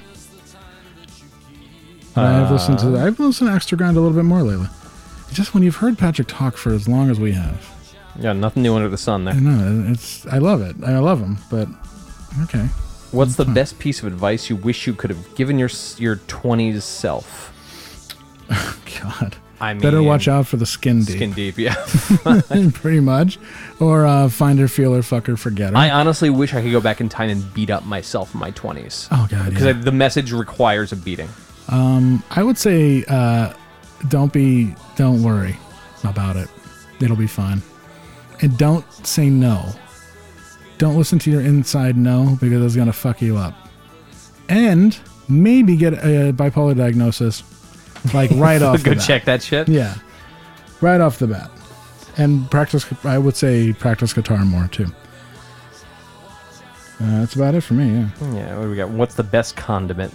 S1: But I've listened to
S2: Uh,
S1: I've listened to Extra Grind a little bit more lately. Just when you've heard Patrick talk for as long as we have,
S2: Yeah, nothing new under the sun
S1: I
S2: there.
S1: know it's I love it. I love him, but okay.
S2: What's
S1: Hmm.
S2: the best piece of advice you wish you could have given your s- your twenties self?
S1: God.
S2: I mean,
S1: Better watch out for the skin deep.
S2: Skin deep, yeah.
S1: Pretty much, or uh, finder, feeler, fucker, forgetter.
S2: I honestly wish I could go back in time and beat up myself in my twenties.
S1: Oh, God,
S2: because
S1: yeah.
S2: I- the message requires a beating.
S1: Um, I would say uh, don't be, don't worry about it. It'll be fine. And don't say no. Don't listen to your inside no because it's gonna fuck you up. And maybe get a bipolar diagnosis, like right off.
S2: Go
S1: the bat.
S2: check that shit.
S1: Yeah, right off the bat. And practice. I would say practice guitar more too. Uh, that's about it for me. Yeah.
S2: Yeah, what do we got? What's the best condiment?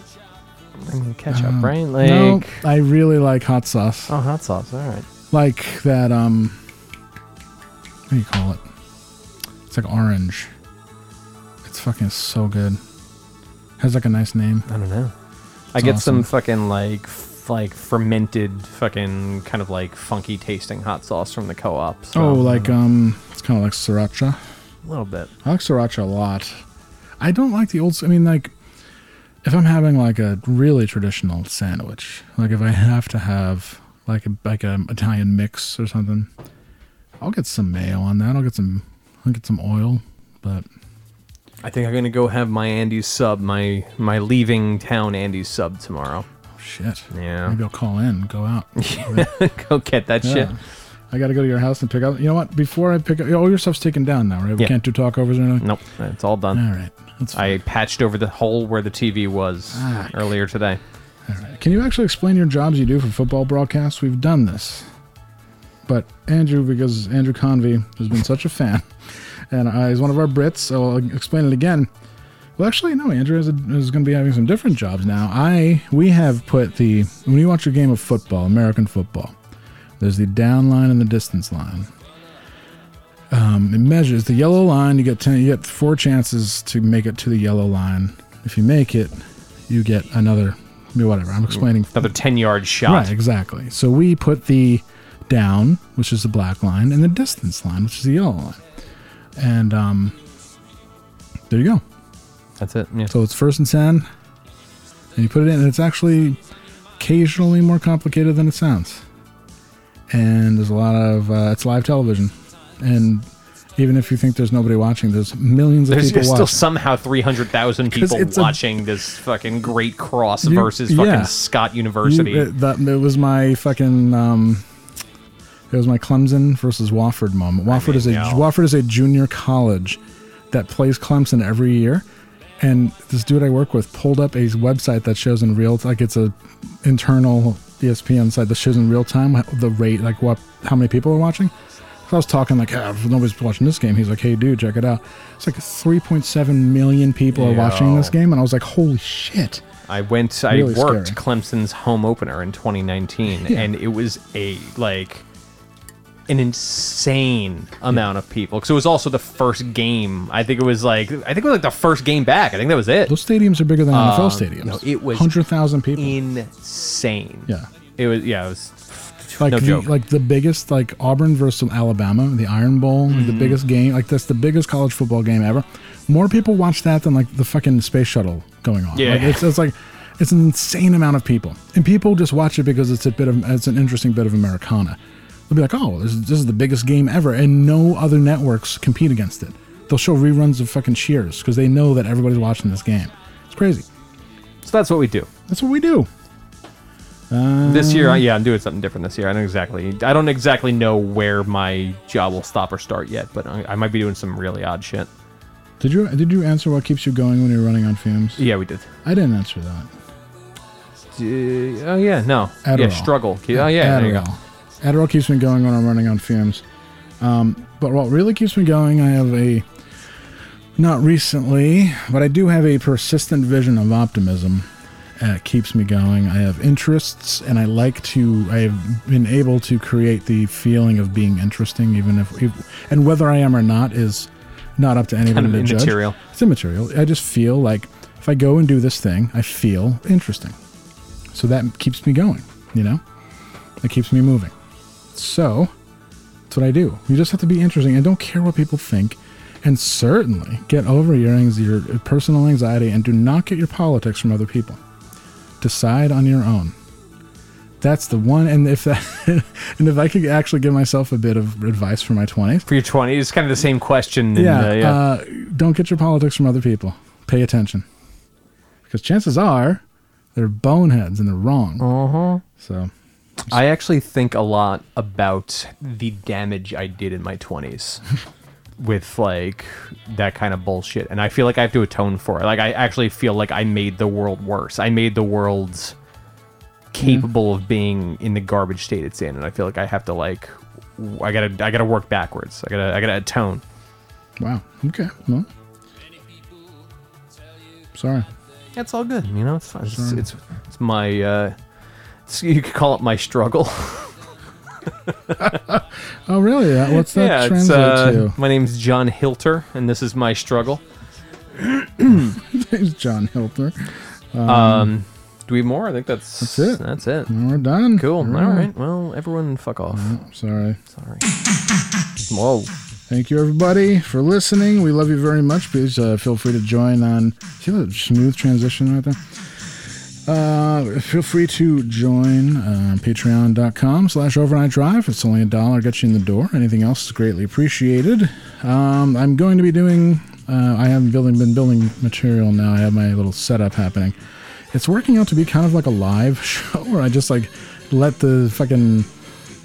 S2: I mean, ketchup,
S1: Um,
S2: right? Like,
S1: no, I really like hot sauce.
S2: oh, hot sauce. All right.
S1: like that um what do you call it it's like orange it's fucking so good has like a nice name
S2: i don't know I
S1: It's
S2: get some
S1: awesome.
S2: fucking like f- like fermented fucking kind of like funky tasting hot sauce from the co-op. so-
S1: oh like um it's kind of like sriracha
S2: a little bit.
S1: i like sriracha a lot i don't like the old s- i mean like if i'm having like a really traditional sandwich like if i have to have like a like an italian mix or something i'll get some mayo on that i'll get some i'll get some oil but
S2: I think I'm gonna go have my Andy's sub, my my leaving town Andy's sub tomorrow.
S1: Shit.
S2: Yeah.
S1: Maybe I'll call in, go out.
S2: Go get that shit.
S1: I got to go to your house and pick up. You know what? Before I pick up, all your stuff's taken down now, right? We
S2: Yeah.
S1: can't do talkovers or anything.
S2: Nope, it's all done.
S1: All right.
S2: I patched over the hole where the TV was
S1: Fuck.
S2: earlier today.
S1: Can you actually explain your jobs you do for football broadcasts? We've done this. But Andrew, because Andrew Convey has been such a fan, and uh, he's one of our Brits, so I'll explain it again. Well, actually, no. Andrew is, is going to be having some different jobs now. I we have put the when you watch a game of football, American football, there's the down line and the distance line. Um, it measures the yellow line. You get ten, you get four chances to make it to the yellow line. If you make it, you get another whatever. I'm explaining
S2: Another ten yard shot.
S1: Right, exactly. So we put the down, which is the black line, and the distance line, which is the yellow line. And um, there you go.
S2: That's it. Yeah.
S1: So it's first and 10, and you put it in, and it's actually occasionally more complicated than it sounds. And there's a lot of uh, it's live television, and even if you think there's nobody watching, there's millions of
S2: There's,
S1: people
S2: there's still
S1: watching.
S2: somehow 300,000
S1: Because
S2: people
S1: it's a-
S2: watching this fucking great cross
S1: You-
S2: versus fucking
S1: yeah.
S2: Scott University.
S1: You, uh, it, that, it was my fucking. Um, it was my Clemson versus Wofford moment. Wofford is a
S2: no.
S1: Wofford is a junior college that plays Clemson every year, and this dude I work with pulled up a website that shows in real like it's a internal E ESPN site that shows in real time the rate like what how many people are watching. So I was talking like ah, nobody's watching this game. He's like, hey dude, check it out. It's like 3.7 million people are watching this game, and I was like, holy shit.
S2: I went. I
S1: Really
S2: worked Clemson's home opener in 2019,
S1: Yeah.
S2: and it was a like an insane amount of people because it was also the first game. I think it was like I think it was like the first game back. I think that was it.
S1: Those stadiums are bigger than
S2: Um,
S1: NFL stadiums.
S2: No, it was
S1: hundred thousand people.
S2: insane.
S1: Yeah.
S2: it was. Yeah, it was
S1: like
S2: no
S1: the
S2: joke.
S1: like the biggest like Auburn versus Alabama, the Iron Bowl, like the
S2: Mhm.
S1: biggest game. Like that's the biggest college football game ever. More people watch that than like the fucking space shuttle going on.
S2: Yeah.
S1: Like, it's, it's like it's an insane amount of people, and people just watch it because it's a bit of it's an interesting bit of Americana. They'll be like, oh, this is, this is the biggest game ever, and no other networks compete against it. They'll show reruns of fucking Cheers because they know that everybody's watching this game. It's crazy.
S2: so that's what we do.
S1: That's what we do. Um,
S2: This year, I- yeah, I'm doing something different this year. I don't exactly, I don't exactly know where my job will stop or start yet, but I, I might be doing some really odd shit.
S1: Did you did you answer what keeps you going when you're running on fumes?
S2: Yeah, we did.
S1: I didn't answer that.
S2: D- oh yeah, no, yeah,
S1: Adderall.
S2: struggle. Oh yeah, there you go.
S1: Adderall. Adderall keeps me going when I'm running on fumes. Um, but what really keeps me going, I have a not recently, but I do have a persistent vision of optimism. Uh, it keeps me going. I have interests, and I like to. I have been able to create the feeling of being interesting, even if, if and whether I am or not is not up to anyone
S2: Kind of
S1: to judge.
S2: immaterial.
S1: It's immaterial. I just feel like if I go and do this thing, I feel interesting. So that keeps me going. You know, it keeps me moving. So that's what I do. You just have to be interesting and don't care what people think. And certainly get over your, anx- your personal anxiety and do not get your politics from other people. Decide on your own. That's the one. And if that, and if I could actually give myself a bit of advice for my 20s,
S2: For your 20s, it's kind of the same question.
S1: yeah,
S2: and, uh, yeah.
S1: Uh, don't get your politics from other people. Pay attention, because chances are they're boneheads and they're wrong. Uh huh. So
S2: I actually think a lot about the damage I did in my 20s with like that kind of bullshit. And I feel like I have to atone for it. Like, I actually feel like I made the world worse. I made the world capable of being in the garbage state it's in. And I feel like I have to, like, w- I gotta, I gotta work backwards. I gotta, I gotta atone.
S1: wow. Okay. Well. Sorry.
S2: That's all good. You know, it's fine. It's, it's, it's my, uh, it's, you could call it my struggle.
S1: Oh really? Uh, What's that
S2: yeah, it's,
S1: translate
S2: uh,
S1: to?
S2: My name's John Hilter, and this is my struggle.
S1: There's John Hiltner.
S2: Um, do we have more? I think that's that's it. That's it.
S1: We're done.
S2: Cool.
S1: Mm-hmm. All
S2: All
S1: right.
S2: right.
S1: Mm-hmm.
S2: Well, everyone, fuck off.
S1: Sorry.
S2: Sorry. Whoa.
S1: Thank you, everybody, for listening. We love you very much. Please uh, feel free to join on. See that smooth transition right there? Uh, feel free to join uh, patreon.com slash overnight drive. It's only a dollar, gets you in the door. Anything else is greatly appreciated. Um, I'm going to be doing, uh, I haven't building, been building material now. I have my little setup happening. It's working out to be kind of like a live show where I just like let the fucking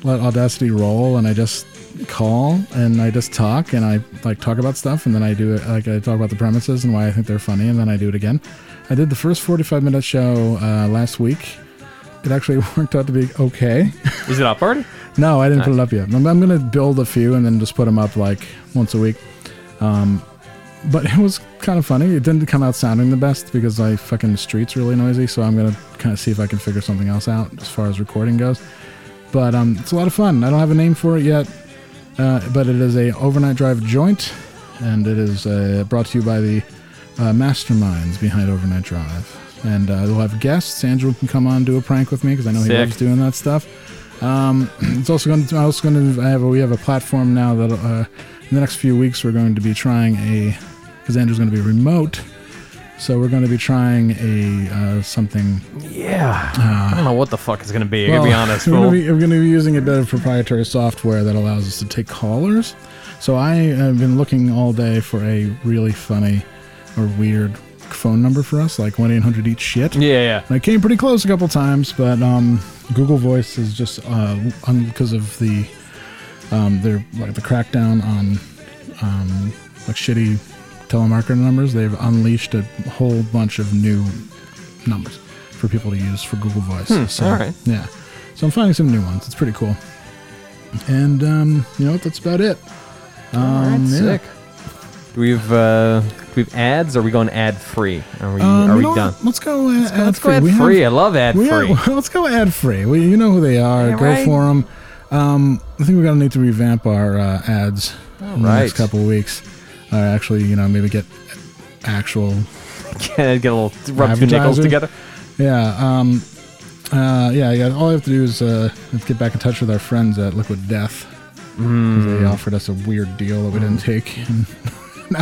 S1: let Audacity roll, and I just call and I just talk and I like talk about stuff, and then I do it like I talk about the premises and why I think they're funny, and then I do it again. I did the first 45 minute show uh, last week. It actually worked out to be okay.
S2: Is it up already?
S1: no, I didn't put
S2: Nice.
S1: it up yet. I'm, I'm gonna build a few and then just put them up like once a week. Um, but it was kind of funny. It didn't come out sounding the best because I fucking the street's really noisy. So I'm gonna kind of see if I can figure something else out as far as recording goes. But um, it's a lot of fun. I don't have a name for it yet, uh, but it is a overnight drive joint, and it is uh, brought to you by the uh, masterminds behind Overnight Drive. And uh, we'll have guests. Andrew can come on and do a prank with me because I know he
S2: Sick.
S1: loves doing that stuff. Um, it's also going to. I also going to. I have. A, we have a platform now that uh, in the next few weeks we're going to be trying a because Andrew's going to be remote. So we're going to be trying a uh, something.
S2: Yeah. I don't know what the fuck it's gonna be.
S1: Uh, Well,
S2: I gotta be honest.
S1: We're
S2: Well,
S1: going to be using a bit of proprietary software that allows us to take callers. So I have been looking all day for a really funny or weird phone number for us, like 1 800 each shit.
S2: Yeah, yeah.
S1: And I came pretty close a couple times, but um, Google Voice is just because of the um, they're like the crackdown on um, like shitty telemarketer numbers. They've unleashed a whole bunch of new numbers for people to use for Google Voice.
S2: Hmm, all right.
S1: Yeah. So I'm finding some new ones. It's pretty cool. And um, you know what? That's about it. Um,
S2: All right,
S1: yeah.
S2: sick. Do we have uh, do we have ads? Are we going ad free? Are we are
S1: Um, you
S2: we
S1: know what?
S2: done?
S1: Let's go. Uh, ad
S2: let's go
S1: free. We have-
S2: ad-free. I love ad-free.
S1: we are- let's go ad free. We, you know who they are.
S2: Yeah,
S1: go
S2: right.
S1: for them. Um, I think we're gonna need to revamp our uh, ads in the
S2: right.
S1: next couple of weeks. Uh, actually, you know, maybe get actual
S2: Can I get a little rub two nickels
S1: Advertisers.
S2: together?
S1: Yeah. Um, uh, yeah, yeah. All I have to do is uh, get back in touch with our friends at Liquid Death. 'Cause They
S2: Mm.
S1: offered us a weird deal that we didn't take, and,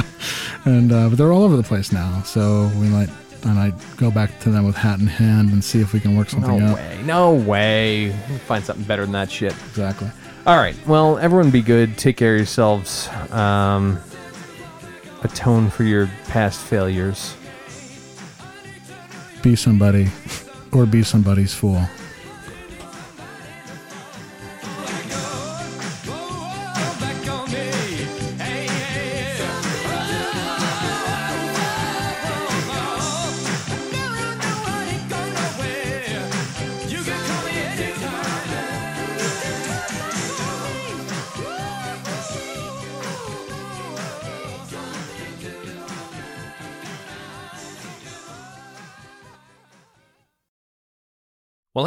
S1: and uh, but they're all over the place now. So we might, I might go back to them with hat in hand and see if we can work
S2: No
S1: something out.
S2: way. No way. We'll find something better than that shit.
S1: Exactly.
S2: All right. Well, everyone be good. Take care of yourselves. Um, atone for your past failures.
S1: Be somebody, or be somebody's fool.
S20: Well,